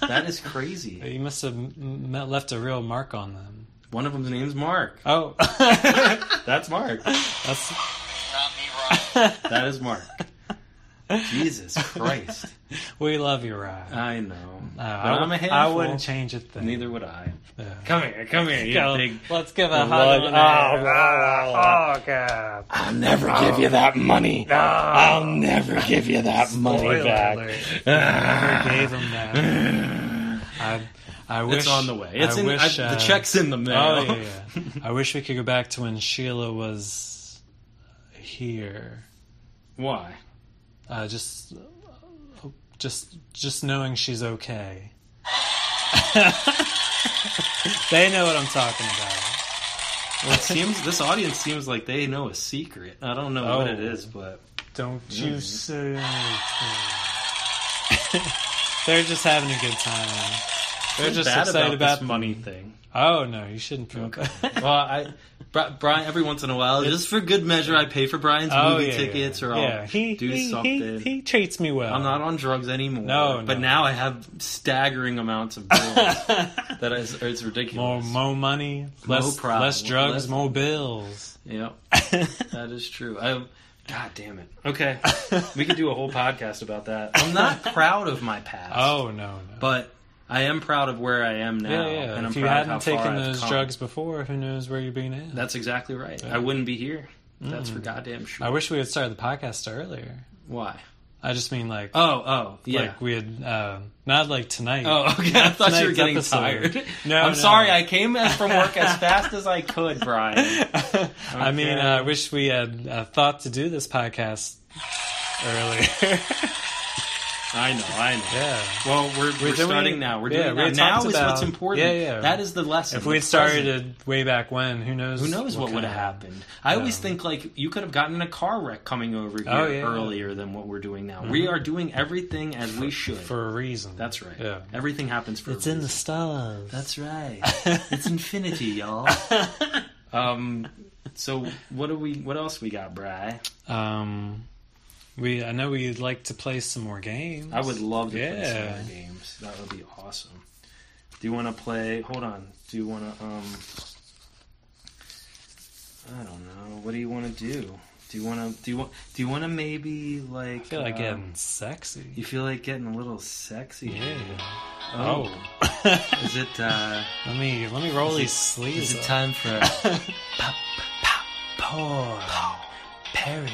Speaker 1: that is crazy.
Speaker 2: You must have m- m- left a real mark on them.
Speaker 1: One of them's name's Mark.
Speaker 2: Oh,
Speaker 1: That's Mark.
Speaker 2: that's
Speaker 5: Not me, Ryan.
Speaker 1: That is Mark. Jesus Christ.
Speaker 2: we love you, Ryan.
Speaker 1: I know.
Speaker 2: Uh,
Speaker 1: but
Speaker 2: I,
Speaker 1: I'm a
Speaker 2: w-
Speaker 1: handful.
Speaker 2: I wouldn't change a thing.
Speaker 1: Neither would I.
Speaker 2: Yeah.
Speaker 1: Come here, come here, you
Speaker 2: Go.
Speaker 1: big.
Speaker 2: Let's give a
Speaker 1: lug-
Speaker 2: hug. on
Speaker 1: Oh,
Speaker 2: there. oh god.
Speaker 4: I'll never
Speaker 2: Oh.
Speaker 4: give you that money. I'll never give you that money
Speaker 2: oh, Spoiler
Speaker 4: back.
Speaker 2: alert. I never gave him that. I, I wish
Speaker 1: It's on the way. It's
Speaker 2: I
Speaker 1: in
Speaker 2: wish,
Speaker 1: I,
Speaker 2: uh,
Speaker 1: the check's in the mail.
Speaker 2: Oh yeah, yeah. I wish we could go back to when Sheila was here.
Speaker 1: Why?
Speaker 2: Uh, just, just, just knowing she's okay. they know what I'm talking about.
Speaker 1: Well, it seems this audience seems like they know a secret. I don't know what
Speaker 2: Oh.
Speaker 1: it is, but
Speaker 2: Don't
Speaker 1: Mm.
Speaker 2: you say anything. They're just having a good time. They're just
Speaker 1: bad
Speaker 2: excited
Speaker 1: about
Speaker 2: about,
Speaker 1: this money thing.
Speaker 2: Oh no, you shouldn't feel
Speaker 1: Okay. well, I Bri- Brian every once in a while, just for good measure, I pay for Brian's movie tickets or I'll
Speaker 2: Oh, yeah. He,
Speaker 1: do
Speaker 2: he,
Speaker 1: something.
Speaker 2: He, he treats me well.
Speaker 1: I'm not on drugs anymore.
Speaker 2: No,
Speaker 1: but
Speaker 2: no.
Speaker 1: now I have staggering amounts of bills. that is, it's
Speaker 2: more
Speaker 1: ridiculous.
Speaker 2: more money,
Speaker 1: No
Speaker 2: less
Speaker 1: problem.
Speaker 2: less drugs,
Speaker 1: Less-
Speaker 2: more bills.
Speaker 1: Yep, that is true. I, God damn it. Okay, we could do a whole podcast about that. I'm not proud of my past.
Speaker 2: Oh no, no.
Speaker 1: but I am proud of where I am now.
Speaker 2: yeah, yeah.
Speaker 1: And I'm
Speaker 2: if you
Speaker 1: proud of
Speaker 2: hadn't
Speaker 1: how far
Speaker 2: taken
Speaker 1: I've
Speaker 2: those
Speaker 1: come.
Speaker 2: drugs before, who knows where you'd be now?
Speaker 1: that's exactly right. I wouldn't be here. That's for goddamn sure.
Speaker 2: Mm. I wish we had started the podcast earlier.
Speaker 1: Why?
Speaker 2: I just mean like,
Speaker 1: Oh, oh, yeah.
Speaker 2: like we had uh, not like tonight.
Speaker 1: oh, okay. I thought you were
Speaker 2: Tonight's
Speaker 1: getting
Speaker 2: episode.
Speaker 1: tired.
Speaker 2: No,
Speaker 1: I'm
Speaker 2: no.
Speaker 1: sorry. I came from work as fast as I could, Brian.
Speaker 2: I mean, uh,
Speaker 1: Okay.
Speaker 2: I wish we had uh, thought to do this podcast earlier.
Speaker 1: I know. I know.
Speaker 2: yeah.
Speaker 1: Well, we're, we're,
Speaker 2: doing-
Speaker 1: starting now. We're
Speaker 2: yeah,
Speaker 1: doing
Speaker 2: we
Speaker 1: it
Speaker 2: had
Speaker 1: now.
Speaker 2: talked
Speaker 1: Now is
Speaker 2: about-
Speaker 1: what's important.
Speaker 2: Yeah, yeah.
Speaker 1: That is the lesson.
Speaker 2: If we had
Speaker 1: The present.
Speaker 2: started way back when, who knows?
Speaker 1: Who knows what, would
Speaker 2: kind
Speaker 1: have
Speaker 2: of-
Speaker 1: happened? I always think like you could have gotten in a car wreck coming over here
Speaker 2: Oh, yeah. Mm-hmm.
Speaker 1: earlier than what we're doing now. We are doing everything as we should.
Speaker 2: for a reason.
Speaker 1: That's right.
Speaker 2: Yeah.
Speaker 1: Everything happens for
Speaker 2: It's
Speaker 1: a
Speaker 2: in the
Speaker 1: reason.
Speaker 2: stars.
Speaker 1: That's right. it's infinity, y'all. um. So what do we? What else we got, Bry?
Speaker 2: Um, We I know we'd like to play some more games.
Speaker 1: I would love to play some
Speaker 2: Yeah.
Speaker 1: other games. That would be awesome. Do you want to play? Hold on. Do you want to? Um, I don't know. What do you want to do? Do you want to? Do you want? Do you want to maybe like?
Speaker 2: I feel like
Speaker 1: um,
Speaker 2: getting sexy.
Speaker 1: You feel like getting a little sexy?
Speaker 2: Yeah.
Speaker 1: Oh. Is it? uh
Speaker 2: let me let me roll these
Speaker 1: Is
Speaker 2: sleeves.
Speaker 1: it
Speaker 2: up.
Speaker 1: time for?
Speaker 2: porn parody.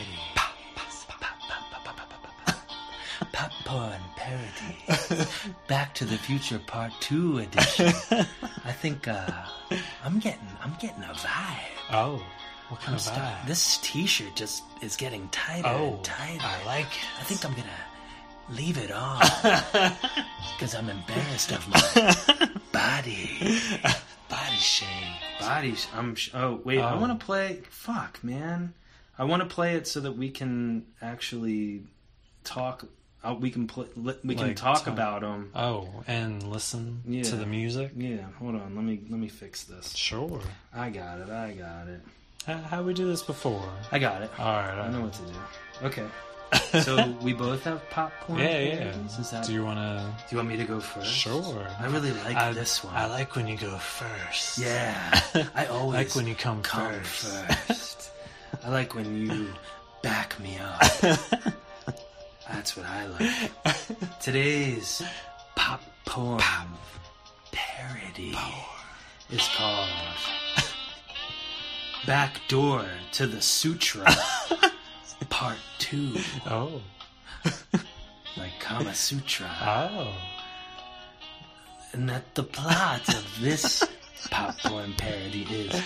Speaker 1: Pop porn parody. Back to the Future Part Two edition. I think uh, I'm getting I'm getting a vibe.
Speaker 2: Oh, what kind
Speaker 1: I'm
Speaker 2: of
Speaker 1: sta-
Speaker 2: vibe?
Speaker 1: This T-shirt just is getting tighter
Speaker 2: oh,
Speaker 1: and tighter.
Speaker 2: I like it.
Speaker 1: I think I'm gonna leave it on because I'm embarrassed of my body.
Speaker 2: body shame.
Speaker 1: Body. Sh- I'm. Sh- oh wait. I
Speaker 2: Oh.
Speaker 1: want to play. Fuck, man. I want to play it so that we can actually talk. Uh, we can play. li- We can
Speaker 2: Like,
Speaker 1: talk
Speaker 2: talk.
Speaker 1: about them.
Speaker 2: Oh, and listen
Speaker 1: Yeah.
Speaker 2: to the music.
Speaker 1: Yeah, hold on. Let me let me fix this.
Speaker 2: Sure.
Speaker 1: I got it. I got it.
Speaker 2: How, how we do this before? uh,
Speaker 1: I got it.
Speaker 2: All right.
Speaker 1: I
Speaker 2: all
Speaker 1: know
Speaker 2: right.
Speaker 1: what to do. Okay. So we both have popcorn.
Speaker 2: yeah, yeah.
Speaker 1: parodies? Is that,
Speaker 2: Do
Speaker 1: do, you,
Speaker 2: you want to?
Speaker 1: want me to go first?
Speaker 2: Sure.
Speaker 1: I really like
Speaker 2: I-
Speaker 1: this one.
Speaker 2: I like when you go first.
Speaker 1: Yeah. I always
Speaker 2: like when you come,
Speaker 1: come
Speaker 2: first.
Speaker 1: first. I like when you back me up. That's what I like. Today's pop porn parody is called Backdoor to the Sutra Part 2,
Speaker 2: Oh.
Speaker 1: like Kama Sutra.
Speaker 2: Oh.
Speaker 1: And that the plot of this popcorn parody is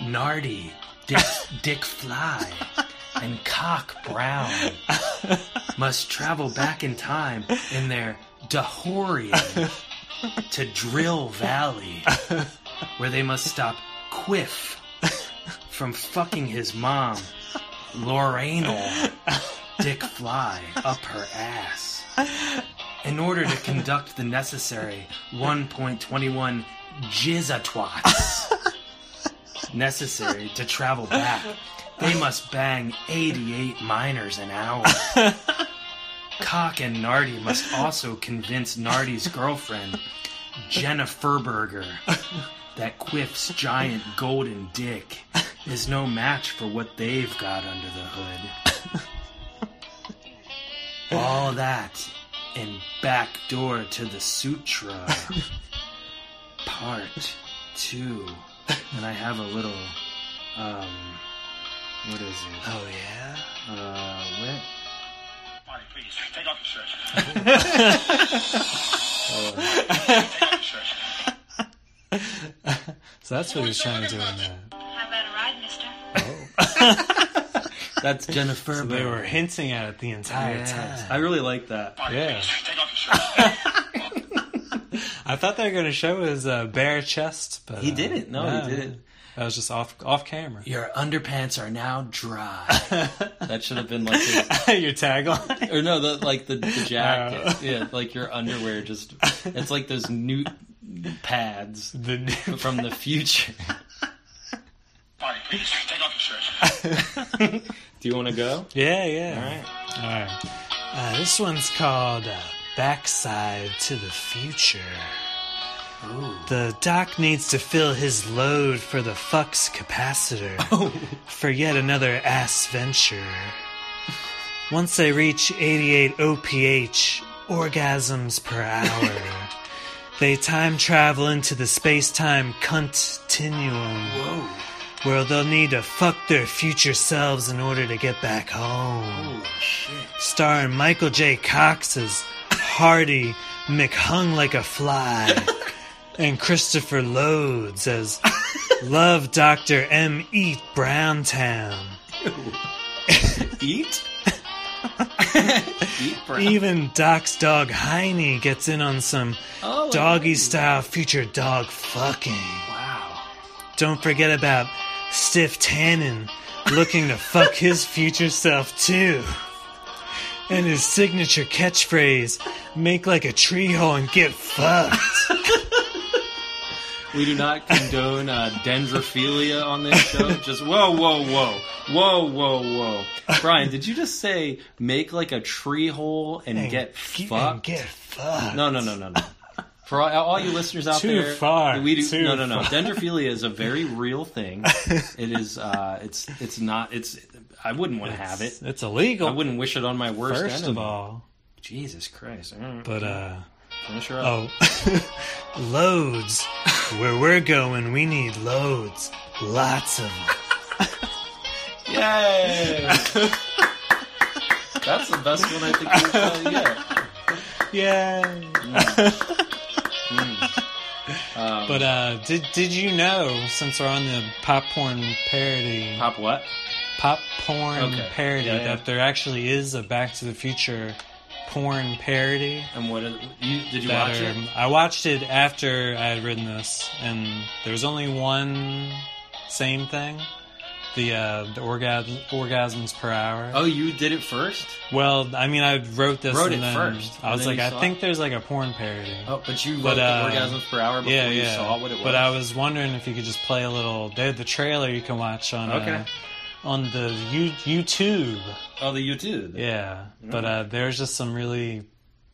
Speaker 1: Nardy, Dick, Dick Fly, and Cock Brown must travel back in time in their DeHorean to Drill Valley, where they must stop Quiff from fucking his mom, Lorraine, Dick Fly, up her ass in order to conduct the necessary 1.21 jizzatwats necessary to travel back. They must bang 88 miners an hour. Cock and Nardi must also convince Nardi's girlfriend, Jenna Furberger, that Quiff's giant golden dick is no match for what they've got under the hood. All that and backdoor to the sutra part two and i have a little um what is it
Speaker 2: Oh yeah.
Speaker 1: uh what
Speaker 6: Marty, please, take off your shirt.
Speaker 1: uh,
Speaker 6: Take off your shirt.
Speaker 2: So that's what he's trying to do in that.
Speaker 7: How about a ride, mister?
Speaker 1: that's jennifer
Speaker 2: So they were hinting at it the entire
Speaker 1: Yes. i
Speaker 2: time.
Speaker 1: really like that
Speaker 6: Marty,
Speaker 2: Yeah.
Speaker 6: please, take off your shirt.
Speaker 2: I, thought they were going to show his uh, bare chest, but
Speaker 1: he
Speaker 2: uh,
Speaker 1: did it no he did it
Speaker 2: That was just off off camera.
Speaker 1: your underpants are now dry that should have been like his,
Speaker 2: Your tagline.
Speaker 1: or no the like the, the jacket
Speaker 2: Oh.
Speaker 1: yeah like your underwear just it's like those new pads
Speaker 2: The new
Speaker 1: from the future
Speaker 6: Marty, please, take off your shirt.
Speaker 1: do you want to go
Speaker 2: Yeah, yeah.
Speaker 1: all right
Speaker 2: All right. Uh, this one's called uh, Backside to the Future. The doc needs to fill his load for the fuck's capacitor for yet another ass venture. Once they reach 88 OPH, orgasms per hour, they time travel into the space time continuum where they'll need to fuck their future selves in order to get back home. Starring Michael J. Cox as Hardy McHung like a fly, and Christopher Lodes as Love Doctor M. E. Browntown.
Speaker 1: eat eat brown.
Speaker 2: Even Doc's dog Heine gets in on some
Speaker 1: Oh, like-
Speaker 2: doggy style future dog fucking.
Speaker 1: Wow.
Speaker 2: Don't forget about Stiff Tannen looking to fuck his future self too. And his signature catchphrase, make like a tree hole and get fucked.
Speaker 1: We do not condone uh, dendrophilia on this show. Just whoa, whoa, whoa, whoa, whoa, whoa. Brian, did you just say make like a tree hole and, get fucked?
Speaker 2: Get fucked.
Speaker 1: No, no, no, no, no. For all, all you listeners out
Speaker 2: Too
Speaker 1: there,
Speaker 2: far,
Speaker 1: we do
Speaker 2: too
Speaker 1: no, no, no.
Speaker 2: far.
Speaker 1: Dendrophilia is a very real thing. It is. Uh, it's. It's not. It's. I wouldn't want to have it.
Speaker 2: It's illegal.
Speaker 1: I wouldn't wish it on my worst
Speaker 2: First
Speaker 1: enemy.
Speaker 2: of all,
Speaker 1: Jesus Christ! All right,
Speaker 2: but uh,
Speaker 1: finish her up.
Speaker 2: oh, loads. Where we're going, we need loads, lots of. 'em.
Speaker 1: Yay! That's the best one I think we've done yet.
Speaker 2: Yay!
Speaker 1: Um,
Speaker 2: But uh, did did you know? Since we're on the pop porn parody,
Speaker 1: pop what?
Speaker 2: pop porn
Speaker 1: Okay.
Speaker 2: parody
Speaker 1: Yeah, yeah.
Speaker 2: that there actually is a Back to the Future porn parody.
Speaker 1: And what? Is, you, did you
Speaker 2: that
Speaker 1: watch
Speaker 2: are-
Speaker 1: it?
Speaker 2: I watched it after I had written this, and there was only one same thing: the uh, the orgasm, orgasms per hour.
Speaker 1: Oh, you did it first.
Speaker 2: Well, I mean, I wrote this.
Speaker 1: Wrote
Speaker 2: and
Speaker 1: it
Speaker 2: then
Speaker 1: first,
Speaker 2: I
Speaker 1: and
Speaker 2: was
Speaker 1: then
Speaker 2: like,
Speaker 1: you
Speaker 2: I
Speaker 1: saw
Speaker 2: think
Speaker 1: it?
Speaker 2: there's like a porn parody.
Speaker 1: Oh, but you wrote
Speaker 2: But, uh,
Speaker 1: the orgasms per hour before
Speaker 2: yeah,
Speaker 1: you
Speaker 2: yeah.
Speaker 1: saw what it was.
Speaker 2: But I was wondering if you could just play a little. They had the trailer you can watch on.
Speaker 1: Okay.
Speaker 2: Uh, on the U- YouTube.
Speaker 1: oh, the YouTube.
Speaker 2: Yeah,
Speaker 1: Mm.
Speaker 2: but uh, there's just some really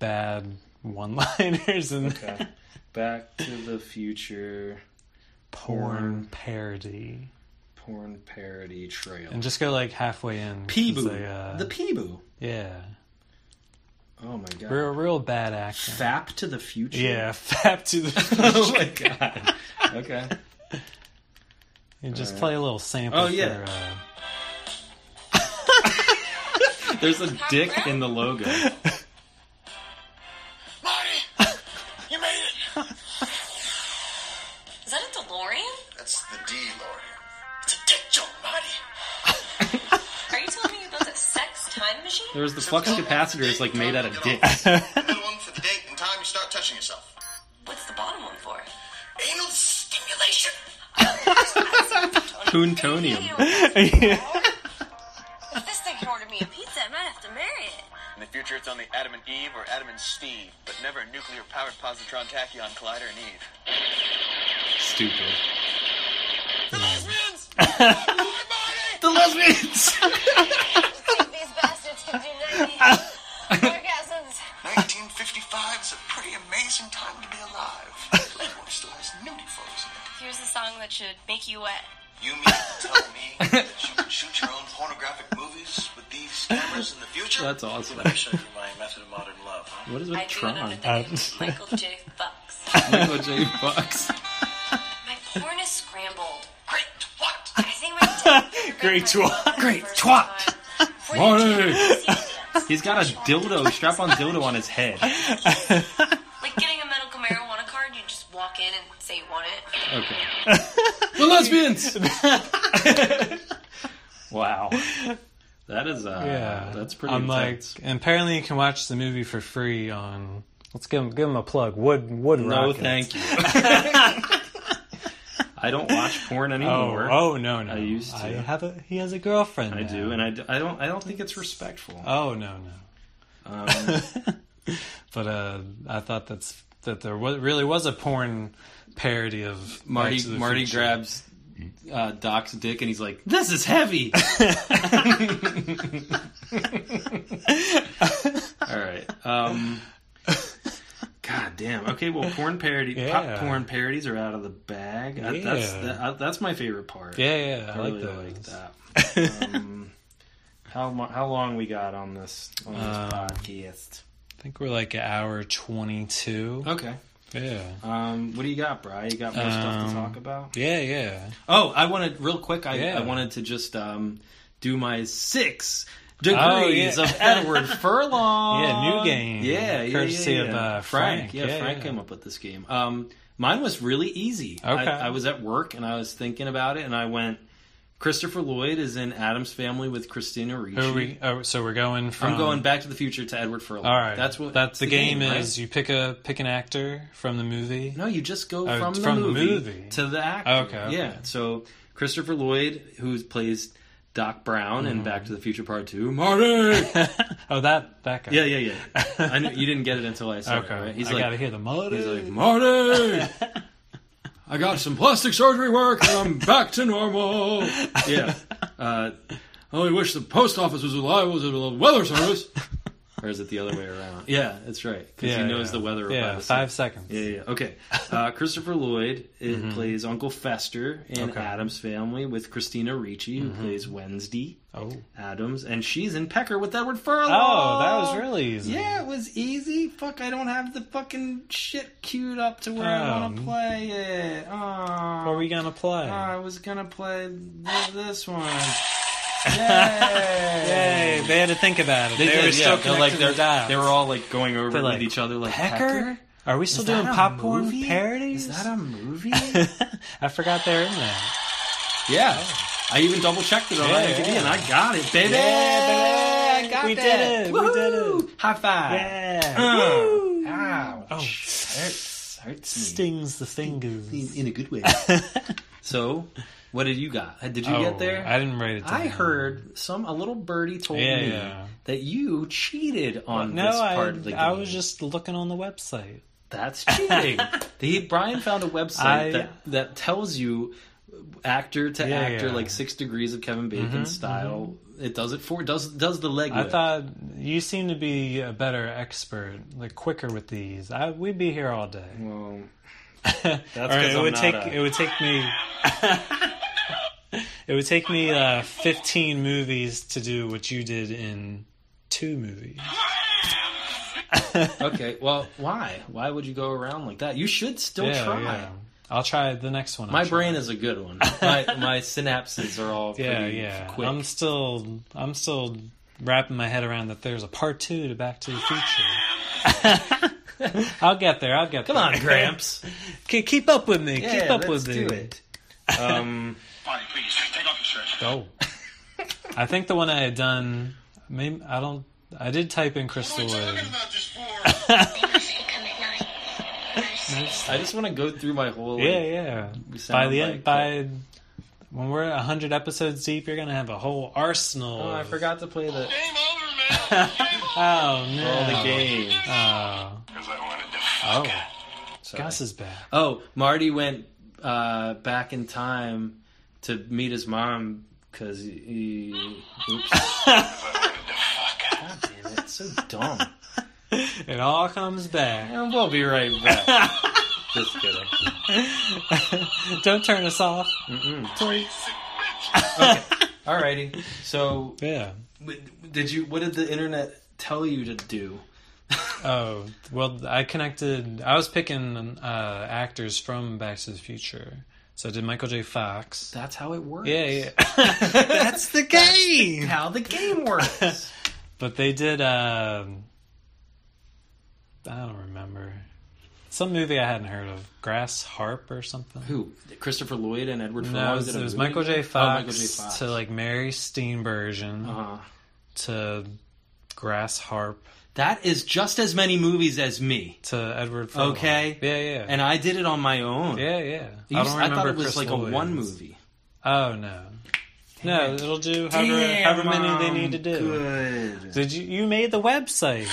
Speaker 2: bad one-liners in
Speaker 1: Okay.
Speaker 2: there.
Speaker 1: Back to the Future
Speaker 2: porn
Speaker 1: Porn.
Speaker 2: parody,
Speaker 1: porn parody trail.
Speaker 2: and just go like halfway in. 'cause
Speaker 1: Peaboo.
Speaker 2: they, uh,
Speaker 1: the Peaboo.
Speaker 2: yeah,
Speaker 1: Oh my god.
Speaker 2: real real bad acting.
Speaker 1: Fap to the Future.
Speaker 2: Yeah, fap to the.
Speaker 1: oh my god. Okay.
Speaker 2: and just
Speaker 1: Alright.
Speaker 2: play a little sample.
Speaker 1: Oh, yeah.
Speaker 2: For, uh,
Speaker 1: There's a dick in the logo.
Speaker 6: Marty! You made it!
Speaker 8: Is that a DeLorean?
Speaker 6: That's the D, Lori. It's a dick joke, Marty!
Speaker 8: Are you telling me you built a sex time machine?
Speaker 1: There's the flux capacitor is like made out of dicks.
Speaker 6: Another one for the date and time you start touching yourself.
Speaker 8: What's the bottom one for?
Speaker 6: Anal stimulation!
Speaker 1: Poontonium.
Speaker 8: If this thing can order me a pizza, I might have to marry it.
Speaker 5: In the future, it's only Adam and Eve or Adam and Steve, but never nuclear powered positron tachyon collider and Eve.
Speaker 1: Stupid.
Speaker 4: The
Speaker 7: These
Speaker 4: lesbians!
Speaker 7: bastards can do 90 orgasms.
Speaker 6: 1955 is a pretty amazing time to be alive. Playboy still has nudie photos in it.
Speaker 8: Here's a song that should make you wet.
Speaker 6: You mean to tell me that you can shoot your own pornographic movies with these cameras in the future?
Speaker 1: That's awesome.
Speaker 6: Let me show you my method of modern love, huh?
Speaker 1: What is with
Speaker 8: I do it under
Speaker 1: Tron?
Speaker 8: the name of Michael J. Fox.
Speaker 1: Michael J. Fox.
Speaker 8: My porn is scrambled.
Speaker 6: Great, what?
Speaker 8: I think my dick-
Speaker 2: Great twat.
Speaker 8: Great
Speaker 4: twat.
Speaker 1: Marty!
Speaker 8: Like
Speaker 1: He's got a dildo, strap on dildo on his head.
Speaker 8: getting a medical marijuana card, you just walk in and say you want it.
Speaker 1: Okay. the lesbians! wow. That is, uh,
Speaker 2: yeah,
Speaker 1: that's pretty
Speaker 2: I'm
Speaker 1: intense.
Speaker 2: like, and apparently you can watch the movie for free on. Let's give him give him a plug. Wood Wood
Speaker 1: no,
Speaker 2: Rockets.
Speaker 1: thank you. I don't watch porn
Speaker 2: Oh,
Speaker 1: anymore.
Speaker 2: oh no no!
Speaker 1: I used to.
Speaker 2: I have a. He has a girlfriend.
Speaker 1: I do, and I, d- I don't I don't think it's respectful.
Speaker 2: Oh no no!
Speaker 1: Um,
Speaker 2: But uh, I thought that's that there was, really was a porn parody of Back
Speaker 1: Marty
Speaker 2: to the
Speaker 1: Marty
Speaker 2: Future.
Speaker 1: grabs uh, Doc's dick and he's like, "This is heavy." All right. Um, God damn. Okay. Well, porn parody,
Speaker 2: Yeah.
Speaker 1: pop porn parodies are out of the bag. That- that's
Speaker 2: Yeah.
Speaker 1: that, uh, that's my favorite part.
Speaker 2: Yeah yeah, I,
Speaker 1: I, really
Speaker 2: like
Speaker 1: like
Speaker 2: those.
Speaker 1: that. Um, how mo- how long we got on this on this
Speaker 2: Um,
Speaker 1: podcast?
Speaker 2: I think we're like an hour twenty two.
Speaker 1: Okay.
Speaker 2: Yeah
Speaker 1: Um, what do you got, Bri? You got more stuff
Speaker 2: Um,
Speaker 1: to talk about?
Speaker 2: yeah yeah.
Speaker 1: Oh, I wanted real quick. I,
Speaker 2: Yeah.
Speaker 1: I wanted to just um, do my six degrees
Speaker 2: Oh, yeah.
Speaker 1: of Edward Furlong.
Speaker 2: Yeah, new game.
Speaker 1: Yeah, yeah,
Speaker 2: Courtesy
Speaker 1: yeah,
Speaker 2: of,
Speaker 1: yeah.
Speaker 2: uh, Frank.
Speaker 1: Yeah,
Speaker 2: Yeah,
Speaker 1: Frank
Speaker 2: yeah.
Speaker 1: came up with this game. Um, mine was really easy. I-
Speaker 2: Okay.
Speaker 1: I, was at work and I was thinking about it, and I went. Christopher Lloyd is in Adam's Family with Christina Ricci.
Speaker 2: Who are we? Oh, so we're going from.
Speaker 1: I'm going Back to the Future to Edward Furlong.
Speaker 2: All right.
Speaker 1: that's what
Speaker 2: That's the, game,
Speaker 1: right?
Speaker 2: is. You pick a pick an actor from the movie.
Speaker 1: No, you just go
Speaker 2: Oh,
Speaker 1: from, the,
Speaker 2: from the
Speaker 1: movie Oh,
Speaker 2: movie.
Speaker 1: to the actor.
Speaker 2: Okay, okay.
Speaker 1: Yeah. So Christopher Lloyd, who plays Doc Brown in Back to the Future Part Two, Marty.
Speaker 2: oh, that that guy.
Speaker 1: yeah, yeah, yeah. I knew you didn't get it until I said
Speaker 2: Okay.
Speaker 1: it. Right? He's
Speaker 2: I
Speaker 1: like,
Speaker 2: gotta hear the melody.
Speaker 1: he's like Marty. I got some plastic surgery work and I'm back to normal. Yeah. Uh, I only wish the post office was reliable as the weather service. Or is it the other way around? Yeah, that's right. Because
Speaker 2: Yeah,
Speaker 1: he knows
Speaker 2: yeah.
Speaker 1: the weather.
Speaker 2: Yeah,
Speaker 1: by the
Speaker 2: five seconds.
Speaker 1: yeah, yeah. Okay. Uh, Christopher Lloyd it plays Uncle Fester in
Speaker 2: Mm-hmm. Okay. Mm-hmm.
Speaker 1: Adam's Family with Christina Ricci, who plays Wednesday
Speaker 2: Oh.
Speaker 1: Adams, and she's in Pecker with Edward Furlong.
Speaker 2: Oh, that was really easy.
Speaker 1: Yeah, it was easy. Fuck, I don't have the fucking shit queued up to where I want
Speaker 2: Um,
Speaker 1: to play it.
Speaker 2: What
Speaker 1: Oh,
Speaker 2: are we gonna play?
Speaker 1: I was gonna play th- this one. Yay!
Speaker 2: Yay! They had to think about it. They, were still connected
Speaker 1: like
Speaker 2: to the dial.
Speaker 1: they were all like going over
Speaker 2: They're like,
Speaker 1: with each other like
Speaker 2: Pecker?
Speaker 1: Pecker?
Speaker 2: Are we still doing
Speaker 1: that a
Speaker 2: popcorn
Speaker 1: movie?
Speaker 2: parodies?
Speaker 1: Is that a movie?
Speaker 2: I forgot they're in there.
Speaker 1: yeah. I even double checked it on
Speaker 2: Yeah,
Speaker 1: IMDb
Speaker 2: yeah.
Speaker 1: and I got it, baby.
Speaker 2: Yeah, baby.
Speaker 1: I got
Speaker 2: We did
Speaker 1: that.
Speaker 2: it. We did
Speaker 1: Woohoo! High five.
Speaker 2: Yeah.
Speaker 1: Woo. Ow.
Speaker 2: Oh.
Speaker 1: Hurts. Hurts me.
Speaker 2: Stings the fingers.
Speaker 1: in, in a good way. so, what did you got? Did you
Speaker 2: Oh,
Speaker 1: get there?
Speaker 2: I didn't write it down.
Speaker 1: I heard some a little birdie told
Speaker 2: Yeah,
Speaker 1: me
Speaker 2: yeah.
Speaker 1: that you cheated on
Speaker 2: No,
Speaker 1: this part
Speaker 2: I,
Speaker 1: of the game.
Speaker 2: I was just looking on the website.
Speaker 1: that's cheating. the Brian found a website
Speaker 2: I-
Speaker 1: that that tells you actor to
Speaker 2: Yeah,
Speaker 1: actor
Speaker 2: yeah. Mm-hmm,
Speaker 1: like six degrees of Kevin Bacon style. It does it for does does the leg.
Speaker 2: I
Speaker 1: whip.
Speaker 2: thought you seem to be a better expert, like quicker with these. I, we'd be here all day.
Speaker 1: Well,
Speaker 2: That's it
Speaker 1: 'cause I'm
Speaker 2: would
Speaker 1: not
Speaker 2: take
Speaker 1: a-
Speaker 2: it would take me it would take me uh, fifteen movies to do what you did in two movies.
Speaker 1: okay. Well, why? Why would you go around like that? You should still
Speaker 2: yeah,
Speaker 1: try.
Speaker 2: yeah. I'll try the next one. I'll
Speaker 1: My
Speaker 2: try.
Speaker 1: brain is a good one. My, my synapses are all
Speaker 2: yeah,
Speaker 1: pretty
Speaker 2: yeah.
Speaker 1: quick.
Speaker 2: I'm still I'm still wrapping my head around that there's a part two to Back to the Future. I'll get there. I'll get
Speaker 1: Come
Speaker 2: there.
Speaker 1: on, Gramps.
Speaker 2: Ke- keep up with me.
Speaker 1: Yeah,
Speaker 2: keep up
Speaker 1: let's
Speaker 2: with
Speaker 1: do
Speaker 2: me.
Speaker 1: it. Um,
Speaker 6: Bonnie, please, take off your shirt.
Speaker 2: Oh. I think the one I had done. Maybe I don't. I did type in Crystal Wood.
Speaker 9: about this for?
Speaker 1: I just want to go through my whole. like-
Speaker 2: Yeah, yeah. By
Speaker 1: sound
Speaker 2: the
Speaker 1: like
Speaker 2: end, by when we're hundred episodes deep, you're gonna have a whole arsenal.
Speaker 1: Oh, I
Speaker 2: of-
Speaker 1: forgot to play the,
Speaker 9: Game over, man. Game over.
Speaker 2: Oh
Speaker 1: all the
Speaker 2: no.
Speaker 1: game.
Speaker 2: Oh.
Speaker 6: Because I wanted to
Speaker 2: oh.
Speaker 1: Sorry.
Speaker 2: Gus is back.
Speaker 1: Oh, Marty went uh, back in time to meet his mom because he. Oops. God damn it! So dumb.
Speaker 2: It all comes back.
Speaker 1: And we'll be right back. just kidding.
Speaker 2: Don't turn us off.
Speaker 1: Alrighty. So,
Speaker 2: Yeah.
Speaker 1: w- did you? What did the internet tell you to do?
Speaker 2: Oh well, I connected. I was picking uh, actors from Back to the Future. So I did Michael J. Fox.
Speaker 1: That's how it works.
Speaker 2: Yeah, yeah. That's the game.
Speaker 1: How the game works.
Speaker 2: But they did. Um, I don't remember some movie I hadn't heard of, Grass Harp or something.
Speaker 1: Who? Christopher Lloyd and Edward Furlong?
Speaker 2: No, it was,
Speaker 1: Is a
Speaker 2: it was
Speaker 1: movie?
Speaker 2: Michael J.
Speaker 1: Oh,
Speaker 2: Fox
Speaker 1: Michael J. Fox.
Speaker 2: to like Mary Steenburgen
Speaker 1: Uh-huh.
Speaker 2: to Grass Harp
Speaker 1: That is just as many movies as me,
Speaker 2: to Edward. Furlong.
Speaker 1: Okay.
Speaker 2: Yeah, yeah,
Speaker 1: and I did it on my own.
Speaker 2: yeah, yeah.
Speaker 1: You-
Speaker 2: I don't remember.
Speaker 1: thought it was
Speaker 2: Chris
Speaker 1: like
Speaker 2: Lloyd's.
Speaker 1: a one movie.
Speaker 2: Oh no. No, it'll do however,
Speaker 1: Damn,
Speaker 2: however many they need to do.
Speaker 1: Good.
Speaker 2: Did you you made the website?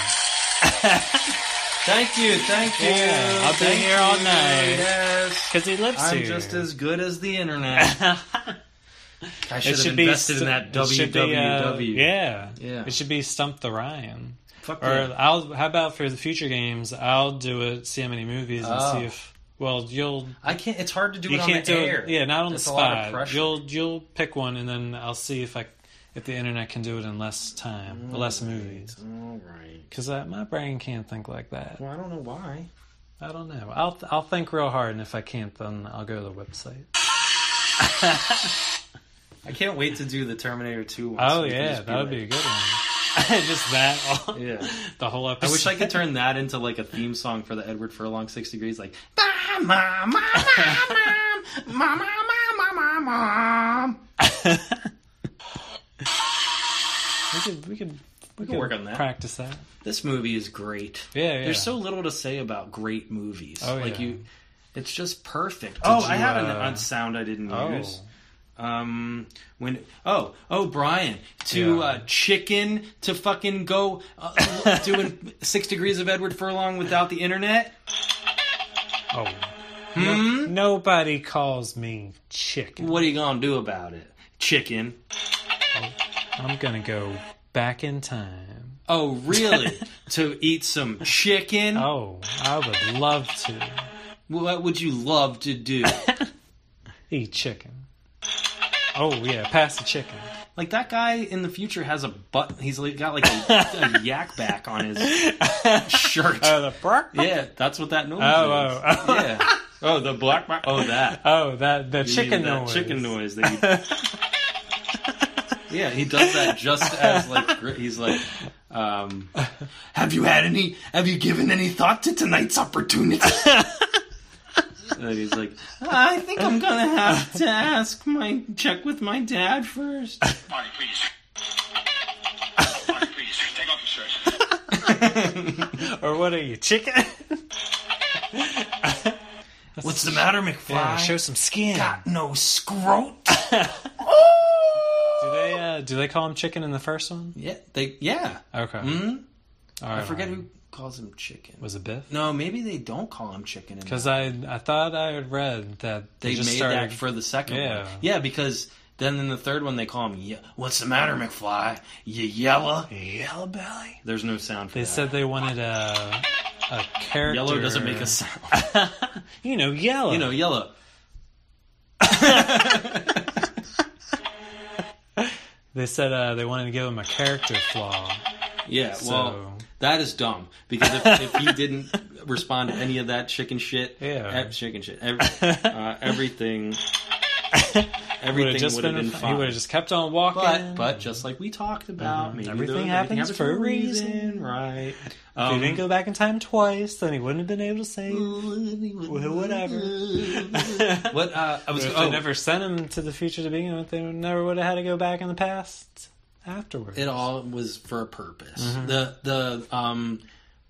Speaker 1: Thank you, thank you.
Speaker 2: Yeah, I'll be
Speaker 1: thank
Speaker 2: here all
Speaker 1: you,
Speaker 2: night.
Speaker 1: Yes.
Speaker 2: Because he lives
Speaker 1: I'm
Speaker 2: here.
Speaker 1: just as good as the internet. I should
Speaker 2: It
Speaker 1: have
Speaker 2: should
Speaker 1: invested
Speaker 2: be
Speaker 1: in that
Speaker 2: it should be, uh,
Speaker 1: www.
Speaker 2: yeah,
Speaker 1: Yeah.
Speaker 2: It should be stump the Ryan.
Speaker 1: Fuck
Speaker 2: Or
Speaker 1: yeah.
Speaker 2: I'll. How about for the future games? I'll do it. See how many movies and
Speaker 1: Oh.
Speaker 2: see if. Well, you'll.
Speaker 1: I can't. It's hard to do
Speaker 2: you
Speaker 1: it on
Speaker 2: can't
Speaker 1: the
Speaker 2: do
Speaker 1: air.
Speaker 2: it. Yeah, not on
Speaker 1: It's
Speaker 2: the
Speaker 1: a lot of
Speaker 2: spot.
Speaker 1: pressure.
Speaker 2: You'll you'll pick one, and then I'll see if I if the internet can do it in less time,
Speaker 1: Mm.
Speaker 2: or less movies.
Speaker 1: All right.
Speaker 2: Because my brain can't think like that.
Speaker 1: Well, I don't know why.
Speaker 2: I don't know. I'll I'll think real hard, and if I can't, then I'll go to the website.
Speaker 1: I can't wait to do the Terminator 2 one. so
Speaker 2: Oh
Speaker 1: we can
Speaker 2: yeah,
Speaker 1: just
Speaker 2: that would be a
Speaker 1: like-
Speaker 2: good one. just that. all-
Speaker 1: Yeah.
Speaker 2: The whole
Speaker 1: I
Speaker 2: episode.
Speaker 1: wish I could turn that into like a theme song for the Edward Furlong Six Degrees, like "Mom, mom, mom, mom, mom, mom, mom, mom."
Speaker 2: We could. We could. We could
Speaker 1: work on that.
Speaker 2: Practice that.
Speaker 1: This movie is great.
Speaker 2: Yeah, yeah.
Speaker 1: There's so little to say about great movies.
Speaker 2: Oh,
Speaker 1: like
Speaker 2: yeah.
Speaker 1: you, it's just perfect. oh, I
Speaker 2: you,
Speaker 1: have an,
Speaker 2: uh,
Speaker 1: a sound I didn't
Speaker 2: Oh.
Speaker 1: use. Um, when oh oh Brian to
Speaker 2: Yeah.
Speaker 1: uh, chicken to fucking go uh, doing six degrees of Edward Furlong without the internet.
Speaker 2: Oh. Nobody calls me chicken.
Speaker 1: Hmm? What are you gonna do about it? Chicken.
Speaker 2: I'm gonna go back in time.
Speaker 1: Oh, really? to eat some chicken?
Speaker 2: Oh, I would love to
Speaker 1: What would you love to do?
Speaker 2: eat chicken. Oh yeah, pass the chicken.
Speaker 1: like that guy in the future has a butt. He's like, got like a, a yak back on his shirt.
Speaker 2: Oh the bark.
Speaker 1: yeah, that's what that noise
Speaker 2: Oh,
Speaker 1: is.
Speaker 2: oh, oh.
Speaker 1: Yeah. Oh, the black. mar- Oh, that.
Speaker 2: Oh, that the chicken
Speaker 1: that
Speaker 2: noise.
Speaker 1: Chicken noise. That he, yeah, he does that just as like gr- he's like, um,
Speaker 4: Have you had any? Have you given any thought to tonight's opportunity?
Speaker 1: and he's like,
Speaker 3: I think I'm gonna have to ask my check with my dad first.
Speaker 6: Marty, please. Marty, please, take off your shirt.
Speaker 2: Or what are you, chicken?
Speaker 4: What's the matter, McFly?
Speaker 2: yeah, show some skin.
Speaker 4: no scrote.
Speaker 2: Do they uh, do they call him chicken in the first one?
Speaker 1: yeah, they, yeah.
Speaker 2: Okay.
Speaker 1: Mhm.
Speaker 2: All right,
Speaker 1: I forget who calls him chicken.
Speaker 2: was it Biff.
Speaker 1: No, maybe they don't call him chicken. in
Speaker 2: Because I I thought I had read that they,
Speaker 1: they
Speaker 2: just
Speaker 1: made
Speaker 2: started.
Speaker 1: that for the second one.
Speaker 2: Yeah.
Speaker 1: Yeah, because then in the third one they call him. Ye- What's the matter, McFly? You yellow?
Speaker 4: Yellow belly.
Speaker 1: There's no sound for
Speaker 2: they
Speaker 1: that.
Speaker 2: said they wanted a a character.
Speaker 1: yellow doesn't make a sound.
Speaker 2: you know yellow.
Speaker 1: you know, yellow.
Speaker 2: they said uh, they wanted to give him a character flaw.
Speaker 1: Yeah. Well,
Speaker 2: So-
Speaker 1: that is dumb because if, if he didn't respond to any of that chicken shit,
Speaker 2: Yeah.
Speaker 1: eh, chicken shit, ev- uh, everything,
Speaker 2: Would have
Speaker 1: everything
Speaker 2: just
Speaker 1: would have
Speaker 2: been,
Speaker 1: been,
Speaker 2: he
Speaker 1: fine.
Speaker 2: would have just kept on walking.
Speaker 1: But but just like we talked about, maybe there-
Speaker 2: Everything happens for a reason.
Speaker 1: right?
Speaker 2: if he
Speaker 1: Um, Mm.
Speaker 2: didn't go back in time twice, then he wouldn't have been able to say whatever.
Speaker 1: what uh, I was
Speaker 2: If
Speaker 1: oh,
Speaker 2: they never sent him to the future to begin with, they would- never would have had to go back in the past afterwards.
Speaker 1: it all was for a purpose.
Speaker 2: Mm-hmm.
Speaker 1: The the um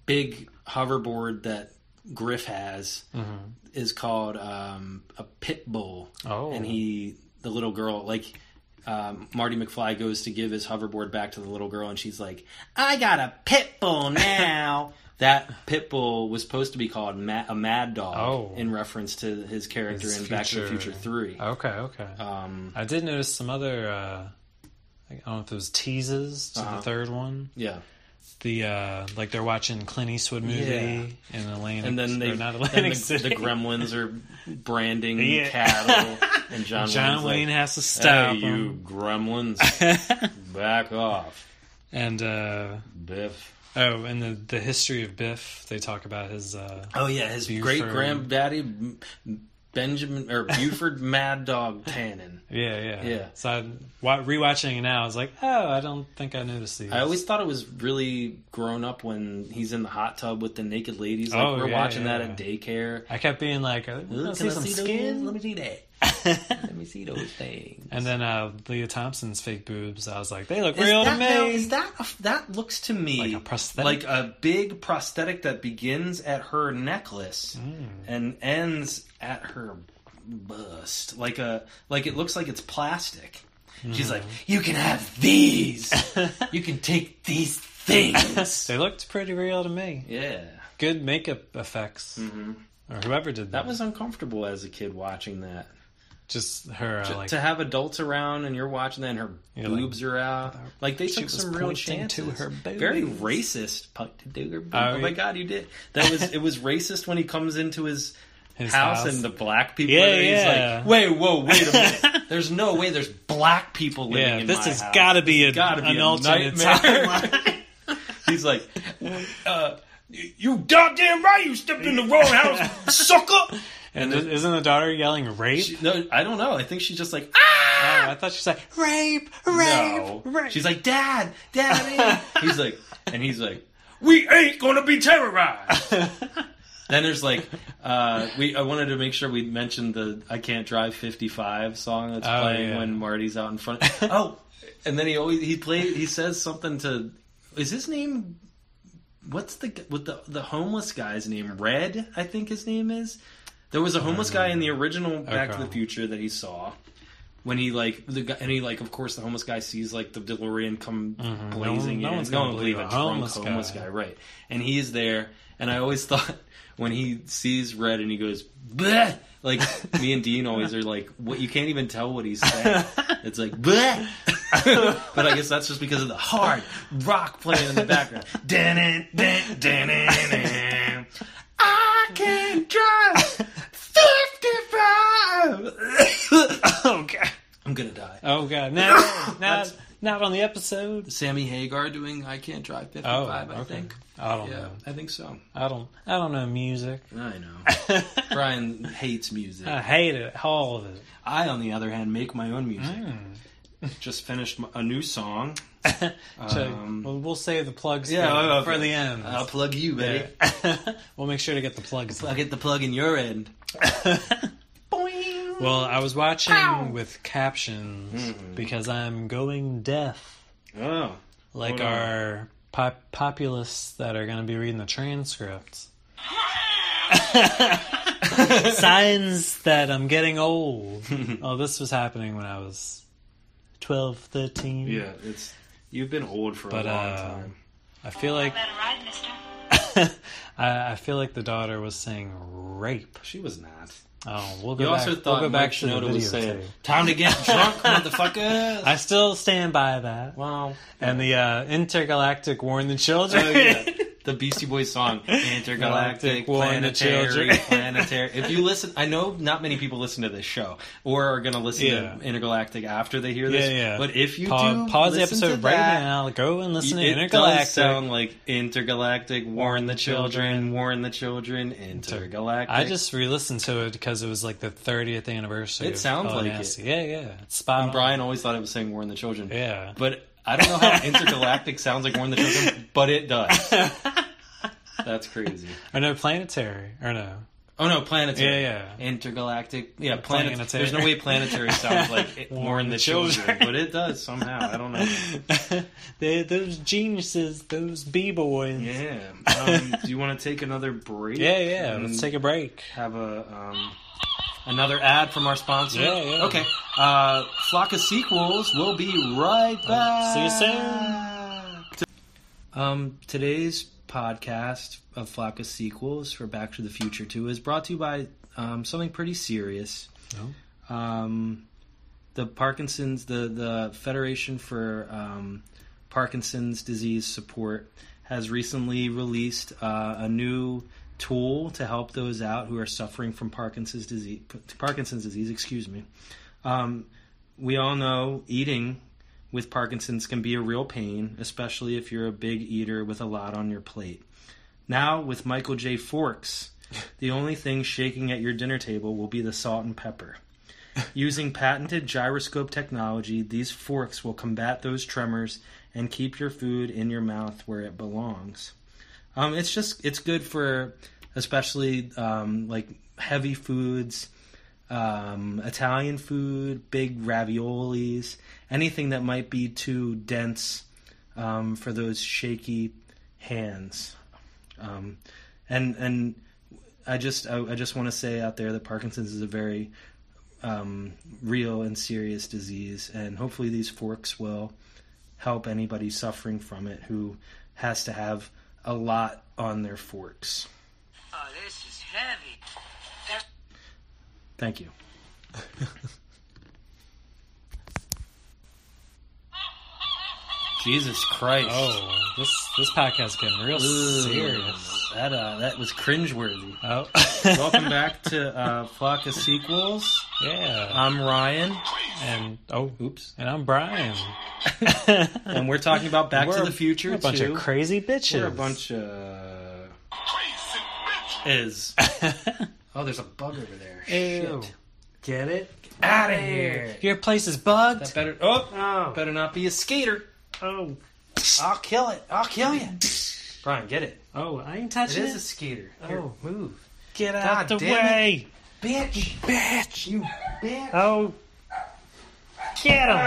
Speaker 1: big hoverboard that Griff has
Speaker 2: Mm-hmm.
Speaker 1: is called um a pit bull.
Speaker 2: Oh.
Speaker 1: And he the little girl like um, Marty McFly goes to give his hoverboard back to the little girl and she's like, "I got a pit bull now." that pit bull was supposed to be called ma- a mad dog
Speaker 2: Oh.
Speaker 1: in reference to his character
Speaker 2: His
Speaker 1: in Back to the
Speaker 2: future- Oh.
Speaker 1: Future 3.
Speaker 2: Okay, okay.
Speaker 1: Um
Speaker 2: I did notice some other. Uh, I don't know if it was teases to
Speaker 1: Uh-huh.
Speaker 2: the third one.
Speaker 1: yeah.
Speaker 2: The uh, like they're watching Clint Eastwood movie in Atlantic,
Speaker 1: and then they
Speaker 2: or not
Speaker 1: then
Speaker 2: Atlantic
Speaker 1: the,
Speaker 2: City.
Speaker 1: the Gremlins are branding
Speaker 2: Yeah.
Speaker 1: cattle, and John,
Speaker 2: John
Speaker 1: Wayne's
Speaker 2: Wayne
Speaker 1: like,
Speaker 2: has to
Speaker 1: "Hey,
Speaker 2: stop
Speaker 1: you
Speaker 2: him.
Speaker 1: Gremlins, back off,
Speaker 2: and uh,
Speaker 1: Biff."
Speaker 2: oh, and the the history of Biff. They talk about his. Uh,
Speaker 1: Oh yeah, his
Speaker 2: Buford.
Speaker 1: great granddaddy Benjamin or Buford Mad Dog Tannen.
Speaker 2: yeah, yeah,
Speaker 1: Yeah.
Speaker 2: So I wa- rewatching it now. I was like, oh, I don't think I noticed these.
Speaker 1: I always thought it was really grown up when he's in the hot tub with the naked ladies. Like
Speaker 2: Oh,
Speaker 1: we're
Speaker 2: yeah,
Speaker 1: watching
Speaker 2: yeah.
Speaker 1: that at daycare.
Speaker 2: I kept being like, oh,
Speaker 1: Ooh,
Speaker 2: can I
Speaker 1: can
Speaker 2: see
Speaker 1: I
Speaker 2: some
Speaker 1: see those?
Speaker 2: skin?
Speaker 1: Let me see that. Let me see those things.
Speaker 2: And then uh, Leah Thompson's fake boobs. I was like, they look real to
Speaker 1: that,
Speaker 2: me.
Speaker 1: now, is that a- that looks to me
Speaker 2: Like a prosthetic?
Speaker 1: like a big prosthetic that begins at her necklace
Speaker 2: Mm.
Speaker 1: and ends at her bust. Like a like it looks like it's plastic.
Speaker 4: She's
Speaker 2: Mm.
Speaker 4: like, you can have these. you can take these things.
Speaker 2: They looked pretty real to me.
Speaker 1: Yeah,
Speaker 2: Good makeup effects, or whoever
Speaker 1: Mm-hmm.
Speaker 2: did that.
Speaker 1: that was uncomfortable as a kid watching that.
Speaker 2: just her. Uh,
Speaker 1: To-
Speaker 2: like
Speaker 1: to have adults around and you're watching that and her
Speaker 2: You're like,
Speaker 1: boobs are out, like they
Speaker 2: she
Speaker 1: took
Speaker 2: was
Speaker 1: some real
Speaker 2: pointing
Speaker 1: chances.
Speaker 2: to her boobs.
Speaker 1: Very racist. Puck to do her boob.
Speaker 2: Oh,
Speaker 1: Oh, my
Speaker 2: yeah.
Speaker 1: god, you did. That was it. Was racist when he comes into his.
Speaker 2: his
Speaker 1: house, and the black people.
Speaker 2: Yeah,
Speaker 1: are there. He's
Speaker 2: yeah.
Speaker 1: like, wait, whoa, wait a minute. There's no way there's black people living
Speaker 2: yeah,
Speaker 1: in
Speaker 2: this
Speaker 1: my
Speaker 2: has
Speaker 1: house.
Speaker 2: got to be a,
Speaker 1: gotta be
Speaker 2: an
Speaker 1: a
Speaker 2: alternate
Speaker 1: nightmare.
Speaker 2: timeline.
Speaker 1: He's like, "Uh,
Speaker 4: You goddamn right. You stepped in the wrong house, sucker.
Speaker 2: and isn't the daughter yelling rape?
Speaker 1: she- no, I don't know. I think she's just like, ah,
Speaker 2: oh, I thought she said rape,
Speaker 1: no.
Speaker 2: rape, rape.
Speaker 1: She's like, dad, daddy. he's like, and he's like,
Speaker 4: We ain't gonna be terrorized.
Speaker 1: then there's like, uh, we. I wanted to make sure we mentioned the "I Can't Drive 55" song that's
Speaker 2: Oh,
Speaker 1: playing
Speaker 2: yeah.
Speaker 1: when Marty's out in front. oh, and then he always he plays he says something to. Is his name? What's the what the the homeless guy's name? Red, I think his name is. There was a homeless guy in the original Back to
Speaker 2: Oh. Okay.
Speaker 1: the Future that he saw. When he like the guy, and he like, of course, the homeless guy sees like the DeLorean come
Speaker 2: Mm-hmm. No
Speaker 1: blazing.
Speaker 2: one- no
Speaker 1: in.
Speaker 2: one's
Speaker 1: No
Speaker 2: gonna
Speaker 1: one believe a drunk homeless guy, right? And he is there, and I always thought when he sees red and he goes, Bleh! like me and Dean always are like, what you can't even tell what he's saying. It's like, Bleh! but I guess that's just because of the hard rock playing in the background.
Speaker 4: Dun, dun, dun, dun, dun.
Speaker 1: I can drive fifty-five.
Speaker 2: Oh god.
Speaker 1: I'm gonna die.
Speaker 2: Oh god. Not, not, not on the episode. Oh,
Speaker 1: Sammy Hagar doing "I Can't Drive 55," I
Speaker 2: okay.
Speaker 1: think.
Speaker 2: I don't
Speaker 1: Yeah,
Speaker 2: know.
Speaker 1: I think so.
Speaker 2: I don't. I don't know music.
Speaker 1: I know. Brian hates music.
Speaker 2: I hate it. All of it.
Speaker 1: I, on the other hand, make my own music.
Speaker 2: Hmm.
Speaker 1: Just finished m- a new song.
Speaker 2: So,
Speaker 1: Um,
Speaker 2: well, we'll save the plugs
Speaker 1: yeah,
Speaker 2: for,
Speaker 1: okay.
Speaker 2: oh, for the end.
Speaker 1: I'll plug you, baby.
Speaker 2: we'll make sure to get the plugs.
Speaker 1: I'll get the plug in your end. Boing.
Speaker 2: Well, I was watching with captions because I'm going deaf,
Speaker 1: Oh.
Speaker 2: like
Speaker 1: Hold on.
Speaker 2: our pop- populists that are going to be reading the transcripts. Signs that I'm getting old. oh, this was happening when I was 12, 13.
Speaker 1: Yeah, it's you've been old for
Speaker 2: But,
Speaker 1: a long
Speaker 2: uh,
Speaker 1: time.
Speaker 2: I feel like
Speaker 7: ride, mister.
Speaker 2: I, I feel like the daughter was saying rape.
Speaker 1: She was not.
Speaker 2: Oh, we'll go
Speaker 1: You
Speaker 2: back.
Speaker 1: also thought
Speaker 2: we'll go
Speaker 1: Mike
Speaker 2: back to the
Speaker 1: Shinoda was
Speaker 2: videotape.
Speaker 1: saying, "Time to get drunk, motherfuckers."
Speaker 2: I still stand by that.
Speaker 1: wow.
Speaker 2: And the uh, intergalactic warn the children.
Speaker 1: Oh yeah, the Beastie Boys song "Intergalactic
Speaker 2: Galactic War and the
Speaker 1: Planetary
Speaker 2: Children.
Speaker 1: Planetary." If you listen, I know not many people listen to this show or are going to listen
Speaker 2: Yeah.
Speaker 1: to Intergalactic after they hear this.
Speaker 2: Yeah, yeah.
Speaker 1: But if you
Speaker 2: Pa-
Speaker 1: do,
Speaker 2: pause the
Speaker 1: listen to
Speaker 2: episode right
Speaker 1: that,
Speaker 2: now. Go and listen to
Speaker 1: it
Speaker 2: Intergalactic.
Speaker 1: does sound like intergalactic. Warn the children. Warn the children. Intergalactic.
Speaker 2: I just re-listened to it because it was like the 30th anniversary.
Speaker 1: It
Speaker 2: of
Speaker 1: sounds
Speaker 2: Colin
Speaker 1: like it.
Speaker 2: Nasty. Yeah, yeah. It's spot on.
Speaker 1: Brian always thought it was saying warn the children.
Speaker 2: Yeah.
Speaker 1: But I don't know how intergalactic sounds like warn the children, but it does. That's crazy.
Speaker 2: or no, planetary. Or no.
Speaker 1: Oh no, planetary.
Speaker 2: Yeah, yeah.
Speaker 1: Intergalactic. Yeah, planet-
Speaker 2: Planetary.
Speaker 1: There's no way planetary sounds like it, warn the children, but it does somehow. I don't know.
Speaker 2: They're those geniuses, those b-boys.
Speaker 1: Yeah. Um, do you want to take another break?
Speaker 2: yeah. yeah.
Speaker 1: And
Speaker 2: Let's take a break.
Speaker 1: have a um, another ad from our sponsor.
Speaker 2: Yeah, yeah.
Speaker 1: Okay. Uh, Flock of sequels. We'll be right back.
Speaker 2: See you soon.
Speaker 1: soon. Um, today's podcast of Flock of sequels for Back to the Future Two is brought to you by um, something pretty serious. Um, the Parkinson's, the the Federation for um, Parkinson's Disease Support has recently released uh, a new tool to help those out who are suffering from Parkinson's disease. Parkinson's disease, excuse me. Um, we all know eating with Parkinson's can be a real pain, especially if you're a big eater with a lot on your plate. Now, with Michael J. Forks, the only thing shaking at your dinner table will be the salt and pepper. Using patented gyroscope technology, these forks will combat those tremors and keep your food in your mouth where it belongs. Um, it's just it's good for especially um, like heavy foods, um, Italian food, big raviolis, anything that might be too dense um, for those shaky hands. Um, and and I just I, I just want to say out there that Parkinson's is a very um, real and serious disease, and hopefully these forks will help anybody suffering from it who has to have a lot on their forks.
Speaker 6: Oh, this is heavy.
Speaker 1: Thank you. Jesus Christ.
Speaker 2: Oh, this this podcast getting real
Speaker 1: Ooh,
Speaker 2: serious.
Speaker 1: That uh, that was cringeworthy.
Speaker 2: Oh,
Speaker 1: Welcome back to uh, Flock of Sequels.
Speaker 2: yeah.
Speaker 1: I'm Ryan,
Speaker 2: and oh,
Speaker 1: Oops.
Speaker 2: And I'm Brian.
Speaker 1: and we're talking about Back
Speaker 2: We're
Speaker 1: to
Speaker 2: a-
Speaker 1: the Future.
Speaker 2: we're a bunch
Speaker 1: too.
Speaker 2: of crazy bitches.
Speaker 1: We're a bunch of is. Oh, there's a bug over there.
Speaker 2: Ew.
Speaker 1: Shit.
Speaker 2: Get it?
Speaker 1: Out of here.
Speaker 2: Your place is bugged.
Speaker 1: That better. Oh,
Speaker 2: Oh.
Speaker 1: better not be a skater.
Speaker 2: oh,
Speaker 1: I'll kill it. I'll kill you. Brian, get it.
Speaker 2: oh, I ain't
Speaker 1: It
Speaker 2: touching it.
Speaker 1: is a skater. Here,
Speaker 2: Oh.
Speaker 1: move.
Speaker 2: Get
Speaker 1: God
Speaker 2: out the
Speaker 1: damn
Speaker 2: way,
Speaker 1: Bitch.
Speaker 2: bitch.
Speaker 1: You bitch.
Speaker 2: Oh, get him,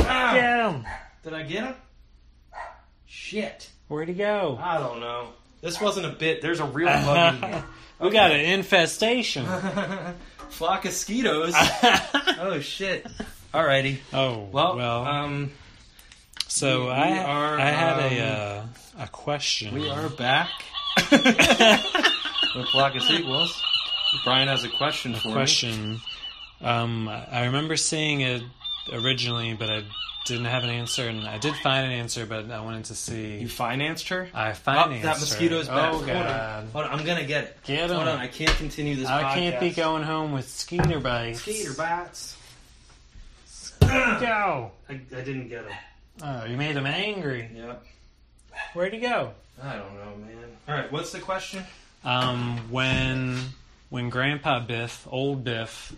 Speaker 1: Ah.
Speaker 2: get him.
Speaker 1: Did I get him? Shit.
Speaker 2: Where'd he go?
Speaker 1: I don't know. This wasn't a bit. There's a real bug in here.
Speaker 2: We got an infestation.
Speaker 1: Flock of mosquitoes.
Speaker 2: oh
Speaker 1: oh, shit. Alrighty.
Speaker 2: well.
Speaker 1: Well, um,
Speaker 2: so
Speaker 1: we-
Speaker 2: I
Speaker 1: we are,
Speaker 2: I had
Speaker 1: um,
Speaker 2: a uh, a question.
Speaker 1: we are back. The flock of sequels. Brian has a question for
Speaker 2: question. Um, I remember seeing it originally, but I didn't have an answer, and I did find an answer, but I wanted to
Speaker 1: me. You
Speaker 2: see.
Speaker 1: financed her?
Speaker 2: I
Speaker 1: Oh,
Speaker 2: find an
Speaker 1: that
Speaker 2: answer.
Speaker 1: mosquito's back.
Speaker 2: Oh
Speaker 1: Hold on.
Speaker 2: god!
Speaker 1: Hold on, I'm gonna get it.
Speaker 2: Get
Speaker 1: Hold
Speaker 2: him.
Speaker 1: on, I can't continue this.
Speaker 2: I can't be
Speaker 1: podcast.
Speaker 2: going home with skeeter bites.
Speaker 1: Skeeter bites.
Speaker 2: Go.
Speaker 1: I, I didn't get him.
Speaker 2: Oh, you made him angry.
Speaker 1: Yeah.
Speaker 2: Where'd he go?
Speaker 1: I don't know, man. All right, what's the question?
Speaker 2: Um, when when Grandpa Biff, old Biff,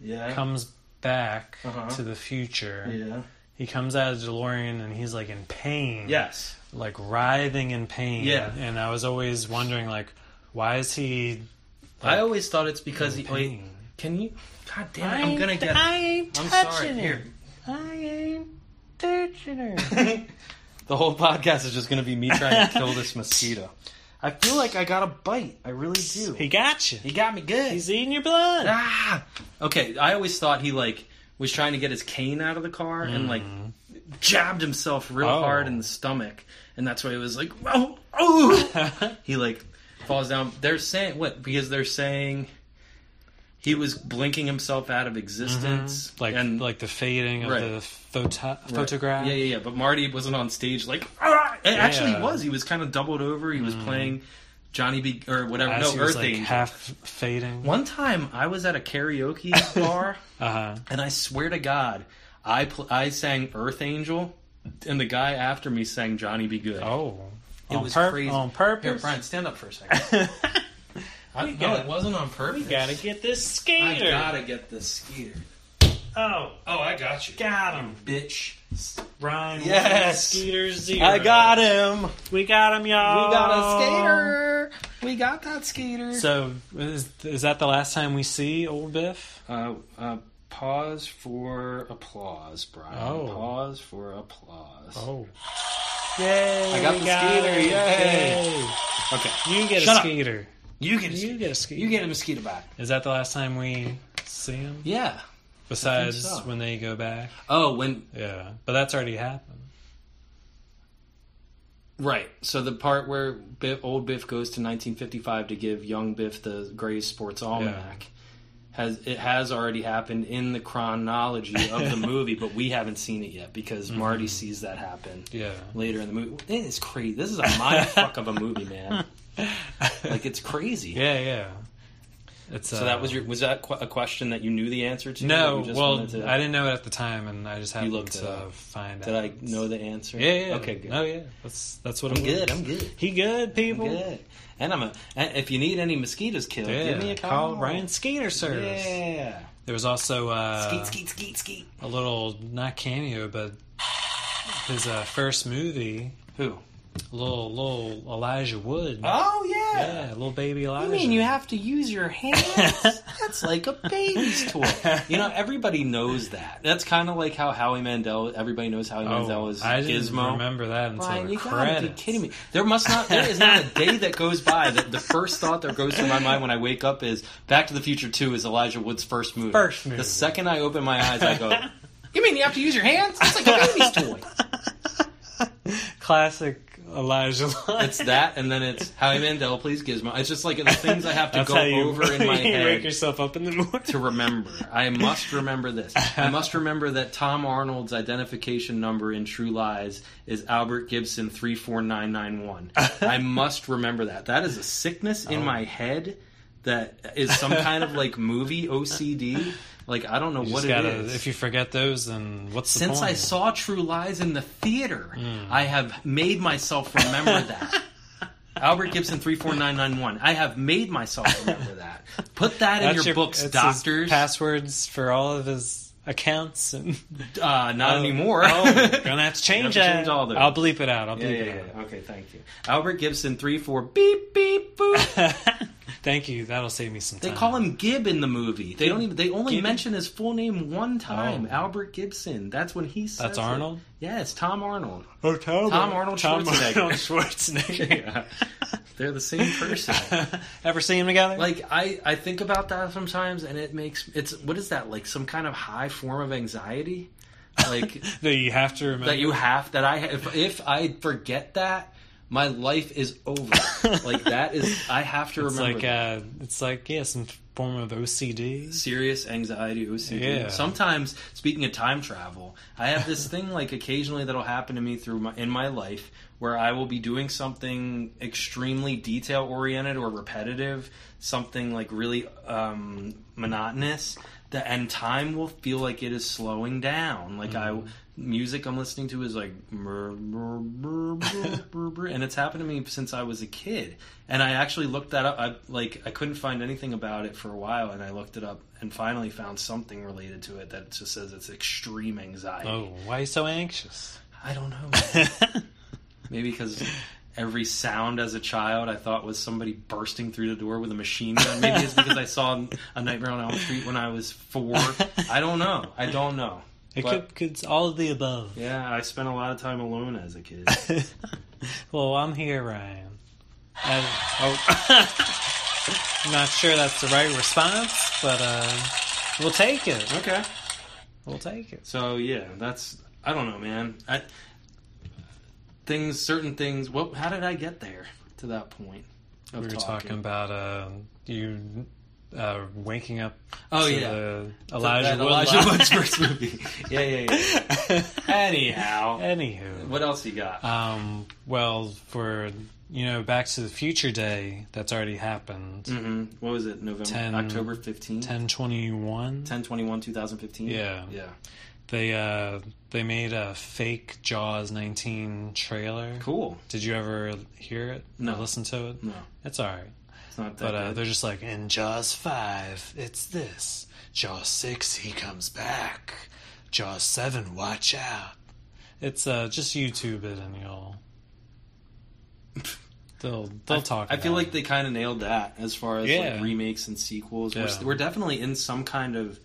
Speaker 1: Yeah.
Speaker 2: comes back
Speaker 1: Uh-huh.
Speaker 2: to the future,
Speaker 1: yeah.
Speaker 2: he comes out of the DeLorean and he's like in pain.
Speaker 1: Yes.
Speaker 2: like writhing in pain.
Speaker 1: Yeah.
Speaker 2: And I was always wondering, like, why is he
Speaker 1: I always thought it's because he.
Speaker 2: in
Speaker 1: Wait,
Speaker 2: pain?
Speaker 1: can you? God damn it! I'm gonna get.
Speaker 2: I
Speaker 1: it.
Speaker 2: ain't
Speaker 1: I'm
Speaker 2: touching
Speaker 1: sorry.
Speaker 2: her.
Speaker 1: Here.
Speaker 2: I ain't touching her.
Speaker 1: The whole podcast is just gonna be me trying to kill this mosquito. I feel like I got a bite. I really do.
Speaker 2: he got you.
Speaker 1: He got me good.
Speaker 2: He's eating your blood.
Speaker 1: ah. Okay, I always thought he like was trying to get his cane out of the car and like jabbed himself real
Speaker 2: Mm. Oh.
Speaker 1: hard in the stomach, and that's why he was like, oh, oh. he like falls down. They're saying what? Because they're saying he was blinking himself out of existence,
Speaker 2: Mm-hmm. like
Speaker 1: and
Speaker 2: like the fading of
Speaker 1: Right.
Speaker 2: the photo-
Speaker 1: Right.
Speaker 2: photograph.
Speaker 1: Yeah, yeah, yeah. But Marty wasn't on stage like. "Ah!" And Actually, he
Speaker 2: Yeah. Mm.
Speaker 1: was. He was kind of doubled over. He was playing Johnny B or whatever.
Speaker 2: As
Speaker 1: no,
Speaker 2: he
Speaker 1: Earth
Speaker 2: was like
Speaker 1: Angel.
Speaker 2: half fading.
Speaker 1: One time, I was at a karaoke bar,
Speaker 2: Uh-huh.
Speaker 1: and I swear to God, I pl- I sang Earth Angel, and the guy after me sang Johnny Be Good.
Speaker 2: Oh.
Speaker 1: it
Speaker 2: on
Speaker 1: was
Speaker 2: pur-
Speaker 1: crazy.
Speaker 2: On
Speaker 1: Here,
Speaker 2: purpose.
Speaker 1: Brian, stand up for a second. I, no,
Speaker 2: gotta-
Speaker 1: it wasn't on purpose.
Speaker 2: You gotta get this
Speaker 1: I
Speaker 2: skater.
Speaker 1: gotta get this skeeter,
Speaker 2: Oh,
Speaker 4: Oh, I got you.
Speaker 2: got him.
Speaker 1: bitch.
Speaker 2: Brian,
Speaker 1: Yes.
Speaker 2: Skeeter zero.
Speaker 1: I got him.
Speaker 2: We got him, y'all.
Speaker 1: We got a skater. We got that skater.
Speaker 2: Oh. So is, is that the last time we see Old Biff?
Speaker 1: Uh, uh, pause for applause, Brian.
Speaker 2: Oh.
Speaker 1: Pause for applause.
Speaker 2: Oh. Yay!
Speaker 1: I got
Speaker 2: we
Speaker 1: the skeeter,
Speaker 2: it.
Speaker 1: yay. Okay.
Speaker 2: Yay. You get
Speaker 1: Shut
Speaker 2: a
Speaker 1: up.
Speaker 2: skeeter.
Speaker 4: You can.
Speaker 2: You get a skeeter.
Speaker 1: You get a mosquito bite.
Speaker 2: Is that the last time we see him?
Speaker 1: Yeah.
Speaker 2: Besides
Speaker 1: so.
Speaker 2: when they go back?
Speaker 1: Oh, when
Speaker 2: Yeah. But that's already happened.
Speaker 1: right. So the part where Biff, old Biff goes to 1955 to give young Biff the Gray's Sports Almanac. Has, it has already happened in the chronology of the movie, but we haven't seen it yet because
Speaker 2: Mm-hmm.
Speaker 1: Marty sees that happen
Speaker 2: Yeah.
Speaker 1: later in the movie. It is crazy. This is a mind fuck of a movie, man. Like it's crazy.
Speaker 2: yeah, yeah. It's, uh,
Speaker 1: So that was your was that qu- a question that you knew the answer to?
Speaker 2: No,
Speaker 1: You just
Speaker 2: well,
Speaker 1: wanted to-
Speaker 2: I didn't know it at the time, and I just happened
Speaker 1: looked it
Speaker 2: to
Speaker 1: up.
Speaker 2: find
Speaker 1: did
Speaker 2: out.
Speaker 1: I know the answer?
Speaker 2: Yeah, yeah.
Speaker 1: Okay, good.
Speaker 2: Oh, yeah. That's that's what
Speaker 1: I'm
Speaker 2: it was.
Speaker 1: good. I'm good.
Speaker 2: He good, people.
Speaker 1: Good. And I'm a. and If you need any mosquitoes killed,
Speaker 2: Yeah.
Speaker 1: give me a call.
Speaker 2: call Ryan Skeeter service.
Speaker 1: Yeah.
Speaker 2: There was also uh,
Speaker 1: Skeet skeet skeet skeet.
Speaker 2: a little not cameo, but his uh, first movie,
Speaker 1: Who?
Speaker 2: little little Elijah Wood.
Speaker 1: Oh
Speaker 2: Yeah, little baby Elijah.
Speaker 1: You mean you have to use your hands? That's like a baby's toy. You know, everybody knows that. That's kind of like how Howie Mandel. Everybody knows Howie
Speaker 2: Oh,
Speaker 1: Mandel is
Speaker 2: I didn't
Speaker 1: Gizmo.
Speaker 2: remember that until
Speaker 1: Brian,
Speaker 2: the
Speaker 1: you gotta be
Speaker 2: credits.
Speaker 1: kidding me. There must not there is not a day that goes by that the first thought that goes through my mind when I wake up is Back to the Future Two is Elijah Wood's first movie.
Speaker 2: First movie.
Speaker 1: The second I open my eyes I go You mean you have to use your hands? It's like a baby's toy.
Speaker 2: Classic Elijah. Wood.
Speaker 1: It's that and then it's Howie Mandel plays Gizmo. It's just like the things I have to
Speaker 2: That's
Speaker 1: go
Speaker 2: how you
Speaker 1: over in my
Speaker 2: you wake
Speaker 1: head.
Speaker 2: yourself up in the morning.
Speaker 1: to remember. I must remember this. I must remember that Tom Arnold's identification number in True Lies is Albert Gibson 34991. I must remember that. That is a sickness
Speaker 2: Oh.
Speaker 1: in my head that is some kind of like movie OCD. Like I don't know
Speaker 2: You
Speaker 1: what it
Speaker 2: just
Speaker 1: is.
Speaker 2: gotta- If you forget those, then what's the
Speaker 1: Since
Speaker 2: point? Hmm.
Speaker 1: I saw True Lies in the theater, I have made myself remember that. Albert Gibson 34991. I have made myself remember that. Put that in
Speaker 2: That's
Speaker 1: your, books,
Speaker 2: it's his
Speaker 1: doctors.
Speaker 2: passwords for all of his accounts and
Speaker 1: Uh, not
Speaker 2: Oh.
Speaker 1: anymore.
Speaker 2: Oh, gonna have to change
Speaker 1: You have to
Speaker 2: that.
Speaker 1: change all those.
Speaker 2: I'll bleep it out. I'll bleep
Speaker 1: yeah, yeah,
Speaker 2: it out.
Speaker 1: yeah. Okay, thank you. Albert Gibson, three, four, beep, beep, boop.
Speaker 2: Thank you. That'll save me some
Speaker 1: They
Speaker 2: time.
Speaker 1: call him Gib in the movie. They don't even. They only mention his full name one time.
Speaker 2: Oh.
Speaker 1: Albert Gibson. That's when he. Says
Speaker 2: That's
Speaker 1: it.
Speaker 2: Arnold?
Speaker 1: Yes, Tom Arnold.
Speaker 2: oh, Tom,
Speaker 1: Tom Arnold Schwarzenegger.
Speaker 2: Arnold Schwarzenegger.
Speaker 1: Yeah. They're the same person.
Speaker 2: Ever see him together?
Speaker 1: Like I, I think about that sometimes, and it makes it's what is that like some kind of high form of anxiety, like
Speaker 2: that you have to remember.
Speaker 1: that you have that I if if I forget that my life is over. like that is I have to
Speaker 2: It's
Speaker 1: remember
Speaker 2: like
Speaker 1: that.
Speaker 2: uh, it's like yeah, some form of OCD.
Speaker 1: serious anxiety OCD.
Speaker 2: Yeah.
Speaker 1: Sometimes, speaking of time travel, I have this thing like occasionally that'll happen to me through my in my life where I will be doing something extremely detail oriented or repetitive, something like really um, monotonous. That and time will feel like it is slowing down. Like I. Music I'm listening to is like, brr, brr, brr, brr, brr, brr, and it's happened to me since I was a kid. And I actually looked that up. I like I couldn't find anything about it for a while, and I looked it up and finally found something related to it that just says it's extreme anxiety.
Speaker 2: Oh, why you so anxious?
Speaker 1: I don't know. man. Maybe because every sound as a child I thought was somebody bursting through the door with a machine gun. Maybe it's because I saw a Nightmare on Elm Street when I was four. I don't know. I don't know.
Speaker 2: It
Speaker 1: But-
Speaker 2: could, could all of the above.
Speaker 1: Yeah, I spent a lot of time alone as a kid.
Speaker 2: well, I'm here, Ryan. And, oh, I'm not sure that's the right response, but uh, we'll take it.
Speaker 1: okay.
Speaker 2: We'll take it.
Speaker 1: So yeah, that's I don't know, man. I, things, certain things. What? How did I get there to that point? Of
Speaker 2: we were talking, about uh, you uh, waking up.
Speaker 1: Oh,
Speaker 2: to
Speaker 1: yeah.
Speaker 2: the
Speaker 1: that
Speaker 2: Elijah Wood.
Speaker 1: Elijah
Speaker 2: line.
Speaker 1: Wood's first movie. Yeah, yeah, yeah. Anyhow,
Speaker 2: Anywho,
Speaker 1: what else you got?
Speaker 2: um, well, for you know, Back to the Future Day that's already happened.
Speaker 1: hmm What was it? November,
Speaker 2: 10
Speaker 1: October 15th? 10,
Speaker 2: Ten twenty one.
Speaker 1: 21, 2015?
Speaker 2: Yeah.
Speaker 1: Yeah.
Speaker 2: They uh, they made a fake Jaws nineteen trailer.
Speaker 1: Cool.
Speaker 2: Did you ever hear it?
Speaker 1: No.
Speaker 2: Or listen to it?
Speaker 1: No,
Speaker 2: It's all right.
Speaker 1: it's not that
Speaker 2: But uh,
Speaker 1: good.
Speaker 2: they're just like, in Jaws 5, it's this. Jaws 6, he comes back. Jaws 7, watch out. It's uh, just YouTube it and you'll. They'll, they'll talk
Speaker 1: I feel
Speaker 2: about
Speaker 1: like
Speaker 2: it.
Speaker 1: they kind of nailed that as far as
Speaker 2: Yeah.
Speaker 1: like remakes and sequels. We're,
Speaker 2: Yeah.
Speaker 1: we're definitely in some kind of.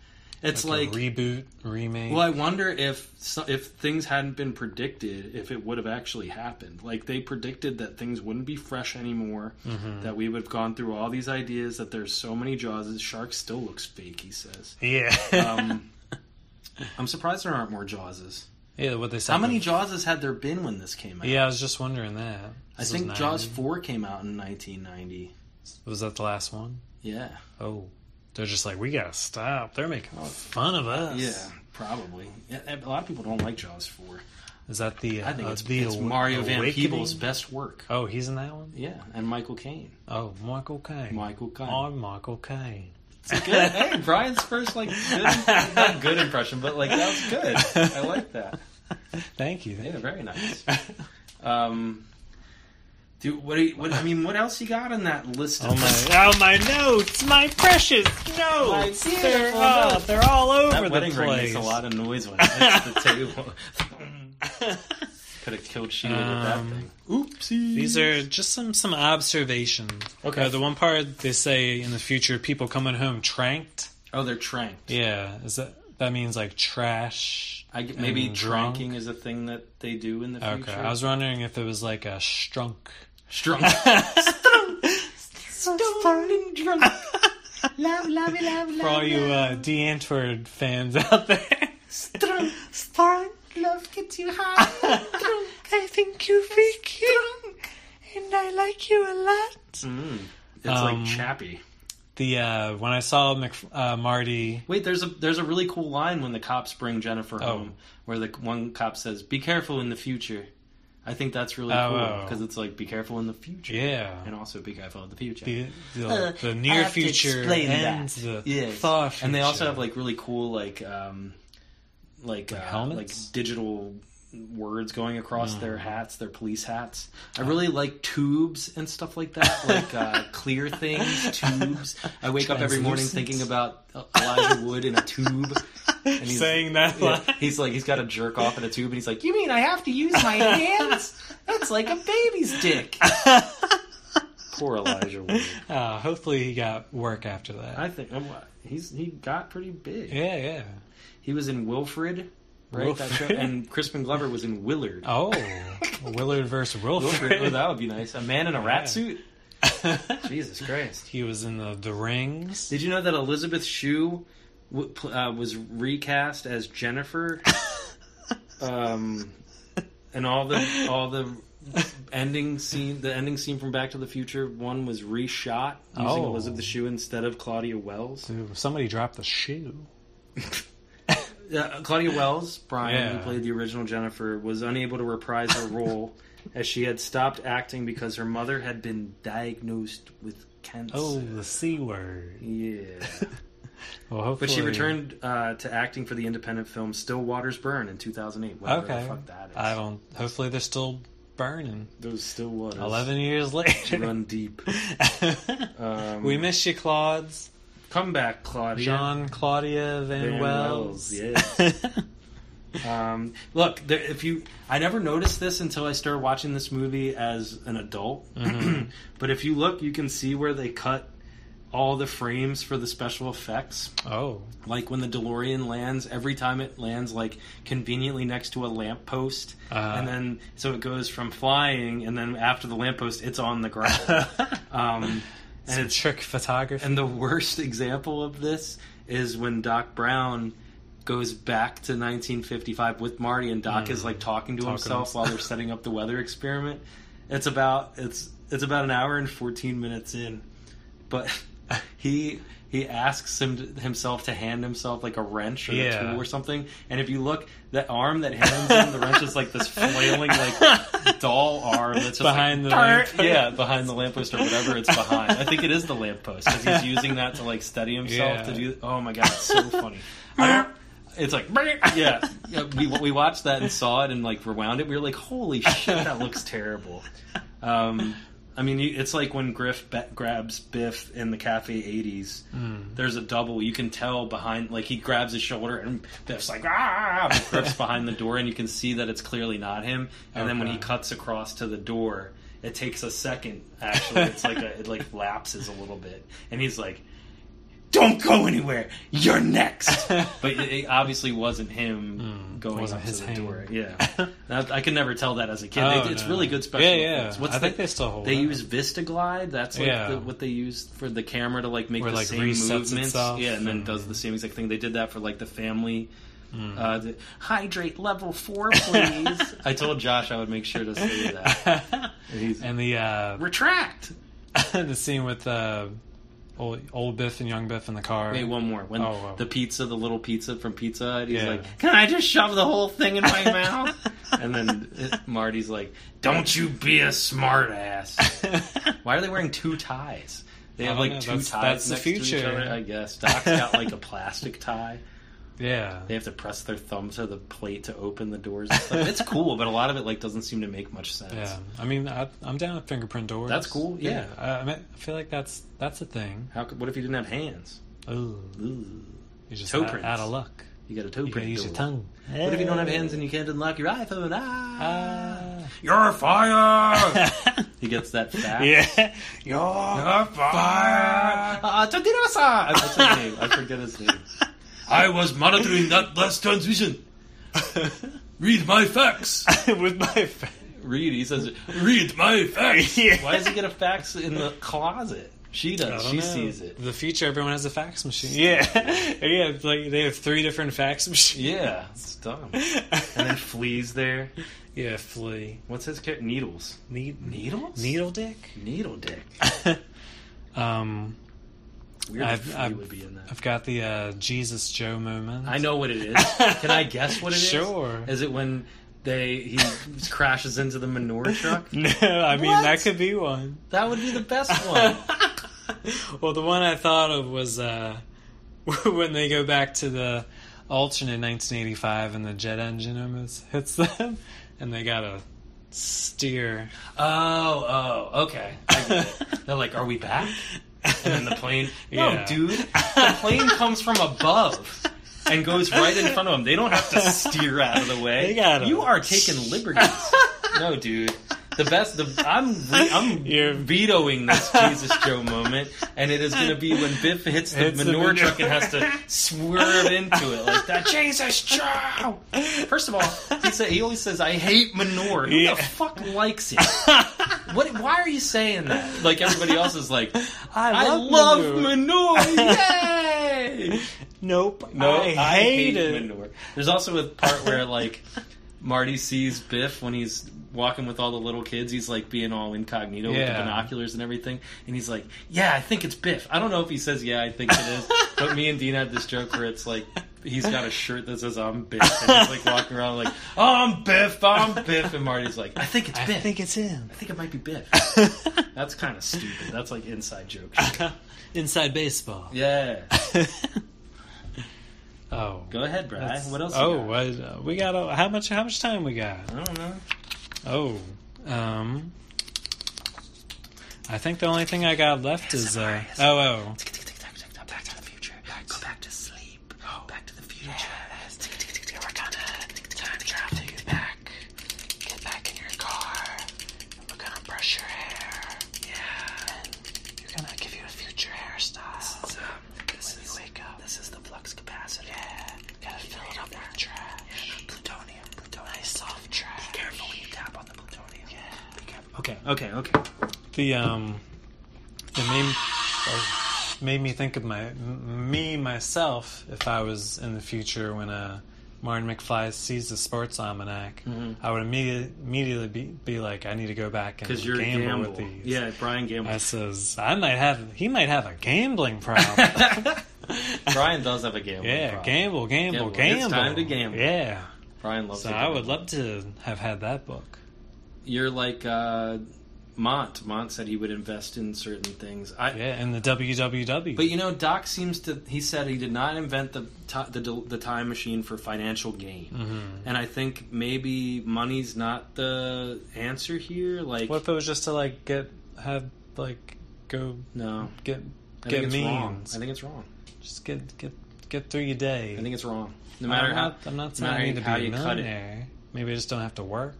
Speaker 1: It's
Speaker 2: Like
Speaker 1: like
Speaker 2: a reboot, remake.
Speaker 1: Well, I wonder if so- if things hadn't been predicted, if it would have actually happened. Like they predicted that things wouldn't be fresh anymore, that we would have gone through all these ideas. That there's so many Jaws. Shark still looks fake. He says.
Speaker 2: yeah.
Speaker 1: Um, I'm surprised there aren't more Jawses.
Speaker 2: yeah, what they said.
Speaker 1: How many
Speaker 2: was-
Speaker 1: Jawses had there been when this came out?
Speaker 2: Yeah, I was just wondering that.
Speaker 1: I
Speaker 2: This was
Speaker 1: think Jaws
Speaker 2: 90.
Speaker 1: four came out in 1990.
Speaker 2: Was that the last one?
Speaker 1: Yeah,
Speaker 2: Oh. They're just like, we gotta stop. They're making fun of us.
Speaker 1: yeah, probably. Yeah, A lot of people don't like Jaws four.
Speaker 2: Is that the.
Speaker 1: I think
Speaker 2: uh,
Speaker 1: it's,
Speaker 2: the
Speaker 1: it's
Speaker 2: Awa-
Speaker 1: Mario Van
Speaker 2: Awakening?
Speaker 1: Peebles' best work.
Speaker 2: Oh, he's in that one?
Speaker 1: Yeah, and Michael Caine.
Speaker 2: Oh, Michael Caine.
Speaker 1: Michael Caine.
Speaker 2: I'm Michael Caine.
Speaker 1: good. Hey, Brian's first like good, not good impression, but like that was good. I like that.
Speaker 2: Thank you.
Speaker 1: Yeah, very nice. Um, dude, what, do you, what? I mean, what else you got on that list?
Speaker 2: Oh
Speaker 1: Of
Speaker 2: my! Oh my notes, my precious notes. they're, all- they're all over
Speaker 1: that
Speaker 2: the
Speaker 1: wedding ring
Speaker 2: place.
Speaker 1: makes a lot of noise when it hits the table. Could have killed Sheila
Speaker 2: Um,
Speaker 1: with that thing. Oopsie.
Speaker 2: These are just some some observations.
Speaker 1: Okay.
Speaker 2: Uh, the one part they say in the future, people coming home tranked.
Speaker 1: oh, they're tranked.
Speaker 2: Yeah, is that that means like trash?
Speaker 1: I g maybe
Speaker 2: and drunk?
Speaker 1: drinking is a thing that they do in the future.
Speaker 2: Okay, I was wondering if it was like a strunk.
Speaker 1: Strong.
Speaker 2: For all you uh, D Antwoord fans out there. Strunk.
Speaker 3: Love gets you high.
Speaker 2: I think you're very cute, and I like you a lot.
Speaker 1: Mm. It's
Speaker 2: Um,
Speaker 1: like chappy.
Speaker 2: The uh, when I saw Mc, uh, Marty,
Speaker 1: Wait, there's a there's a really cool line when the cops bring Jennifer
Speaker 2: Oh.
Speaker 1: home, where the one cop says, "Be careful in the future." I think that's really
Speaker 2: Oh,
Speaker 1: cool
Speaker 2: oh.
Speaker 1: because it's like, "Be careful in the future,"
Speaker 2: yeah,
Speaker 1: and also "Be careful of the future."
Speaker 2: the the,
Speaker 3: Uh,
Speaker 2: the
Speaker 3: I
Speaker 2: near
Speaker 3: have to
Speaker 2: future
Speaker 3: explain
Speaker 2: and the
Speaker 1: Yes.
Speaker 2: far future,
Speaker 1: and they also have like really cool like um like
Speaker 2: Like
Speaker 1: uh, like
Speaker 2: helmets? Mm.
Speaker 1: digital words going across their hats, their police hats.
Speaker 2: Oh.
Speaker 1: I really like tubes and stuff like that, like uh, clear things, tubes. I wake up every morning
Speaker 2: Translucent.
Speaker 1: thinking about Elijah Wood in a tube. And he's-
Speaker 2: saying that.
Speaker 1: Yeah,
Speaker 2: line.
Speaker 1: he's like he's got a jerk off in a tube, and he's like, "You mean I have to use my hands? That's like a baby's dick." Poor Elijah Wood.
Speaker 2: Uh, hopefully, he got work after that.
Speaker 1: I think um, he's he got pretty big.
Speaker 2: yeah, yeah.
Speaker 1: He was in Wilfred, right? That show,
Speaker 2: Wilfred.
Speaker 1: and Crispin Glover was in Willard.
Speaker 2: Oh, Willard versus
Speaker 1: Wilfred, oh,
Speaker 2: Wilfred.
Speaker 1: that would be nice. A man in a rat
Speaker 2: Yeah.
Speaker 1: suit. Jesus Christ!
Speaker 2: he was in the the rings.
Speaker 1: Did you know that Elizabeth Shue w- pl- uh, was recast as Jennifer? um, and all the all the ending scene, the ending scene from Back to the Future one was reshot using
Speaker 2: Oh.
Speaker 1: Elizabeth Shue instead of Claudia Wells.
Speaker 2: Dude, somebody dropped the shoe.
Speaker 1: Uh, Claudia Wells, Brian,
Speaker 2: Yeah.
Speaker 1: who played the original Jennifer, was unable to reprise her role as she had stopped acting because her mother had been diagnosed with cancer.
Speaker 2: Oh, the c word.
Speaker 1: Yeah.
Speaker 2: Well, hopefully,
Speaker 1: But she returned uh, to acting for the independent film Still Waters Burn in 2008. Whatever
Speaker 2: Okay,
Speaker 1: the fuck that is.
Speaker 2: I don't. Hopefully, they're still burning.
Speaker 1: Those Still Waters.
Speaker 2: Eleven years later.
Speaker 1: Run deep. Um,
Speaker 2: we miss you, Claudes.
Speaker 1: Come back, Claudia.
Speaker 2: John Claudia Van,
Speaker 1: Van
Speaker 2: Wells.
Speaker 1: Wells, Um, look, there, if you, I never noticed this until I started watching this movie as an adult.
Speaker 2: Mm-hmm.
Speaker 1: but if you look, you can see where they cut all the frames for the special effects.
Speaker 2: oh,
Speaker 1: Like when the DeLorean lands, every time it lands, like conveniently next to a lamppost,
Speaker 2: Uh-huh.
Speaker 1: and then so it goes from flying, and then after the lamppost, it's on the ground. um,
Speaker 2: and
Speaker 1: and it's
Speaker 2: trick photography.
Speaker 1: and the worst example of this is when Doc Brown goes back to 1955 with Marty, and Doc is like Hmm. talking to himself
Speaker 2: himself.
Speaker 1: while they're setting up the weather experiment. It's about it's it's about an hour and 14 minutes in, but he he asks him to, himself to hand himself like a wrench or
Speaker 2: Yeah.
Speaker 1: a tool or something. And if you look, the arm that hands him the wrench is like this flailing like doll arm that's just
Speaker 2: Behind
Speaker 1: like,
Speaker 2: the
Speaker 1: "Tar-"
Speaker 2: lamppost.
Speaker 1: Yeah, behind the lamppost or whatever it's behind. I think it is the lamppost because he's using that to like steady himself
Speaker 2: Yeah.
Speaker 1: to do. Oh my god, it's so funny. I don't- it's like yeah, yeah. We we watched that and saw it and like rewound it. We were like, holy shit, that looks terrible. Um, I mean, you, it's like when Griff be- grabs Biff in the Cafe 80s.
Speaker 2: Hmm.
Speaker 1: There's a double. You can tell behind, like, he grabs his shoulder, and Biff's like, ah! but Griff's behind the door, and you can see that it's clearly not him. And then when he
Speaker 2: Okay.
Speaker 1: cuts across to the door, it takes a second, actually. It's like a, it, like, lapses a little bit. And he's like, don't go anywhere. You're next. But it, it obviously wasn't him
Speaker 2: Mm,
Speaker 1: going
Speaker 2: wasn't
Speaker 1: up
Speaker 2: his
Speaker 1: to the
Speaker 2: hand.
Speaker 1: door. Yeah, That- I could never tell that as a kid.
Speaker 2: Oh,
Speaker 1: They- it's
Speaker 2: no.
Speaker 1: really good special
Speaker 2: Yeah, yeah.
Speaker 1: effects.
Speaker 2: I
Speaker 1: the-
Speaker 2: think they still hold
Speaker 1: They
Speaker 2: up.
Speaker 1: use VistaGlide. That's like
Speaker 2: Yeah.
Speaker 1: the, what they use for the camera to like make
Speaker 2: Where,
Speaker 1: the
Speaker 2: like,
Speaker 1: same
Speaker 2: resets
Speaker 1: movements.
Speaker 2: itself
Speaker 1: Yeah, and then
Speaker 2: and-
Speaker 1: does the same exact thing. They did that for like the family. Uh, the, Hydrate level four, please. I told Josh I would make sure to say that. And he's-
Speaker 2: and the uh,
Speaker 1: Retract.
Speaker 2: the scene with uh, old old Biff and young Biff in the car.
Speaker 1: Wait, one more. When
Speaker 2: Oh, wow.
Speaker 1: the pizza, the little pizza from Pizza Hut, he's
Speaker 2: Yeah.
Speaker 1: like, "Can I just shove the whole thing in my mouth?" and then uh, Marty's like, "Don't you be a smart ass." Why are they wearing two ties? They
Speaker 2: I
Speaker 1: have
Speaker 2: don't
Speaker 1: like
Speaker 2: know.
Speaker 1: two
Speaker 2: That's-
Speaker 1: ties
Speaker 2: that's the
Speaker 1: next to each
Speaker 2: future.
Speaker 1: other, I guess. Doc's got like a plastic tie.
Speaker 2: yeah,
Speaker 1: They have to press their thumb to the plate to open the doors. And stuff. It's cool, but a lot of it like doesn't seem to make much sense.
Speaker 2: yeah. I mean, I, I'm down with fingerprint doors.
Speaker 1: That's cool, yeah.
Speaker 2: I, I, mean, I feel like that's that's a thing.
Speaker 1: How? Could, what if you didn't have hands?
Speaker 2: Ooh,
Speaker 1: Ooh,
Speaker 2: you're just
Speaker 1: Toe
Speaker 2: out,
Speaker 1: prints.
Speaker 2: out of luck.
Speaker 1: you got a toe
Speaker 2: You gotta
Speaker 1: print.
Speaker 2: use your
Speaker 1: door.
Speaker 2: tongue.
Speaker 1: What if you don't have hands and you can't unlock your iPhone? Ah.
Speaker 2: Ah.
Speaker 4: You're fired.
Speaker 1: He gets that fat.
Speaker 2: yeah.
Speaker 4: You're fired.
Speaker 1: Uh, Tadinosa! I forget his name. I forget his name.
Speaker 4: I was monitoring that last transmission. Read my facts.
Speaker 2: with my fa-
Speaker 1: Reed, he says,
Speaker 4: Read my facts.
Speaker 1: why does he get a fax in the closet? She does. She sees it.
Speaker 2: The future, everyone has a fax machine. Yeah, yeah. it's Like they have three different fax machines.
Speaker 1: Yeah, it's dumb. And then fleas there.
Speaker 2: yeah, flea.
Speaker 1: What's his character? Needles.
Speaker 2: Need-
Speaker 1: Needles?
Speaker 2: needle dick.
Speaker 1: Needle dick.
Speaker 2: um,
Speaker 1: Weird if
Speaker 2: I've-
Speaker 1: flea
Speaker 2: I've-
Speaker 1: would be in that.
Speaker 2: I've got the uh, Jesus Joe moment.
Speaker 1: I know what it is. Can I guess what it is?
Speaker 2: Sure.
Speaker 1: Is it when they he crashes into the manure truck?
Speaker 2: No, I mean
Speaker 1: What?
Speaker 2: that could be one.
Speaker 1: That would be the best one.
Speaker 2: well, the one I thought of was uh, when they go back to the alternate 1985 and the jet engine almost hits them, and they gotta steer.
Speaker 1: Oh, oh, okay. I get it. They're like, "Are we back?" And then the plane. No,
Speaker 2: Yeah.
Speaker 1: dude. The plane comes from above and goes right in front of them. They don't have to steer out of the way.
Speaker 2: They got 'em.
Speaker 1: You are taking liberties. no, dude. The best. The I'm re, I'm
Speaker 2: You're-
Speaker 1: vetoing this Jesus Joe moment, and it is going to be when Biff hits the
Speaker 2: Hits the
Speaker 1: manure
Speaker 2: manure.
Speaker 1: truck and has to swerve into it like that. Jesus Joe. First of all, he said he always says I hate manure. Who
Speaker 2: Yeah.
Speaker 1: the fuck likes it? What? Why are you saying that? Like everybody else is like, I love, manure. Yay!
Speaker 2: Nope.
Speaker 1: No,
Speaker 2: I, hate, it.
Speaker 1: manure. There's also a part where like Marty sees Biff when he's walking with all the little kids. He's like being all incognito with
Speaker 2: Yeah.
Speaker 1: the binoculars and everything. And he's like, "Yeah, I think it's Biff." I don't know if he says, "Yeah, I think it is," but me and Dean had this joke where it's like he's got a shirt that says "I'm Biff," and he's like walking around like, "I'm Biff, I'm Biff," and Marty's like, "I think it's
Speaker 2: I
Speaker 1: Biff. I think,
Speaker 2: think it's him.
Speaker 1: it might be Biff." That's kind of stupid. That's like inside joke. shit.
Speaker 2: Inside baseball.
Speaker 1: Yeah,
Speaker 2: Oh.
Speaker 1: go ahead, Brad. What else? you
Speaker 2: Oh,
Speaker 1: got?
Speaker 2: what, uh, we got a, how much? How much time we got?
Speaker 1: I don't know.
Speaker 2: Oh, um, I think the only thing I got left is uh, oh oh.
Speaker 1: Back to the future. Go back to sleep.
Speaker 2: Oh.
Speaker 1: Back to the future. uh, Okay, okay, okay.
Speaker 2: The um, the name or made me think of my m- me myself if I was in the future when uh. Martin McFly sees the sports almanac. I would immediately immediately be, be like, I need to go back and
Speaker 1: Mm-hmm. Because you're
Speaker 2: gamble,
Speaker 1: gamble.
Speaker 2: with these.
Speaker 1: Yeah, Brian
Speaker 2: I
Speaker 1: Gamble.
Speaker 2: says I might have he might have a gambling problem.
Speaker 1: Brian does have a gamble.
Speaker 2: yeah,
Speaker 1: problem.
Speaker 2: gamble,
Speaker 1: Gamble.
Speaker 2: gamble,
Speaker 1: It's
Speaker 2: gamble.
Speaker 1: time to gamble.
Speaker 2: Yeah.
Speaker 1: Brian loves.
Speaker 2: So
Speaker 1: to
Speaker 2: I
Speaker 1: gamble.
Speaker 2: would love to have had that book.
Speaker 1: You're like uh, Mont. Mont said he would invest in certain things. I.
Speaker 2: Yeah, and the WWW.
Speaker 1: But you know, Doc seems to. He said he did not invent the ti the, del- the time machine for financial gain,
Speaker 2: Mm-hmm.
Speaker 1: and I think maybe money's not the answer here. Like,
Speaker 2: what if it was just to like get have like go
Speaker 1: no,
Speaker 2: get
Speaker 1: I think
Speaker 2: get
Speaker 1: it's wrong.
Speaker 2: means.
Speaker 1: I think it's wrong.
Speaker 2: just get get get through your day.
Speaker 1: I think it's wrong. No matter
Speaker 2: I'm
Speaker 1: how,
Speaker 2: not, I'm not
Speaker 1: no
Speaker 2: saying
Speaker 1: matter
Speaker 2: I need to
Speaker 1: how
Speaker 2: be a
Speaker 1: you cut it.
Speaker 2: millionaire. Maybe I just don't have to work.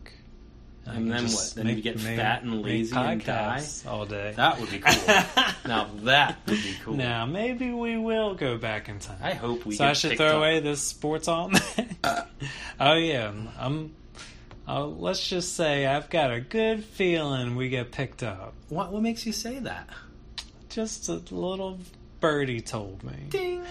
Speaker 2: I
Speaker 1: And
Speaker 2: can
Speaker 1: then
Speaker 2: just
Speaker 1: what? Then you get fat and
Speaker 2: make
Speaker 1: lazy and die?
Speaker 2: podcasts all day.
Speaker 1: That would be cool. now that would be cool.
Speaker 2: Now maybe we will go back in time.
Speaker 1: I hope we.
Speaker 2: so
Speaker 1: get
Speaker 2: I should
Speaker 1: picked
Speaker 2: throw
Speaker 1: up. Uh.
Speaker 2: away this sports almanac. oh yeah, I'm. Uh, let's just say I've got a good feeling we get picked up.
Speaker 1: What? What makes you say that?
Speaker 2: Just a little birdie told me.
Speaker 1: Ding.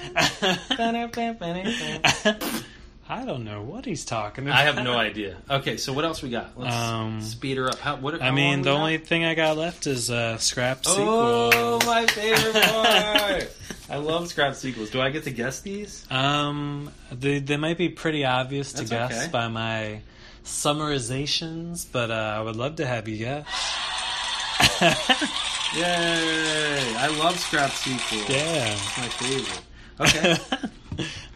Speaker 2: I don't know what he's talking about.
Speaker 1: I have no idea. Okay, so what else we got? Let's
Speaker 2: Um,
Speaker 1: speed her up. How, what, how
Speaker 2: I mean,
Speaker 1: long
Speaker 2: the
Speaker 1: we
Speaker 2: only
Speaker 1: got?
Speaker 2: thing I got left is uh, Scrap
Speaker 1: Oh,
Speaker 2: Sequel.
Speaker 1: my favorite part! I love scrap sequels. Do I get to guess these?
Speaker 2: Um, they, they might be pretty obvious to
Speaker 1: That's
Speaker 2: guess
Speaker 1: okay.
Speaker 2: by my summarizations, but uh, I would love to have you guess.
Speaker 1: Yay! I love scrap sequels.
Speaker 2: Yeah.
Speaker 1: It's my favorite. Okay,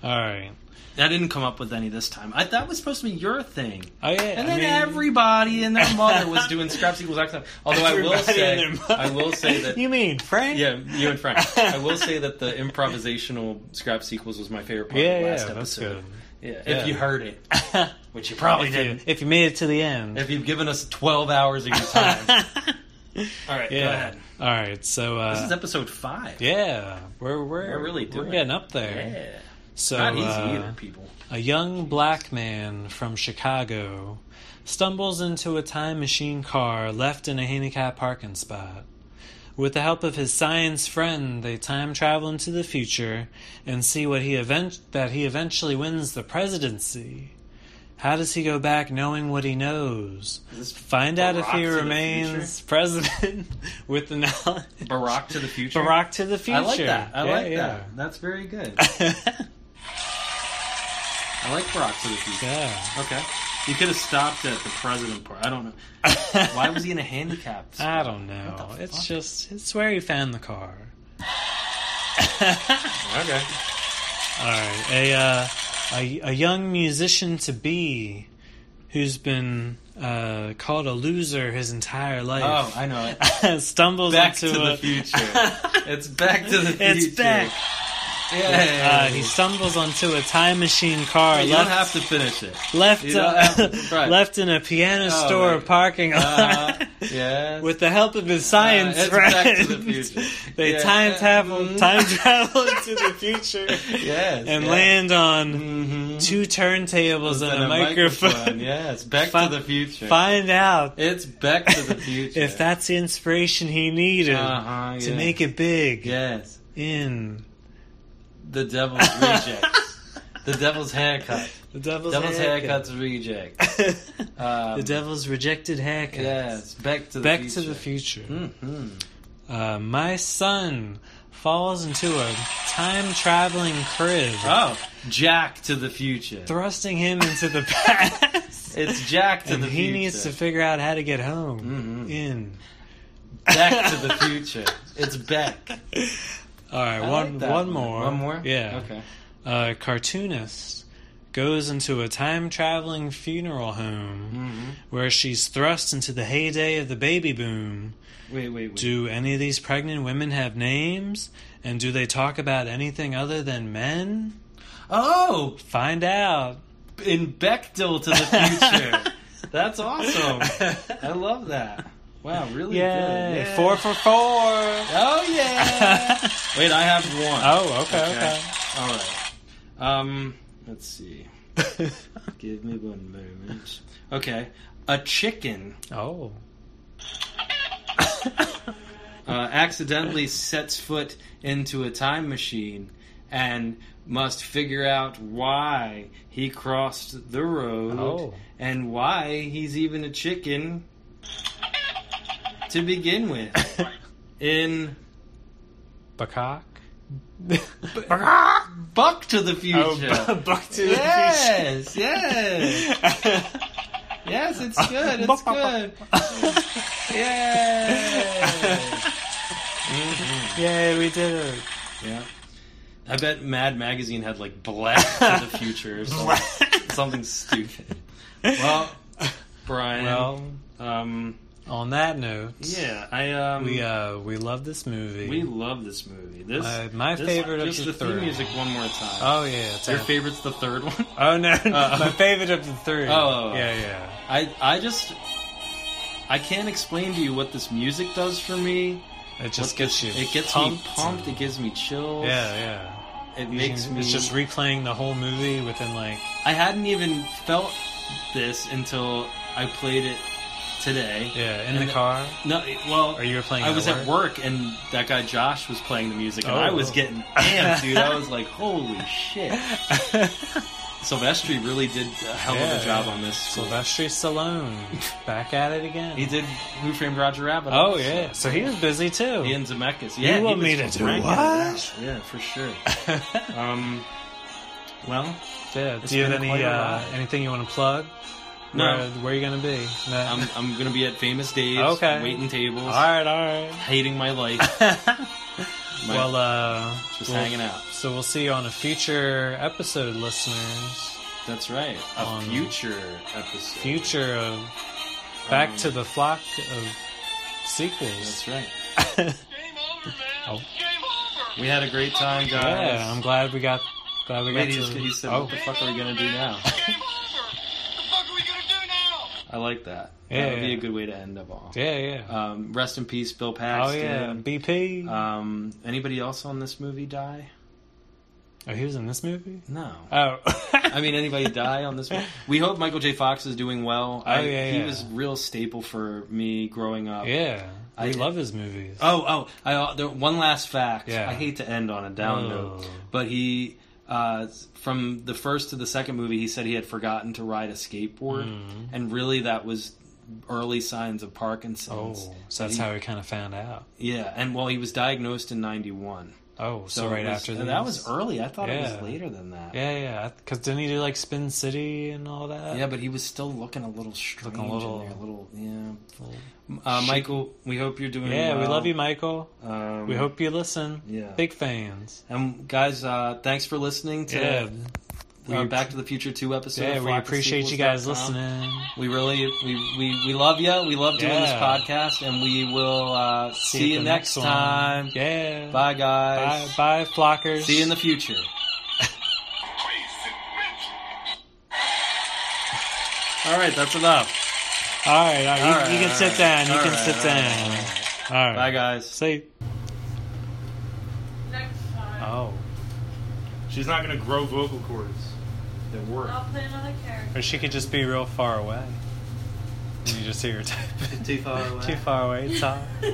Speaker 2: All right.
Speaker 1: I didn't come up with any this time. I that was supposed to be your thing,
Speaker 2: Oh yeah.
Speaker 1: and
Speaker 2: I
Speaker 1: then
Speaker 2: mean,
Speaker 1: everybody and their mother was doing scrap sequels. accent. Although I will
Speaker 2: everybody
Speaker 1: say,
Speaker 2: and their
Speaker 1: I will say
Speaker 2: mother-
Speaker 1: that
Speaker 2: You mean Frank?
Speaker 1: Yeah, you and Frank. I will say that the improvisational scrap sequels was my favorite part
Speaker 2: Yeah,
Speaker 1: of the
Speaker 2: yeah,
Speaker 1: last
Speaker 2: that's
Speaker 1: episode. Yeah,
Speaker 2: good.
Speaker 1: if
Speaker 2: Yeah.
Speaker 1: you heard it, which you probably
Speaker 2: If you,
Speaker 1: did.
Speaker 2: if you made it to the end.
Speaker 1: If you've given us 12 hours of your time. All right, go
Speaker 2: yeah.
Speaker 1: ahead.
Speaker 2: All right. So. Uh,
Speaker 1: This is episode five.
Speaker 2: yeah, we're we're
Speaker 1: We're really doing
Speaker 2: we're
Speaker 1: it.
Speaker 2: getting up there.
Speaker 1: Yeah.
Speaker 2: So
Speaker 1: Not easy
Speaker 2: uh,
Speaker 1: either, people.
Speaker 2: A young black man from Chicago stumbles into a time machine car left in a handicapped parking spot. With the help of his science friend, they time travel into the future and see what he event- that he eventually wins the presidency. How does he go back knowing what he knows?
Speaker 1: this
Speaker 2: Find out if
Speaker 1: Barack
Speaker 2: he
Speaker 1: to the
Speaker 2: remains president with the knowledge.
Speaker 1: Barack to the future.
Speaker 2: Barack to the future.
Speaker 1: I like that. I
Speaker 2: Yeah,
Speaker 1: like
Speaker 2: yeah.
Speaker 1: that. That's very good. I like Barack to the future.
Speaker 2: yeah.
Speaker 1: Okay. You could have stopped at the president part. I don't know. Why was he in a handicap?
Speaker 2: I don't know. It's just it's where he found the car.
Speaker 1: Okay.
Speaker 2: All right, a uh, a, a young musician to be, who's been uh, called a loser his entire
Speaker 1: Oh,
Speaker 2: life,
Speaker 1: I know it.
Speaker 2: stumbles
Speaker 1: Back to
Speaker 2: into
Speaker 1: the
Speaker 2: a,
Speaker 1: future. It's back to the future.
Speaker 2: It's back. Uh,
Speaker 1: Yeah.
Speaker 2: he stumbles onto a time machine car
Speaker 1: you don't have
Speaker 2: left
Speaker 1: to finish it.
Speaker 2: left
Speaker 1: you don't have to- right.
Speaker 2: left in a piano
Speaker 1: Oh,
Speaker 2: store
Speaker 1: right.
Speaker 2: parking lot.
Speaker 1: Uh, yeah.
Speaker 2: With the help of his science
Speaker 1: Uh, it's
Speaker 2: friend,
Speaker 1: Back to the Future.
Speaker 2: they
Speaker 1: Yeah.
Speaker 2: time travel
Speaker 1: Mhm.
Speaker 2: time travel to the future
Speaker 1: yes.
Speaker 2: and
Speaker 1: yeah.
Speaker 2: land on
Speaker 1: Mhm.
Speaker 2: two turntables and,
Speaker 1: And
Speaker 2: a, microphone.
Speaker 1: Yes. Back
Speaker 2: Fi-
Speaker 1: to the future.
Speaker 2: Find out
Speaker 1: It's Back to the Future.
Speaker 2: if that's the inspiration he needed
Speaker 1: Uh-huh,
Speaker 2: to
Speaker 1: yeah.
Speaker 2: make it big
Speaker 1: Yes.
Speaker 2: in
Speaker 1: The Devil's Rejects. the Devil's Haircut.
Speaker 2: The devil's,
Speaker 1: Devil's
Speaker 2: haircut.
Speaker 1: Haircuts Reject. Um,
Speaker 2: the devil's rejected haircut.
Speaker 1: Yes, back to the
Speaker 2: Back
Speaker 1: future. Hmm,
Speaker 2: to the future. Uh, my son falls into a time traveling crib,
Speaker 1: Oh, Jack to the future.
Speaker 2: thrusting him into the past.
Speaker 1: It's Jack to
Speaker 2: and
Speaker 1: the
Speaker 2: he
Speaker 1: future. Hmm,
Speaker 2: needs to figure out how to get home. In.
Speaker 1: back to the future. It's Beck.
Speaker 2: All right,
Speaker 1: I
Speaker 2: one
Speaker 1: like that
Speaker 2: one more.
Speaker 1: One more.
Speaker 2: Yeah.
Speaker 1: Okay.
Speaker 2: A cartoonist goes into a time traveling funeral home
Speaker 1: Hmm,
Speaker 2: where she's thrust into the heyday of the baby boom.
Speaker 1: Wait, wait, wait.
Speaker 2: Do any of these pregnant women have names? And do they talk about anything other than men?
Speaker 1: Oh,
Speaker 2: Find out.
Speaker 1: in Bechtel to the future. That's awesome. I love that. Wow, really
Speaker 2: Yay.
Speaker 1: good. Yeah.
Speaker 2: Four for four.
Speaker 1: Oh yeah. wait, I have one.
Speaker 2: Oh, okay,
Speaker 1: All right. Um, let's see.
Speaker 2: okay.
Speaker 1: Give me one moment. Okay, a chicken
Speaker 2: oh.
Speaker 1: uh, accidentally sets foot into a time machine and must figure out why he crossed the road
Speaker 2: Oh.
Speaker 1: and why he's even a chicken to begin with. In
Speaker 2: Bacock.
Speaker 1: Buck to the Future.
Speaker 2: Buck to
Speaker 1: yes, yes,
Speaker 2: yes.
Speaker 1: yes. It's good. It's good. Yeah.
Speaker 2: Yay, we did it.
Speaker 1: Yeah. I bet Mad Magazine had like Black to the Future or something, something stupid. Well, Brian.
Speaker 2: Well,
Speaker 1: um,
Speaker 2: on that note,
Speaker 1: yeah, I um,
Speaker 2: we uh, we love this movie.
Speaker 1: we love this movie. This
Speaker 2: Uh, my
Speaker 1: this-
Speaker 2: favorite of
Speaker 1: Just
Speaker 2: the
Speaker 1: theme
Speaker 2: third.
Speaker 1: music one more time.
Speaker 2: oh yeah, it's
Speaker 1: Your
Speaker 2: our-
Speaker 1: favorite's the third one.
Speaker 2: Oh no,
Speaker 1: Uh,
Speaker 2: my favorite of the three.
Speaker 1: Oh.
Speaker 2: yeah, yeah.
Speaker 1: I I just I can't explain to you what this music does for me.
Speaker 2: It just
Speaker 1: What
Speaker 2: gets
Speaker 1: this-
Speaker 2: you.
Speaker 1: It gets
Speaker 2: pumped.
Speaker 1: me pumped. It gives me chills.
Speaker 2: Yeah, yeah.
Speaker 1: It makes me.
Speaker 2: It's just replaying the whole movie within like.
Speaker 1: I hadn't even felt this until I played it today.
Speaker 2: Yeah, in
Speaker 1: And
Speaker 2: the
Speaker 1: the-
Speaker 2: car.
Speaker 1: No, it- well,
Speaker 2: Or you were playing
Speaker 1: I
Speaker 2: at
Speaker 1: was at work, and that guy Josh was playing the music, and
Speaker 2: Oh.
Speaker 1: I was getting amped, dude. I was like, "Holy shit!" Silvestri really did a hell
Speaker 2: Yeah,
Speaker 1: of a job
Speaker 2: yeah.
Speaker 1: on this.
Speaker 2: Sylvester Stallone, back at it again.
Speaker 1: He did Who Framed Roger Rabbit?
Speaker 2: Oh
Speaker 1: also.
Speaker 2: yeah, so he was busy too.
Speaker 1: Ian Zemeckis. Yeah,
Speaker 2: want
Speaker 1: he
Speaker 2: me
Speaker 1: was
Speaker 2: to do
Speaker 1: cranking it
Speaker 2: what?
Speaker 1: out. Yeah, for sure. um, well,
Speaker 2: yeah.
Speaker 1: It's
Speaker 2: Do you have
Speaker 1: been quite
Speaker 2: any
Speaker 1: a
Speaker 2: uh,
Speaker 1: ride.
Speaker 2: anything you want to plug?
Speaker 1: No.
Speaker 2: Where, where are you gonna be? No.
Speaker 1: I'm I'm gonna be at Famous Dave's,
Speaker 2: Okay.
Speaker 1: waiting tables,
Speaker 2: all right, all right.
Speaker 1: hating my life, My-
Speaker 2: well, uh,
Speaker 1: just
Speaker 2: we'll-
Speaker 1: hanging out.
Speaker 2: So we'll see you on a future episode, listeners.
Speaker 1: That's right. A
Speaker 2: Um,
Speaker 1: future episode.
Speaker 2: Future of Back to the Flock of sequels.
Speaker 1: That's right.
Speaker 5: Game over, man.
Speaker 2: Oh.
Speaker 5: Game over.
Speaker 1: We had a great time, guys.
Speaker 2: Yeah, I'm glad we got. Glad we
Speaker 1: Wait,
Speaker 2: got
Speaker 1: he's,
Speaker 2: to.
Speaker 1: he said,
Speaker 2: oh,
Speaker 1: "What the fuck are we gonna do now?"
Speaker 5: Game over. What the fuck are we gonna do now?
Speaker 1: I like that.
Speaker 2: Yeah,
Speaker 1: that would be
Speaker 2: yeah.
Speaker 1: a good way to end up all.
Speaker 2: yeah, yeah.
Speaker 1: Um, rest in peace, Bill
Speaker 2: oh yeah,
Speaker 1: Paxton.
Speaker 2: BP.
Speaker 1: Um, anybody else on this movie die?
Speaker 2: oh, he was in this movie.
Speaker 1: No.
Speaker 2: Oh,
Speaker 1: I mean, anybody die on this movie? We hope Michael J. Fox is doing well. I,
Speaker 2: Oh, yeah,
Speaker 1: he
Speaker 2: yeah.
Speaker 1: was real staple for me growing up.
Speaker 2: yeah. I
Speaker 1: I-
Speaker 2: love his movies.
Speaker 1: Oh, oh, I, uh, there, one last fact.
Speaker 2: Yeah.
Speaker 1: I hate to end on a down
Speaker 2: Oh.
Speaker 1: note, but he, uh, from the first to the second movie, he said he had forgotten to ride a skateboard,
Speaker 2: Mm.
Speaker 1: and really that was early signs of
Speaker 2: Oh,
Speaker 1: Parkinson's.
Speaker 2: so that's
Speaker 1: He-
Speaker 2: how we kind of found out.
Speaker 1: Yeah, and well, he was diagnosed in '91,
Speaker 2: Oh, so,
Speaker 1: it
Speaker 2: right
Speaker 1: was-
Speaker 2: after
Speaker 1: and that was
Speaker 2: these?
Speaker 1: early. I thought it
Speaker 2: Yeah.
Speaker 1: was later than that.
Speaker 2: Yeah, yeah. Because didn't he do like Spin City and all that?
Speaker 1: Yeah, but he was still looking a little strange.
Speaker 2: Looking a little-
Speaker 1: in there, a little, yeah. Uh, Michael, we hope you're doing.
Speaker 2: Yeah, we
Speaker 1: well.
Speaker 2: love you, Michael.
Speaker 1: Um,
Speaker 2: We hope you listen.
Speaker 1: yeah.
Speaker 2: Big fans.
Speaker 1: And guys, uh, thanks for listening to
Speaker 2: Yeah,
Speaker 1: uh, Back to the Future Two episode.
Speaker 2: yeah.
Speaker 1: of
Speaker 2: We
Speaker 1: Flock of
Speaker 2: appreciate you
Speaker 1: Sequels
Speaker 2: guys
Speaker 1: dot com.
Speaker 2: listening.
Speaker 1: We really, we, we, we love you. We love doing this
Speaker 2: Yeah.
Speaker 1: podcast, and we will uh, see,
Speaker 2: at
Speaker 1: you
Speaker 2: the
Speaker 1: next
Speaker 2: one.
Speaker 1: time.
Speaker 2: Yeah.
Speaker 1: Bye,
Speaker 2: Bye,
Speaker 1: guys.
Speaker 2: bye, flockers.
Speaker 1: See you in the future. All right, that's enough.
Speaker 2: All right, all right. you,
Speaker 1: All right,
Speaker 2: you can
Speaker 1: all
Speaker 2: sit
Speaker 1: right.
Speaker 2: down. You
Speaker 1: All
Speaker 2: can
Speaker 1: right,
Speaker 2: sit
Speaker 1: all
Speaker 2: down. All right.
Speaker 1: Bye, guys.
Speaker 2: Say.
Speaker 10: Next time,
Speaker 2: Oh,
Speaker 4: She's not gonna grow vocal cords.
Speaker 10: I'll play another character.
Speaker 2: or she could just be real far away. And you just hear her type.
Speaker 1: Too far away.
Speaker 2: Too far away, Tom.
Speaker 1: We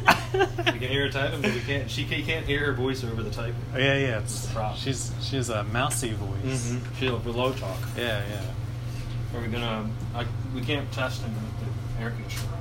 Speaker 1: can hear her typing, but we can't. She ca- can't hear her voice over the typing.
Speaker 2: Oh, yeah, yeah. It's,
Speaker 1: Prop.
Speaker 2: she's she has a mousy voice.
Speaker 1: She'll for low talk.
Speaker 2: Mm-hmm. Yeah, yeah.
Speaker 1: Are we gonna? I, we can't test him with the air conditioner. on.